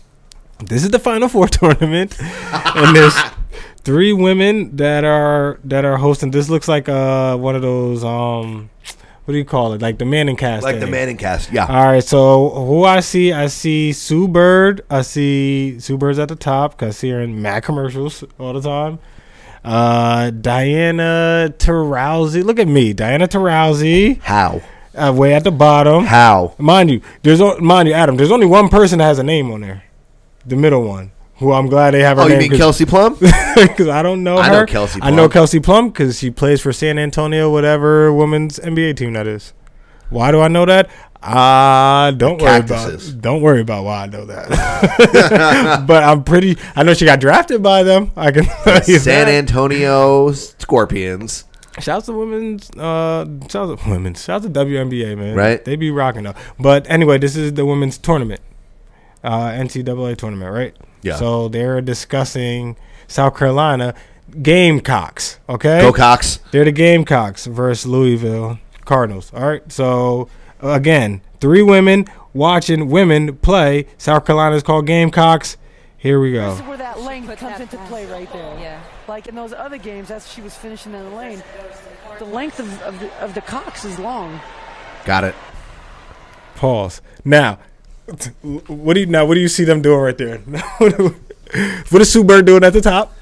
S7: this is the final four tournament and there's three women that are that are hosting this looks like uh one of those um what do you call it like the manning cast
S1: Like the
S7: thing.
S1: Manning cast. Yeah.
S7: all right so who i see i see sue bird i see sue bird's at the top because i see her in mad commercials all the time uh diana taurasi look at me diana taurasi
S1: How?
S7: uh, way at the bottom
S1: How?
S7: Mind you, there's o- mind you, Adam. There's only one person that has a name on there, the middle one. Who I'm glad they have her
S1: Oh, you
S7: name
S1: mean Kelsey Plum?
S7: because I don't know
S1: I
S7: her.
S1: know Kelsey
S7: I know
S1: Plum.
S7: Kelsey Plum because she plays for San Antonio, whatever women's NBA team that is. Why do I know that? I don't worry
S1: Cactuses.
S7: about. Don't worry about why I know that. but I'm pretty. I know she got drafted by them. I can. tell you
S1: San
S7: that.
S1: Antonio Scorpions.
S7: Shouts to women's, uh, shouts to women's, shouts to WNBA, man.
S1: Right.
S7: They be rocking though. But anyway, this is the women's tournament, uh, NCAA tournament, right?
S1: Yeah.
S7: So they're discussing South Carolina Gamecocks, okay?
S1: Go Cox.
S7: They're the Gamecocks versus Louisville Cardinals. All right. So again, three women watching women play. South Carolina's called Gamecocks. Here we
S10: This
S7: go.
S10: is where that length comes
S8: that
S10: into
S8: pass.
S10: play right there.
S8: Yeah.
S10: Like in those other games, that's she was finishing in the lane. The length of, of, the, of the Cox is long.
S1: Got it.
S7: Pause. Now, t- what do you now? What do you see them doing right there? what is Sue Bird doing at the top?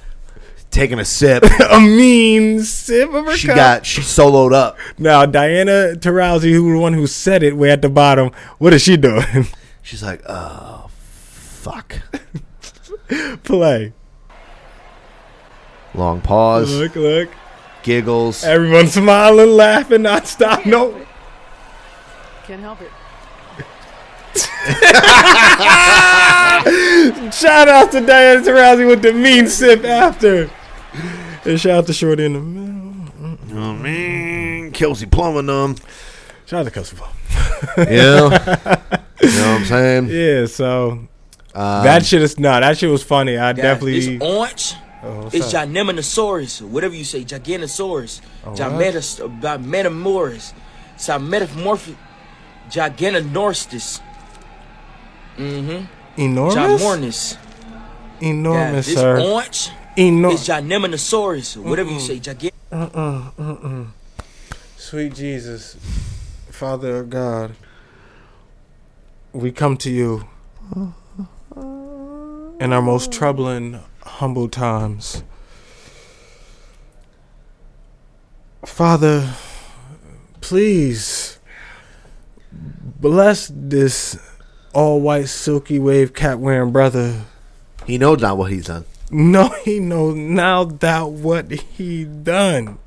S1: Taking a sip.
S7: A mean sip of her
S1: She
S7: cup.
S1: got she soloed up.
S7: now Diana Taurasi, who the one who said it, way at the bottom. What is she doing?
S1: She's like, oh fuck.
S7: Play.
S1: Long pause.
S7: Look, look.
S1: Giggles.
S7: Everyone smiling, laughing, not stop. No.
S10: Can't help it.
S7: Shout out to Diana Taurasi with the mean sip after. And shout out to Shorty in the middle.
S1: Oh man, Kelsey Plum and them.
S7: Shout out to Kelsey Ball.
S1: Yeah. you know what I'm saying?
S7: Yeah, so
S1: Um,
S7: that shit is not. That shit was funny. I definitely.
S11: It's orange.
S7: Oh,
S11: It's Gynemonosaurus, or whatever you say, Giganosaurus,
S7: Oh,
S11: Gymetas, Gymetamorus, Gymetamorph, Giganonorstis,
S7: enormous.
S11: Gymornis.
S7: Enormous,
S11: it's
S7: sir.
S11: orange. It's
S7: Enormous.
S11: Gynemonosaurus, or whatever you say, Gigan.
S7: Sweet Jesus, Father of God, we come to you in our most troubling, humble times. Father, please bless this all white, silky wave cap wearing brother.
S1: he knows not what he's done.
S7: No, he knows now that what he done.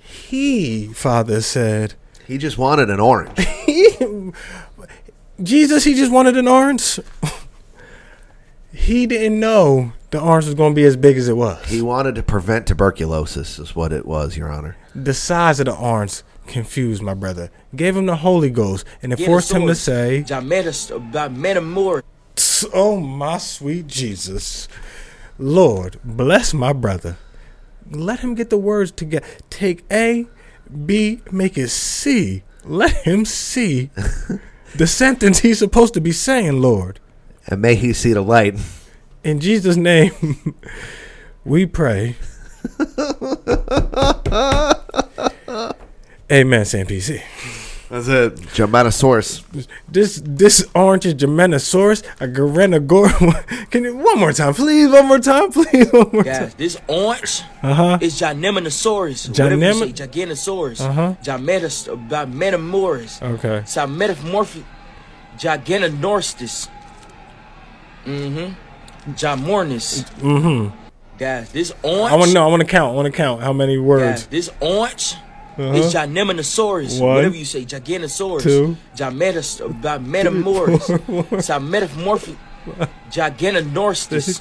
S7: He, Father said,
S1: He just wanted an orange.
S7: Jesus, he just wanted an orange. he didn't know the orange was going to be as big as it was.
S1: He wanted to prevent tuberculosis, is what it was, Your Honor.
S7: the size of the orange confused my brother, gave him the Holy Ghost, and it forced him to say,
S11: Gymetas, Gymetamorus.
S7: Oh, my sweet Jesus. Lord, bless my brother. Let him get the words together. Take A, B, make it C. Let him see the sentence he's supposed to be saying, Lord.
S1: And may he see the light.
S7: In Jesus' name, we pray. Amen, Saint PC.
S1: That's it. Germanosaurus.
S7: This this orange is Germanosaurus, a Garenagor. Can you one more time, please? One more time, please. One more time.
S11: Guys, this orange uh-huh. is Gynemonosaurus, or whatever you say,
S7: Gynem-
S11: Giganosaurus,
S7: Uh-huh.
S11: Gymetas, Gymetamorus,
S7: Okay.
S11: Gymetamorph, Giganonorstis. Mm-hmm. Gymornis. Mm-hmm. Guys, this orange.
S7: I want to know. I want to count. I want to count how many words.
S11: Guys, this orange is Gynemonosaurus,
S7: Uh-huh. One.
S11: whatever you say, uh, Giganosaurus,
S7: Two.
S11: Gymetas, Gymetamorus, Gymetamorph, Giganonorstis.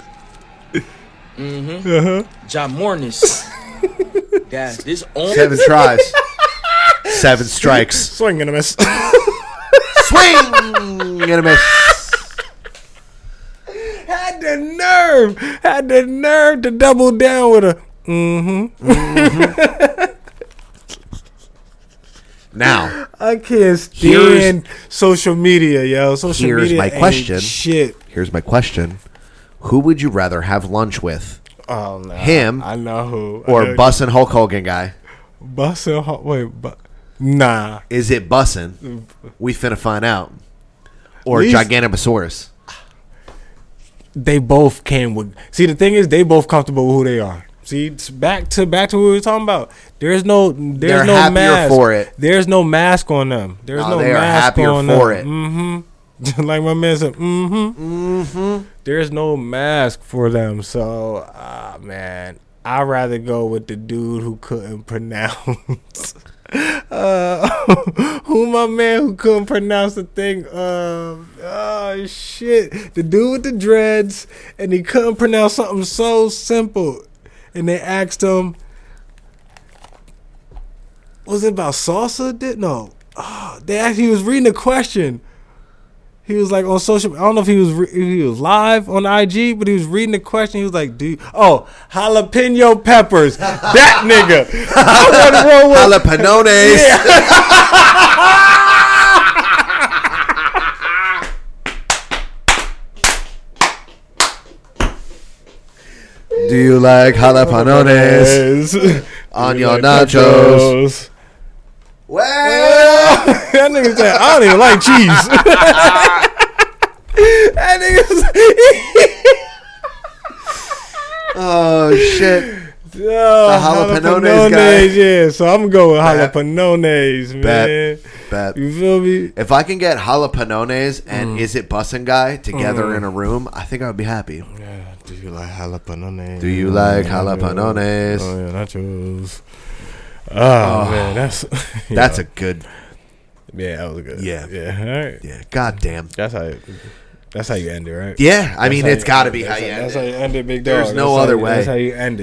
S11: Mm-hmm.
S7: Uh-huh.
S11: John Mornis. Dad, this on
S5: Seven tries. Seven strikes.
S7: Swing and a miss.
S5: Swing and a miss.
S7: had the nerve, had the nerve to double down with a mm-hmm.
S5: Now,
S7: I can't
S5: Here's-
S7: stand social media, yo. Social
S5: here's
S7: media
S5: my
S7: ain't
S5: question.
S7: Shit.
S5: here's my question. Who would you rather have lunch with?
S7: Oh no.
S5: Him
S7: I know who. I
S5: Or
S7: know-
S5: bussin' Hulk Hogan guy?
S7: Bus and Hall- wait, but nah.
S5: Is it bussin'? We finna find out. Or
S7: Least-
S5: Gigantamasaurus.
S7: They both came with see the thing is they both comfortable with who they are. See, it's back to back to what we were talking about. There's no there's
S5: They're
S7: no
S5: happier
S7: mask
S5: for it.
S7: There's no mask on them. There's
S5: No,
S7: no,
S5: they are
S7: mask
S5: happier
S7: on
S5: for it.
S7: them. Mm-hmm. like my man said, mm-hmm. Mm-hmm. There's no mask for them. So ah man. I'd rather go with the dude who couldn't pronounce uh, who my man who couldn't pronounce the thing. Um, oh shit, the dude with the dreads, and he couldn't pronounce something so simple. And they asked him, "Was it about salsa?" Did no? Oh, they asked. He was reading a question. He was like on social. I don't know if he was re- if he was live on IG, but he was reading the question. He was like, "Dude, oh jalapeno peppers, that nigga." I wanna roll with
S5: Jalapenones. Do you like jalapenones
S7: Yes.
S5: on your nachos?
S7: that nigga said, I don't even like cheese. that nigga said,
S5: Oh shit!
S7: oh,
S5: The jalapenones
S7: jalapenones,
S5: guy.
S7: yeah. So I'm going with
S5: Bet.
S7: jalapenones, man.
S5: Bet, bet.
S7: You feel me?
S5: If I can get jalapenones
S7: Mm.
S5: and is it bussin' guy together in a room, I think I would be happy.
S7: Do you like jalapenones?
S5: Do you like jalapenones?
S7: Oh, yeah, nachos. Oh, man, that's
S5: That's a good,
S7: yeah, that was good.
S5: Yeah.
S7: yeah, all right.
S5: yeah. Goddamn.
S7: That's how you, that's how you end it, right?
S5: Yeah, I mean
S7: That's
S5: it's
S7: how you-
S5: got to be how
S7: that's
S5: you
S7: That's how
S5: end it.
S7: you end it, big dog.
S5: There's
S7: That's
S5: no
S7: how
S5: other
S7: you- That's
S5: way.
S7: how you end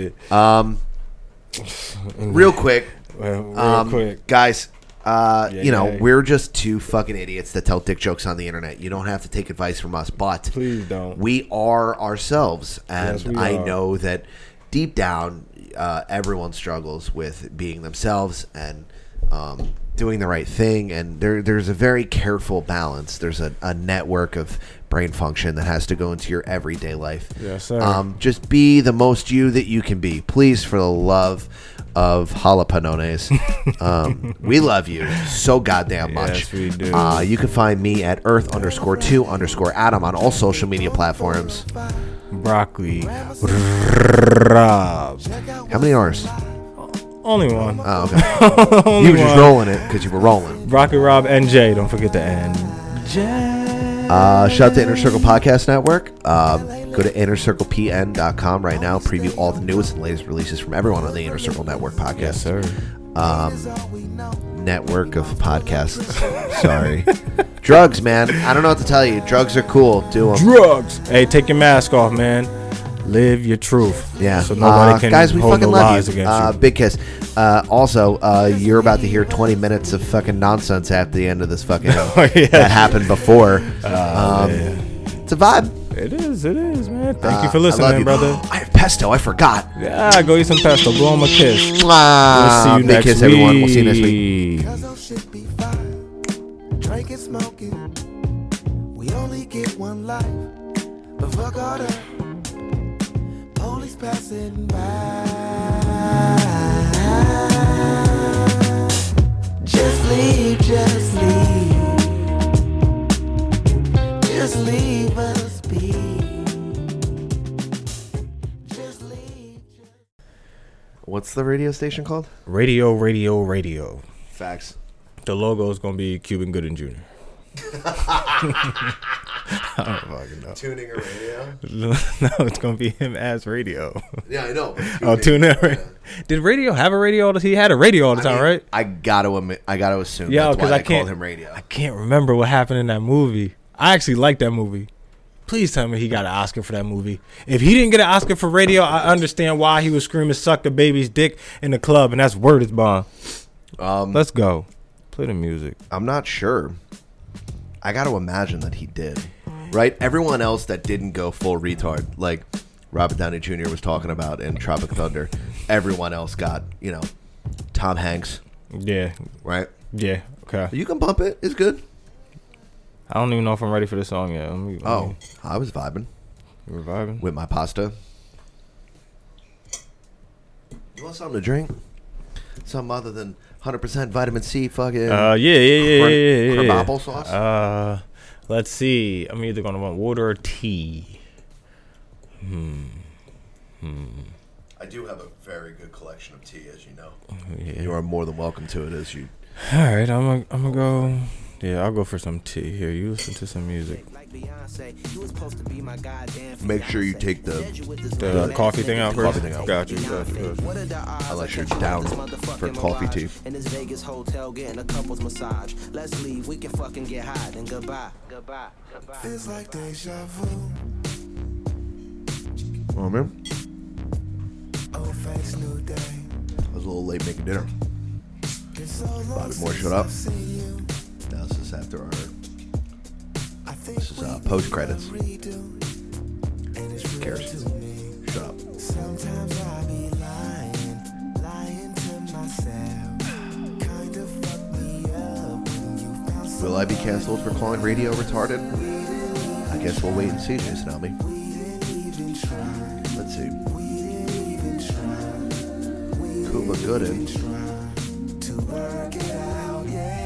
S7: it.
S5: Um, real quick,
S7: Well, real
S5: um,
S7: quick.
S5: guys. Uh,
S7: Yeah,
S5: you know,
S7: yeah.
S5: we're just two fucking idiots that tell dick jokes on the internet. You don't have to take advice from us, but
S7: Please don't.
S5: We are ourselves, and
S7: Yes, we
S5: I
S7: are.
S5: know that deep down, uh, everyone struggles with being themselves and um, doing the right thing. And there, there's a very careful balance. There's a, a network of brain function that has to go into your everyday life.
S7: Yes, sir.
S5: Um, just be the most you that you can be, please, for the love of jalapenones. um, we love you so goddamn much.
S7: Yes, we do.
S5: Uh, you can find me at earth underscore two underscore Adam on all social media platforms.
S7: broccoli. Rob.
S5: How many R's?
S7: Only one.
S5: Oh, okay. you were just rolling it because you were rolling.
S7: Broccoli Rob NJ. Don't forget the N.
S5: Uh, shout out to Inner Circle Podcast Network. Um, go to innercirclepn.com right now. Preview all the newest and latest releases from everyone on the Inner Circle Network podcast. network of podcasts. Sorry. Drugs, man. I don't know what to tell you. Drugs are cool. Do them.
S7: Drugs. Hey, take your mask off, man. Live your truth.
S5: Yeah.
S7: So nobody
S5: Uh,
S7: can
S5: guys, we
S7: hold
S5: fucking
S7: no
S5: love
S7: lies
S5: you.
S7: against
S5: Uh,
S7: you.
S5: Big kiss. Uh, also, uh, you're about to hear 20 minutes of fucking nonsense at the end of this fucking.
S7: Oh, yeah.
S5: That happened before. um, It's a vibe.
S7: It is. It is, man. Thank you
S5: Uh,
S7: for
S5: I love
S7: listening,
S5: you.
S7: brother.
S5: I have pesto. I forgot.
S7: yeah, go eat some pesto. Blow him a kiss. We'll see
S5: Mwah.
S7: you
S5: Uh, Big
S7: next
S5: kiss,
S7: week.
S5: everyone. We'll see you next week.
S7: week.
S12: drinking, smoking. We only get one life, but fuck all that. Police passing by. Just leave, just leave. Just leave us be. Just leave.
S5: What's the radio station called?
S7: Radio, radio, radio.
S5: Facts.
S7: The logo is gonna be Cuban Gooding Jr. Oh.
S5: Tuning a radio.
S7: no, it's gonna be him as radio.
S5: Yeah, I know.
S7: Oh, tune in. Right? Did radio have a radio? all the- He had a radio all the time, right?
S5: I gotta admit, I gotta assume.
S7: Yeah,
S5: that's why
S7: because
S5: they
S7: I can't.
S5: called him radio.
S7: I can't remember what happened in that movie. I actually like that movie. Please tell me he got an Oscar for that movie. If he didn't get an Oscar for radio, I understand why he was screaming "suck the baby's dick" in the club, and that's word is bond.
S5: Um,
S7: Let's go. Play the music.
S5: I'm not sure. I got to imagine that he did. Right? Everyone else that didn't go full retard, like Robert Downey Jr. was talking about in Tropic Thunder, everyone else got, you know, Tom Hanks,
S7: Yeah.
S5: right?
S7: Yeah. Okay.
S5: You can bump it. It's good.
S7: I don't even know if I'm ready for this song yet. Let me- let
S5: Oh,
S7: me-
S5: I was vibing
S7: you reviving.
S5: with my pasta. You want something to drink? Something other than 100% vitamin C fucking.
S7: Uh, yeah, yeah, yeah,
S5: crim-
S7: yeah, yeah, yeah.
S5: crimapple sauce?
S7: Uh, let's see. I'm either gonna want water or tea.
S5: I do have a very good collection of tea, as you know.
S7: Yeah.
S5: You are more than welcome to it, as you.
S7: All right, I'm gonna I'm gonna go. Yeah, I'll go for some tea. Here, you listen to some music.
S11: Like Beyonce, you was supposed to be my goddamn
S5: Make sure you
S11: fiancé.
S5: take the-
S11: Said you with this
S7: The
S11: real
S7: coffee
S11: ass
S7: thing out
S11: nigga.
S7: first.
S5: Coffee thing out.
S7: Got you. Got you. got you.
S11: What are the odds
S5: Unless
S11: I
S5: you're
S11: catch you with
S5: down
S11: this motherfucking
S5: for coffee
S11: mirage
S5: tea.
S11: In this Vegas hotel getting a couple's massage. Let's leave, we can fucking get hot and goodbye. Goodbye. Goodbye.
S13: Feels like deja vu.
S5: Oh man,
S13: Old face, new day.
S5: I was a little late making dinner.
S13: Been so long
S5: Bobby Moore
S13: since
S5: showed up.
S13: I've seen you.
S5: Now this is after our
S13: I think
S5: this is
S13: we
S5: uh,
S13: need
S5: post
S13: a
S5: credits.
S13: redo. And it's
S5: Who
S13: real
S5: cares?
S13: to me.
S5: Shut up.
S13: Sometimes I be lying, lying to myself. Kind of fuck me up when you found
S5: Will I be canceled for calling radio retarded? I guess we'll wait and see, Jason Almy.
S13: even try.
S5: Let's see.
S13: Even try
S5: Cuba Gooden.
S13: to work it out, yeah.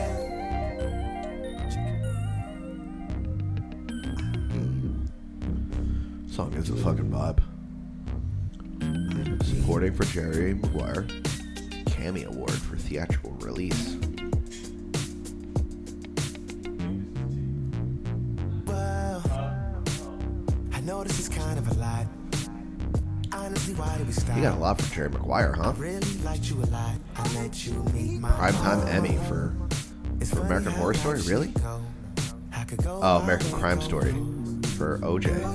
S5: Hmm. Song is a fucking vibe. Supporting for Jerry Maguire. Cammy Award for theatrical release.
S13: Well, I know this is kind of a lot. Honestly, why did we stop?
S5: You got a lot for Jerry Maguire, huh?
S13: Really liked you a lot. I let you meet my
S5: Primetime
S13: own.
S5: Emmy for
S13: It's
S5: for
S13: funny
S5: American
S13: how
S5: Horror Story,
S13: much
S5: really?
S13: it go. I could go
S5: Oh, American Crime Story for OJ. Yeah,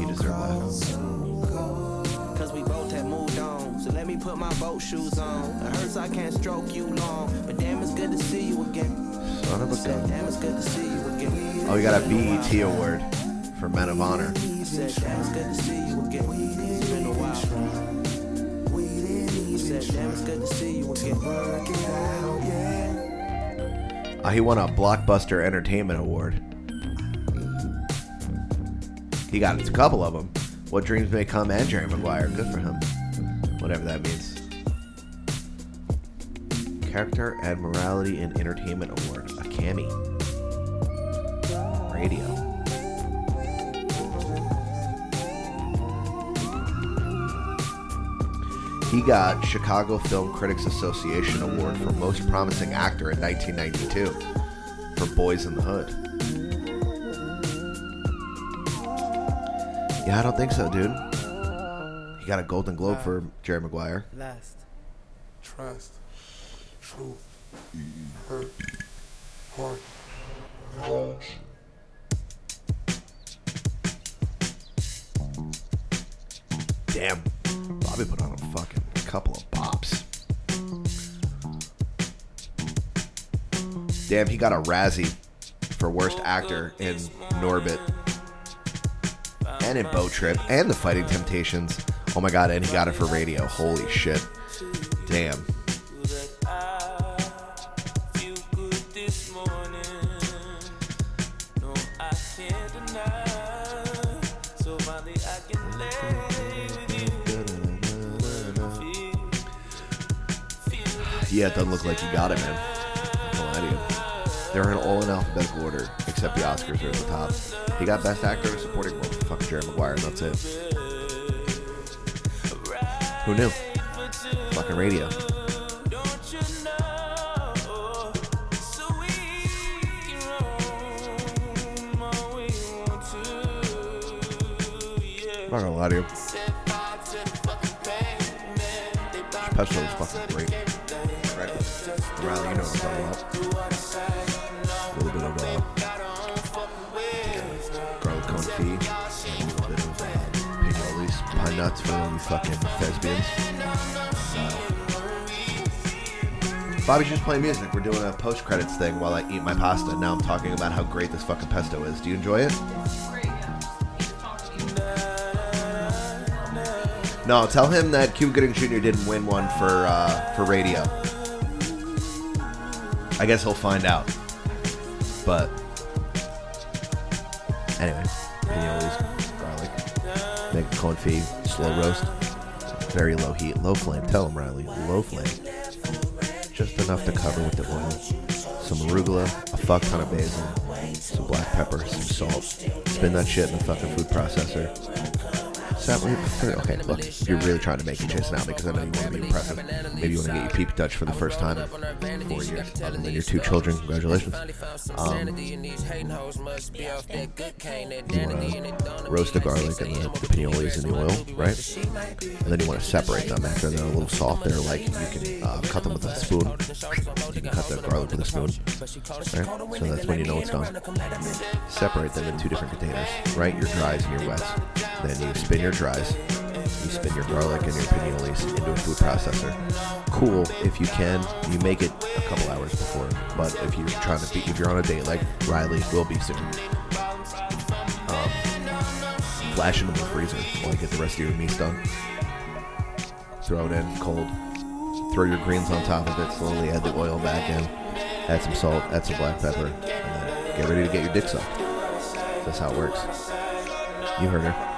S5: he deserved that.
S11: Cause we both have moved on. So let me put my boat shoes on. It hurts I can't stroke you long. But damn, it's good to see you again.
S5: Son of a
S11: Said,
S5: gun.
S11: damn, it's good to see you again.
S5: Oh, we got a BET award for Men of Honor.
S11: Said, damn, it's good to see you again. It's been a while. Said, damn, it's good to see you again.
S5: Uh, he won a Blockbuster Entertainment Award. He got a couple of them. What Dreams May Come and Jerry Maguire. Good for him. Whatever that means. Character and Morality in Entertainment Award. A Cammy. Radio. He got Chicago Film Critics Association Award for Most Promising Actor in 1992 for Boys in the Hood. Yeah, I don't think so, dude. He got a Golden Globe for Jerry Maguire.
S11: Last.
S13: Trust, truth, hurt, heart, knowledge.
S5: Damn, Bobby put on a fucking couple of pops. Damn, he got a Razzie for worst actor in Norbit, and in Boat Trip, and The Fighting Temptations. Oh my god, and he got it for radio. Holy shit! Damn. Yeah, it doesn't look like you got it, man. I'm not gonna lie to you. They're in all in alphabetical order, except the Oscars are at the top. He got Best Actor in Supporting Role for fucking Jerry Maguire, and that's it. Who knew? Fucking radio. I'm not gonna lie to you. Special is fucking great. Right? Riley, you know what I'm talking about. A little bit uh, of uh, garlic confit. out to all you fucking thespians. Bobby's just playing music. We're doing a post credits thing while I eat my pasta. Now I'm talking about how great this fucking pesto is. Do you enjoy it? No, tell him that Cuba Gooding Jr. didn't win one for uh, for radio. I guess he'll find out. But anyway, cannolis, garlic, make a confit, slow roast, very low heat, low flame. Tell him Riley, low flame, just enough to cover with the oil, some arugula, a fuck ton of basil, some black pepper, some salt. Spin that shit in the fucking food processor. Is that what you prefer? Okay, look, if you're really trying to make it chase out because I know you want to be impressive. Maybe you want to get your peep Dutch for the first time in four years, other than your two children. Congratulations. Um, you want to roast the garlic and the, the pinoli's in the oil, right? And then you want to separate them after they're a little soft. They're like you can uh, cut them with a spoon. You can cut the garlic with a spoon, right? So that's when you know it's done. Separate them in two different containers, right? Your dries and your wets. Then you spin your dries. You spin your garlic and your pinolis into a food processor. Cool if you can. You make it a couple hours before, but if you're trying to be, if you're on a date like Riley will be soon, um, flash into the freezer while you get the rest of your meats done. Throw it in cold. Throw your greens on top of it. Slowly add the oil back in. Add some salt. Add some black pepper. And then get ready to get your dick sucked. That's how it works. You heard her.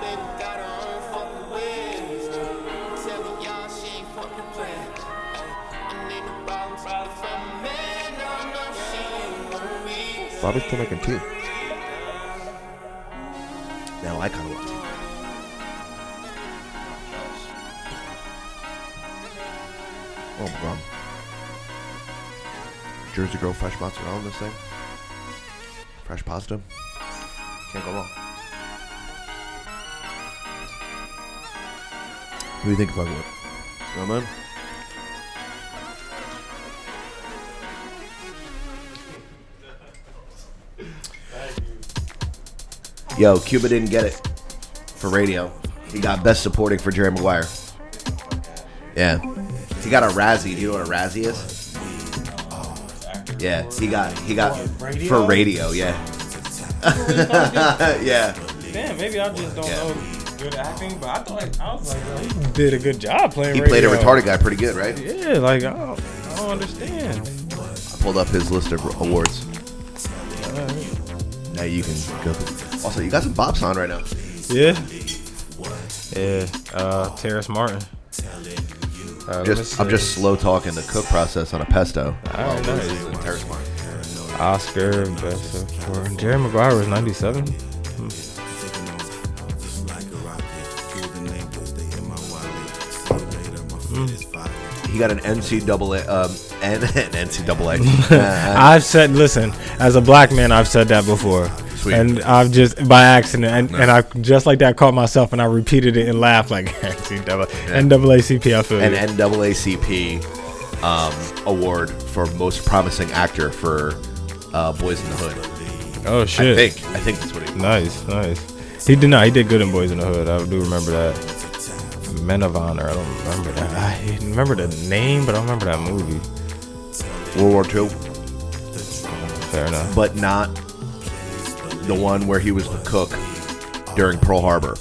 S5: Bobby's still making tea. Now I kind of want tea. Oh my god. Jersey Girl fresh mozzarella in this thing. Fresh pasta. Can't go wrong. What do you think if I would? You know what I mean? Yo, Cuba didn't get it for radio. He got best supporting for Jerry Maguire. Yeah. He got a Razzie. Do you know what a Razzie is? Yeah, he got he got
S7: radio?
S5: for radio, yeah. yeah.
S7: Damn, maybe I just don't know good acting, but I thought I was like, yo, he did a good job playing.
S5: He played a
S7: radio.
S5: retarded guy pretty good, right?
S7: Yeah, like I don't, I don't understand.
S5: I pulled up his list of awards. Now you can go. Also, you got some bops on right now.
S7: Yeah. Yeah. Uh, Terrace Martin. Uh,
S5: Just, I'm just slow talking the cook process on a pesto.
S7: Alright,
S5: Well,
S7: nice.
S5: this is Terrace Martin.
S7: Oscar best supporting. Jerry Maguire was 97. Hmm.
S5: He got an NCAA, um, and an NCAA. Uh,
S7: I've said, listen, as a black man, I've said that before.
S5: Sweet.
S7: And I've just by accident, and,
S5: No.
S7: and I just like that caught myself, and I repeated it and laughed like NAACP. I feel
S5: an
S7: you.
S5: NAACP um, award for most promising actor for uh, Boys in the Hood.
S7: Oh shit!
S5: I think I think that's what he.
S7: Nice, nice. He did not. He did good in Boys in the Hood. I do remember that. Men of Honor. I don't remember that. I remember the name, but I don't remember that movie.
S5: World War Two,
S7: Fair enough.
S5: but not the one where he was the cook during Pearl Harbor.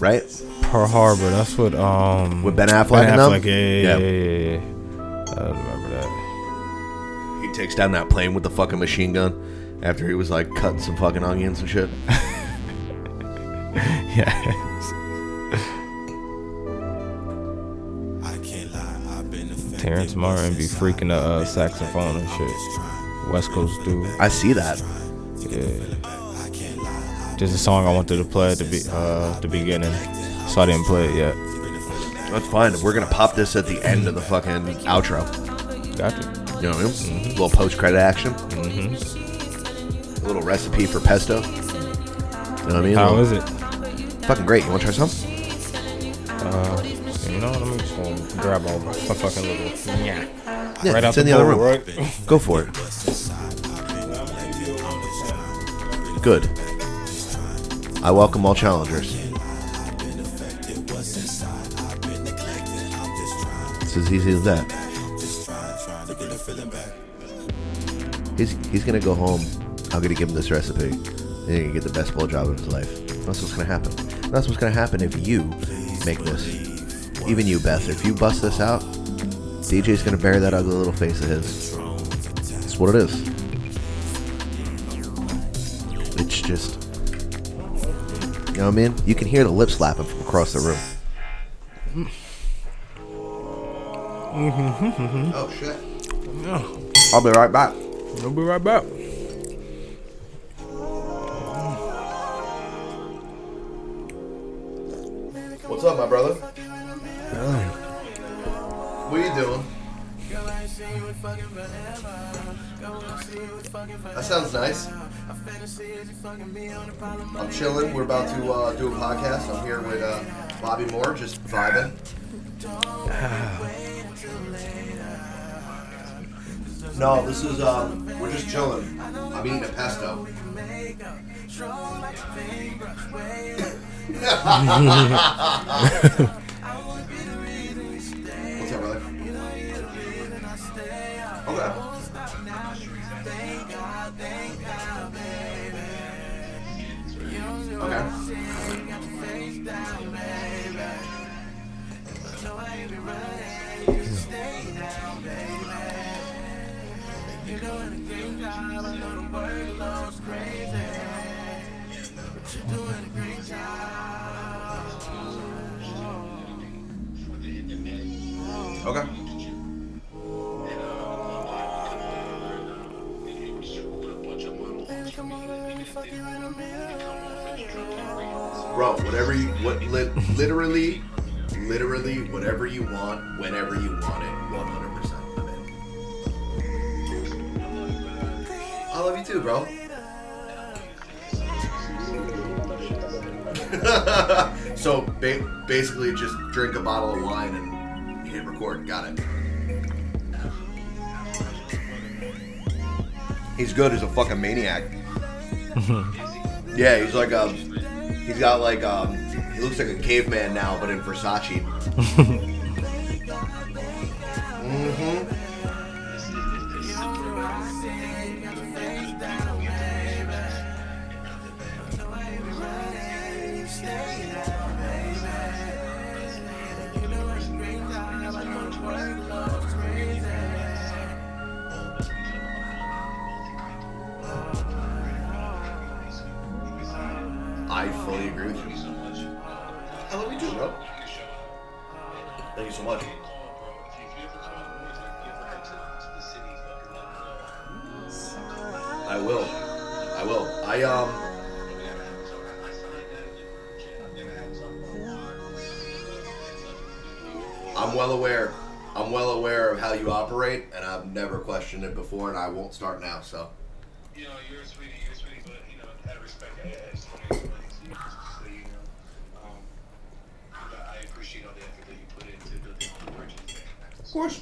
S5: Right?
S7: Pearl Harbor. That's what. Um.
S5: With Ben Affleck
S7: Ben
S5: and them?
S7: Affleck. Yeah, yeah,
S5: Yeah.
S7: yeah, yeah, yeah. I don't remember that.
S5: He takes down that plane with the fucking machine gun after he was like cutting some fucking onions and shit.
S7: Yeah. Terrence Martin be freaking the uh, saxophone and shit. West Coast dude.
S5: I see that.
S7: Yeah. There's a song I wanted to play at the, be- uh, the beginning, so I didn't play it yet.
S5: That's fine. We're gonna pop this at the end of the fucking outro.
S7: Gotcha.
S5: You know what I mean? little post credit action. A little recipe for pesto. You know what I mean?
S7: How
S5: Little-
S7: is it?
S5: Fucking great. You want to try some?
S7: Uh, you know what? I'm just gonna grab all my fucking little. Yeah.
S5: Yeah,
S7: right out
S5: it's in the other
S7: bowl,
S5: room.
S7: Right?
S5: Go for it. Good. I welcome all challengers. It's as easy as that. He's he's gonna go home. I'm gonna give him this recipe. And he's gonna get the best blowjob of his life. That's what's gonna happen. That's what's gonna happen if you make this. Even you, Beth. If you bust this out, DJ's gonna bury that ugly little face of his. That's what it is. It's just. You know what I mean? You can hear the lip slapping from across the room. Mm-hmm.
S7: Oh
S5: shit.
S7: No.
S5: Mm-hmm. I'll be right back.
S7: We'll be right back.
S5: What's up, my brother? What are you doing? That sounds nice. I'm chilling. We're about to uh, do a podcast. I'm here with uh, Bobby Moore, just vibing. No, this is um, we're just chilling. I'm eating a pesto. What's up, brother? Okay. Okay. Bro, whatever you what li- literally, literally whatever you want, whenever you want it, one hundred percent. I love you too, bro. so ba- basically, just drink a bottle of wine and hit record. Got it. He's good. He's a fucking maniac. Yeah, he's like um, he's got like um, he looks like a caveman now, but in Versace. hmm I fully agree with you. I love you too, bro. Thank you so much. I will. I will. I um. I'm well aware. I'm well aware of how you operate, and I've never questioned it before, and I won't start now. So. Of course.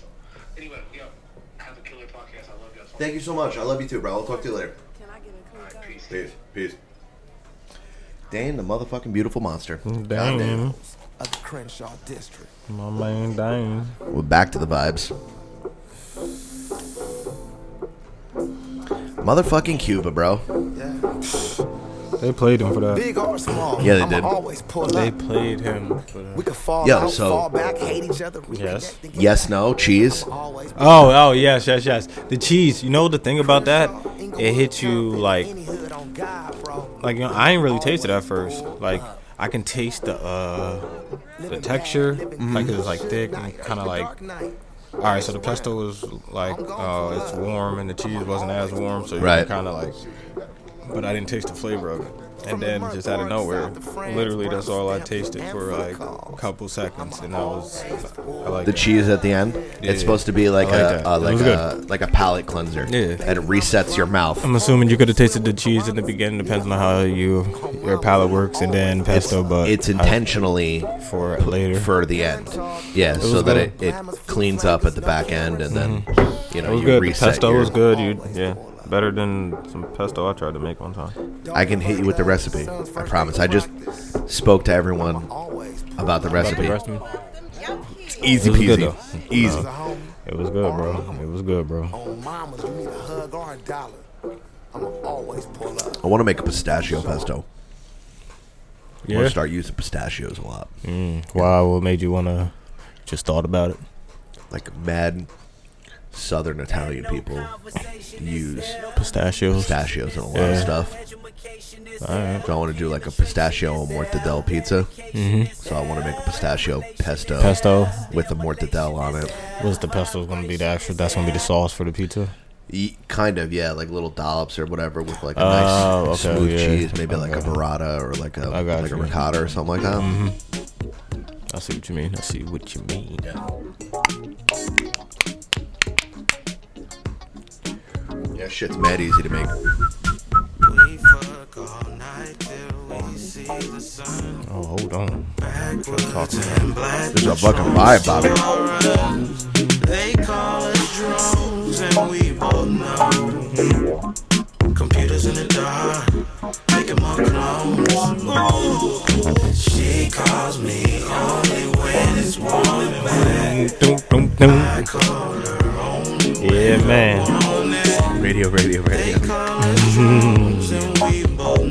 S5: Thank you so much. I love you too, bro. I'll talk to you later. Peace. Peace. Dane, the motherfucking beautiful monster.
S7: Mm, Dane.
S11: Of the Crenshaw District.
S7: My man, Dane.
S5: We're back to the vibes. Motherfucking Cuba, bro.
S7: They played him for that.
S11: Big or small,
S5: Yeah, they
S11: I'ma
S5: did.
S11: always pull
S7: They
S11: up.
S7: played him for
S11: We
S7: that.
S11: could fall
S5: Yo,
S11: out,
S5: so-
S11: fall back, hate each other. We
S7: Yes.
S5: Yes, no, cheese.
S7: Oh, oh, yes, yes, yes. The cheese. You know the thing about that? It hits you like, like you know. I ain't really tasted at first. Like I can taste the uh the texture,
S5: Mm-hmm.
S7: like it's like thick and kind of like. All right, so the pesto was like uh, it's warm and the cheese wasn't as warm, so you
S5: Right.
S7: kind of like. But I didn't taste the flavor of it, and then just out of nowhere, literally that's all I tasted for like a couple seconds, and I was I like
S5: The cheese at the end.
S7: Yeah.
S5: It's supposed to be like,
S7: I like
S5: a,
S7: that.
S5: a
S7: It
S5: like
S7: was
S5: a like a palate cleanser.
S7: Yeah.
S5: And it resets your mouth.
S7: I'm assuming you could have tasted the cheese in the beginning, depends on how you your palate works, and then pesto. but
S5: It's intentionally
S7: for later
S5: for the end. Yeah,
S7: It
S5: so
S7: was
S5: that it,
S7: good.
S5: it cleans up at the back end and then you
S7: Mm-hmm. it
S5: know
S7: was
S5: you
S7: good. The
S5: reset.
S7: pesto
S5: your-
S7: was good. You yeah, better than some pesto I tried to make one time.
S5: I can hit you with the recipe. I promise. I just spoke to everyone about the
S7: About the
S5: recipe.
S7: recipe.
S5: Easy
S7: It was good,
S5: peasy.
S7: though.
S5: Easy.
S7: It was good, bro. It was good, bro.
S11: On Oh, mama's, you need a hug or a dollar. I'ma always pull up.
S5: I want to make a pistachio pesto. I want
S7: Yeah?
S5: to start using pistachios a lot.
S7: Mm, wow, what made you wanna just thought about it?
S5: Like mad Southern Italian people use
S7: Pistachios.
S5: pistachios and a lot of
S7: Yeah.
S5: stuff. So I want to do like a pistachio and mortadella pizza.
S7: Mhm.
S5: So I want to make a pistachio pesto.
S7: Pesto.
S5: with the mortadella on it.
S7: Was the pesto gonna be the actual? That's gonna be the sauce for the pizza.
S5: Ye- Kind of, yeah, like little dollops or whatever with like a
S7: Oh,
S5: nice
S7: okay,
S5: smooth
S7: yeah.
S5: cheese, maybe like a
S7: Okay.
S5: burrata or like a
S7: I got
S5: like a
S7: you. Mm-hmm.
S5: ricotta or something like that.
S7: I see what you mean. I see what you mean.
S5: Yeah, shit's mad easy to make.
S7: Oh, hold on. What you talking about?
S5: This is a fucking vibe, Bobby.
S14: They call us drones, and we both know. Computers in the dark, making more clones. Ooh, she calls me only when it's warm and wet.
S7: Dum, dum, dum.
S14: I call her only when
S7: Yeah, man.
S5: Radio, radio, radio.
S7: we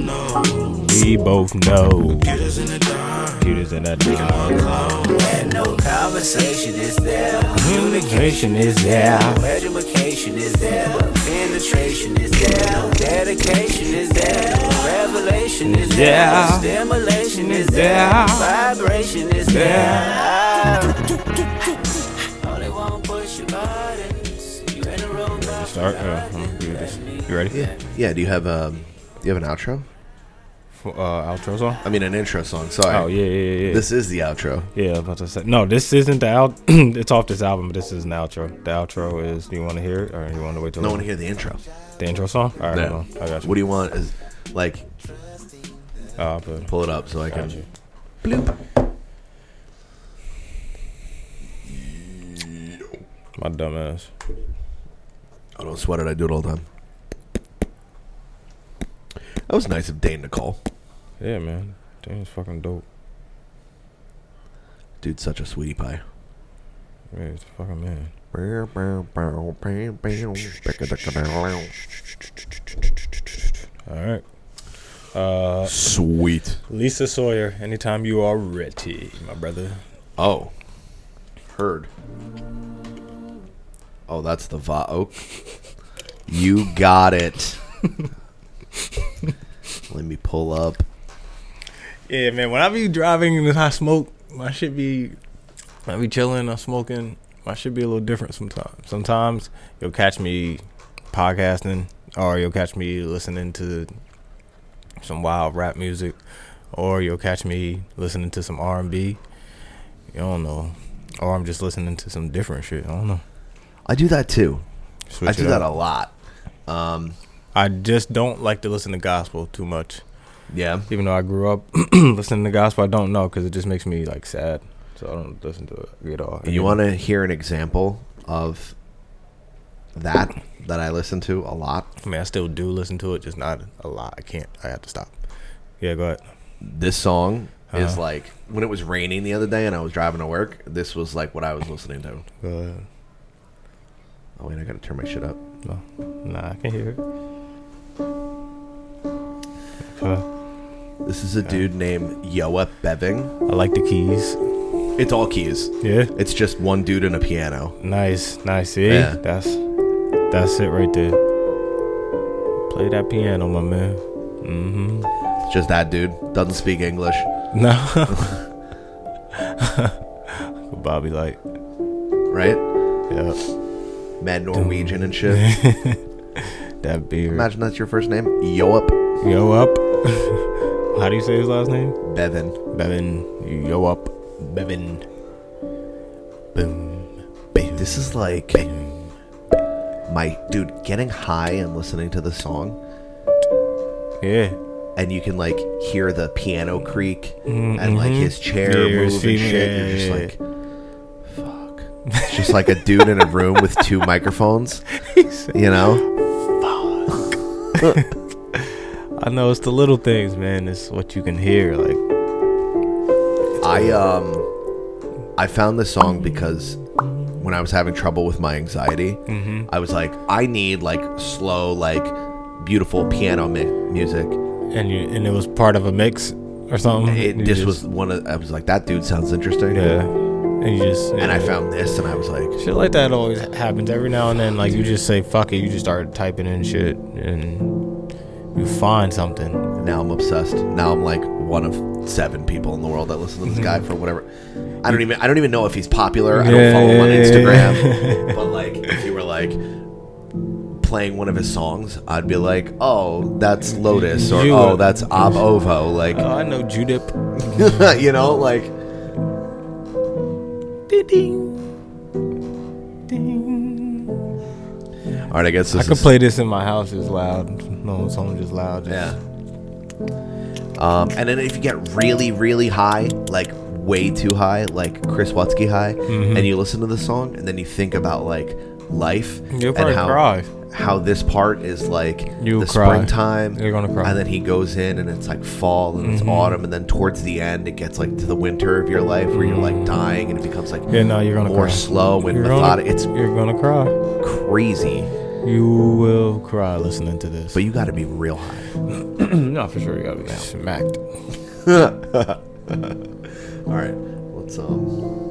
S7: both know. Computers in the dark. Computers in the dark.
S14: And no conversation is there.
S7: Communication is there.
S14: No education is there. No penetration is there. No dedication is there. No revelation is there. No
S7: Yeah.
S14: stimulation is there.
S7: Yeah.
S14: Vibration is there. Oh, they won't push your buttons. You in a robot.
S7: Start. Uh, I'm gonna do this. You ready?
S5: Yeah, yeah. Do you have um, do you have an outro?
S7: For, uh, outro song.
S5: I mean, an intro song. Sorry.
S7: Oh yeah, yeah, yeah, yeah.
S5: This is the outro.
S7: Yeah, I was about to say. No, this isn't the out. it's off this album, but this is an outro. The outro is. Do you want to hear it, or you want to wait till?
S5: No one hear the intro.
S7: The intro song. All right,
S5: Yeah.
S7: hold on. I got you.
S5: What do you want? Is like
S7: you? Uh, I'll put it.
S5: pull it up so I can.
S7: Got you. My dumb ass.
S5: I don't sweat it. I do it all the time. That was nice of Dane to call.
S7: Yeah, man. Damn, it's fucking dope.
S5: Dude, such a sweetie pie.
S7: Yeah, it's a fucking man.
S5: Uh,
S7: All right. Uh,
S5: Sweet.
S7: Lisa Sawyer. Anytime you are ready, my brother.
S5: Oh, heard. Oh, that's the va. Oh, you got it. Let me pull up.
S7: Yeah, man. When I be driving and I smoke, my shit be. When I be chilling. I'm smoking. My shit be a little different sometimes. Sometimes you'll catch me podcasting, or you'll catch me listening to some wild rap music, or you'll catch me listening to some R and B. You don't know, or I'm just listening to some different shit. I don't know.
S5: I do that too.
S7: Switch
S5: I do
S7: it
S5: that
S7: up.
S5: a lot. Um,
S7: I just don't like to listen to gospel too much.
S5: yeah.
S7: Even though I grew up listening to gospel, I don't know because it just makes me like sad. So I don't listen to it at all.
S5: And you want to hear an example of that that I listen to a lot?
S7: I mean, I still do listen to it, just not a lot. I can't. I have to stop. Yeah, go ahead.
S5: This song is
S7: Uh-huh.
S5: like when it was raining the other day and I was driving to work. This was like what I was listening to.
S7: Go ahead.
S5: Oh wait, I gotta turn my shit up.
S7: No, nah, I can hear it. Okay.
S5: This is a dude named Yoa Beving.
S7: I like the keys.
S5: It's all keys.
S7: Yeah.
S5: It's just one dude and a piano.
S7: Nice, nice. See,
S5: Yeah.
S7: that's that's it right there. Play that piano, my man. Mm-hmm.
S5: It's just that dude doesn't speak English.
S7: No. Bobby like,
S5: Right?
S7: yep.
S5: Mad Norwegian and shit.
S7: That beard.
S5: Imagine that's your first name, Yoa
S7: Yo up. How do you say his last name?
S5: Bevin.
S7: Bevin. Yo up. Bevin. Boom.
S5: This is like my dude getting high and listening to the song.
S7: Yeah.
S5: and you can like hear the piano creak and like his chair
S7: Yeah, Mm-hmm. you're
S5: move and
S7: seeing-
S5: shit.
S7: yeah,
S5: You're just
S7: yeah,
S5: like, fuck. It's just like a dude in a room with two microphones, you know?
S7: I know it's the little things, man. It's what you can hear. Like,
S5: I um, I found this song because when I was having trouble with my anxiety,
S15: Mhm.
S5: I was like, I need like slow, like beautiful piano mi- music.
S7: And you and it was part of a mix or something.
S5: It,
S7: You
S5: this
S7: just-
S5: was one of. I was like, that dude sounds interesting.
S7: Yeah. And you just
S5: and I
S7: yeah.
S5: found this, and I was like,
S7: Shit like that always happens every now and then. Like you just say fuck it, you just start typing in shit, and you find something.
S5: Now I'm obsessed. Now I'm like one of seven people in the world that listen to
S7: Mm-hmm.
S5: this guy for whatever. I don't even I don't even know if he's popular. I don't
S7: Yeah,
S5: follow him on
S7: yeah, yeah,
S5: Instagram.
S7: yeah.
S5: but like if you were like playing one of his songs, I'd be like, "Oh, that's Lotus," or
S7: You
S5: "Oh,
S7: would.
S5: that's Ob Ovo." Like,
S7: oh, I know Judip.
S5: you know, like All right, I guess
S7: I
S5: this
S7: could
S5: is-
S7: play this in my house. It's loud. No, it's only just loud.
S5: Yeah. Um, and then if you get really, really high, like way too high, like Chris Watsky high,
S7: Mhm.
S5: and you listen to the song, and then you think about like life
S7: You'll
S5: and
S7: probably
S5: how
S7: cry.
S5: how this part is like
S7: You'll
S5: the
S7: cry.
S5: springtime.
S7: You're gonna cry.
S5: And then he goes in, and it's like fall, and it's
S7: Mhm.
S5: autumn, and then towards the end, it gets like to the winter of your life where you're like dying, and it becomes like
S7: Mm. Yeah, no, you're gonna
S5: more
S7: cry.
S5: slow and
S7: You're gonna-
S5: methodic. it's
S7: you're gonna cry.
S5: Crazy.
S7: You will cry listening to this. But
S5: you got to be real high.
S7: no, for sure you gotta be smacked.
S5: All right, let's um.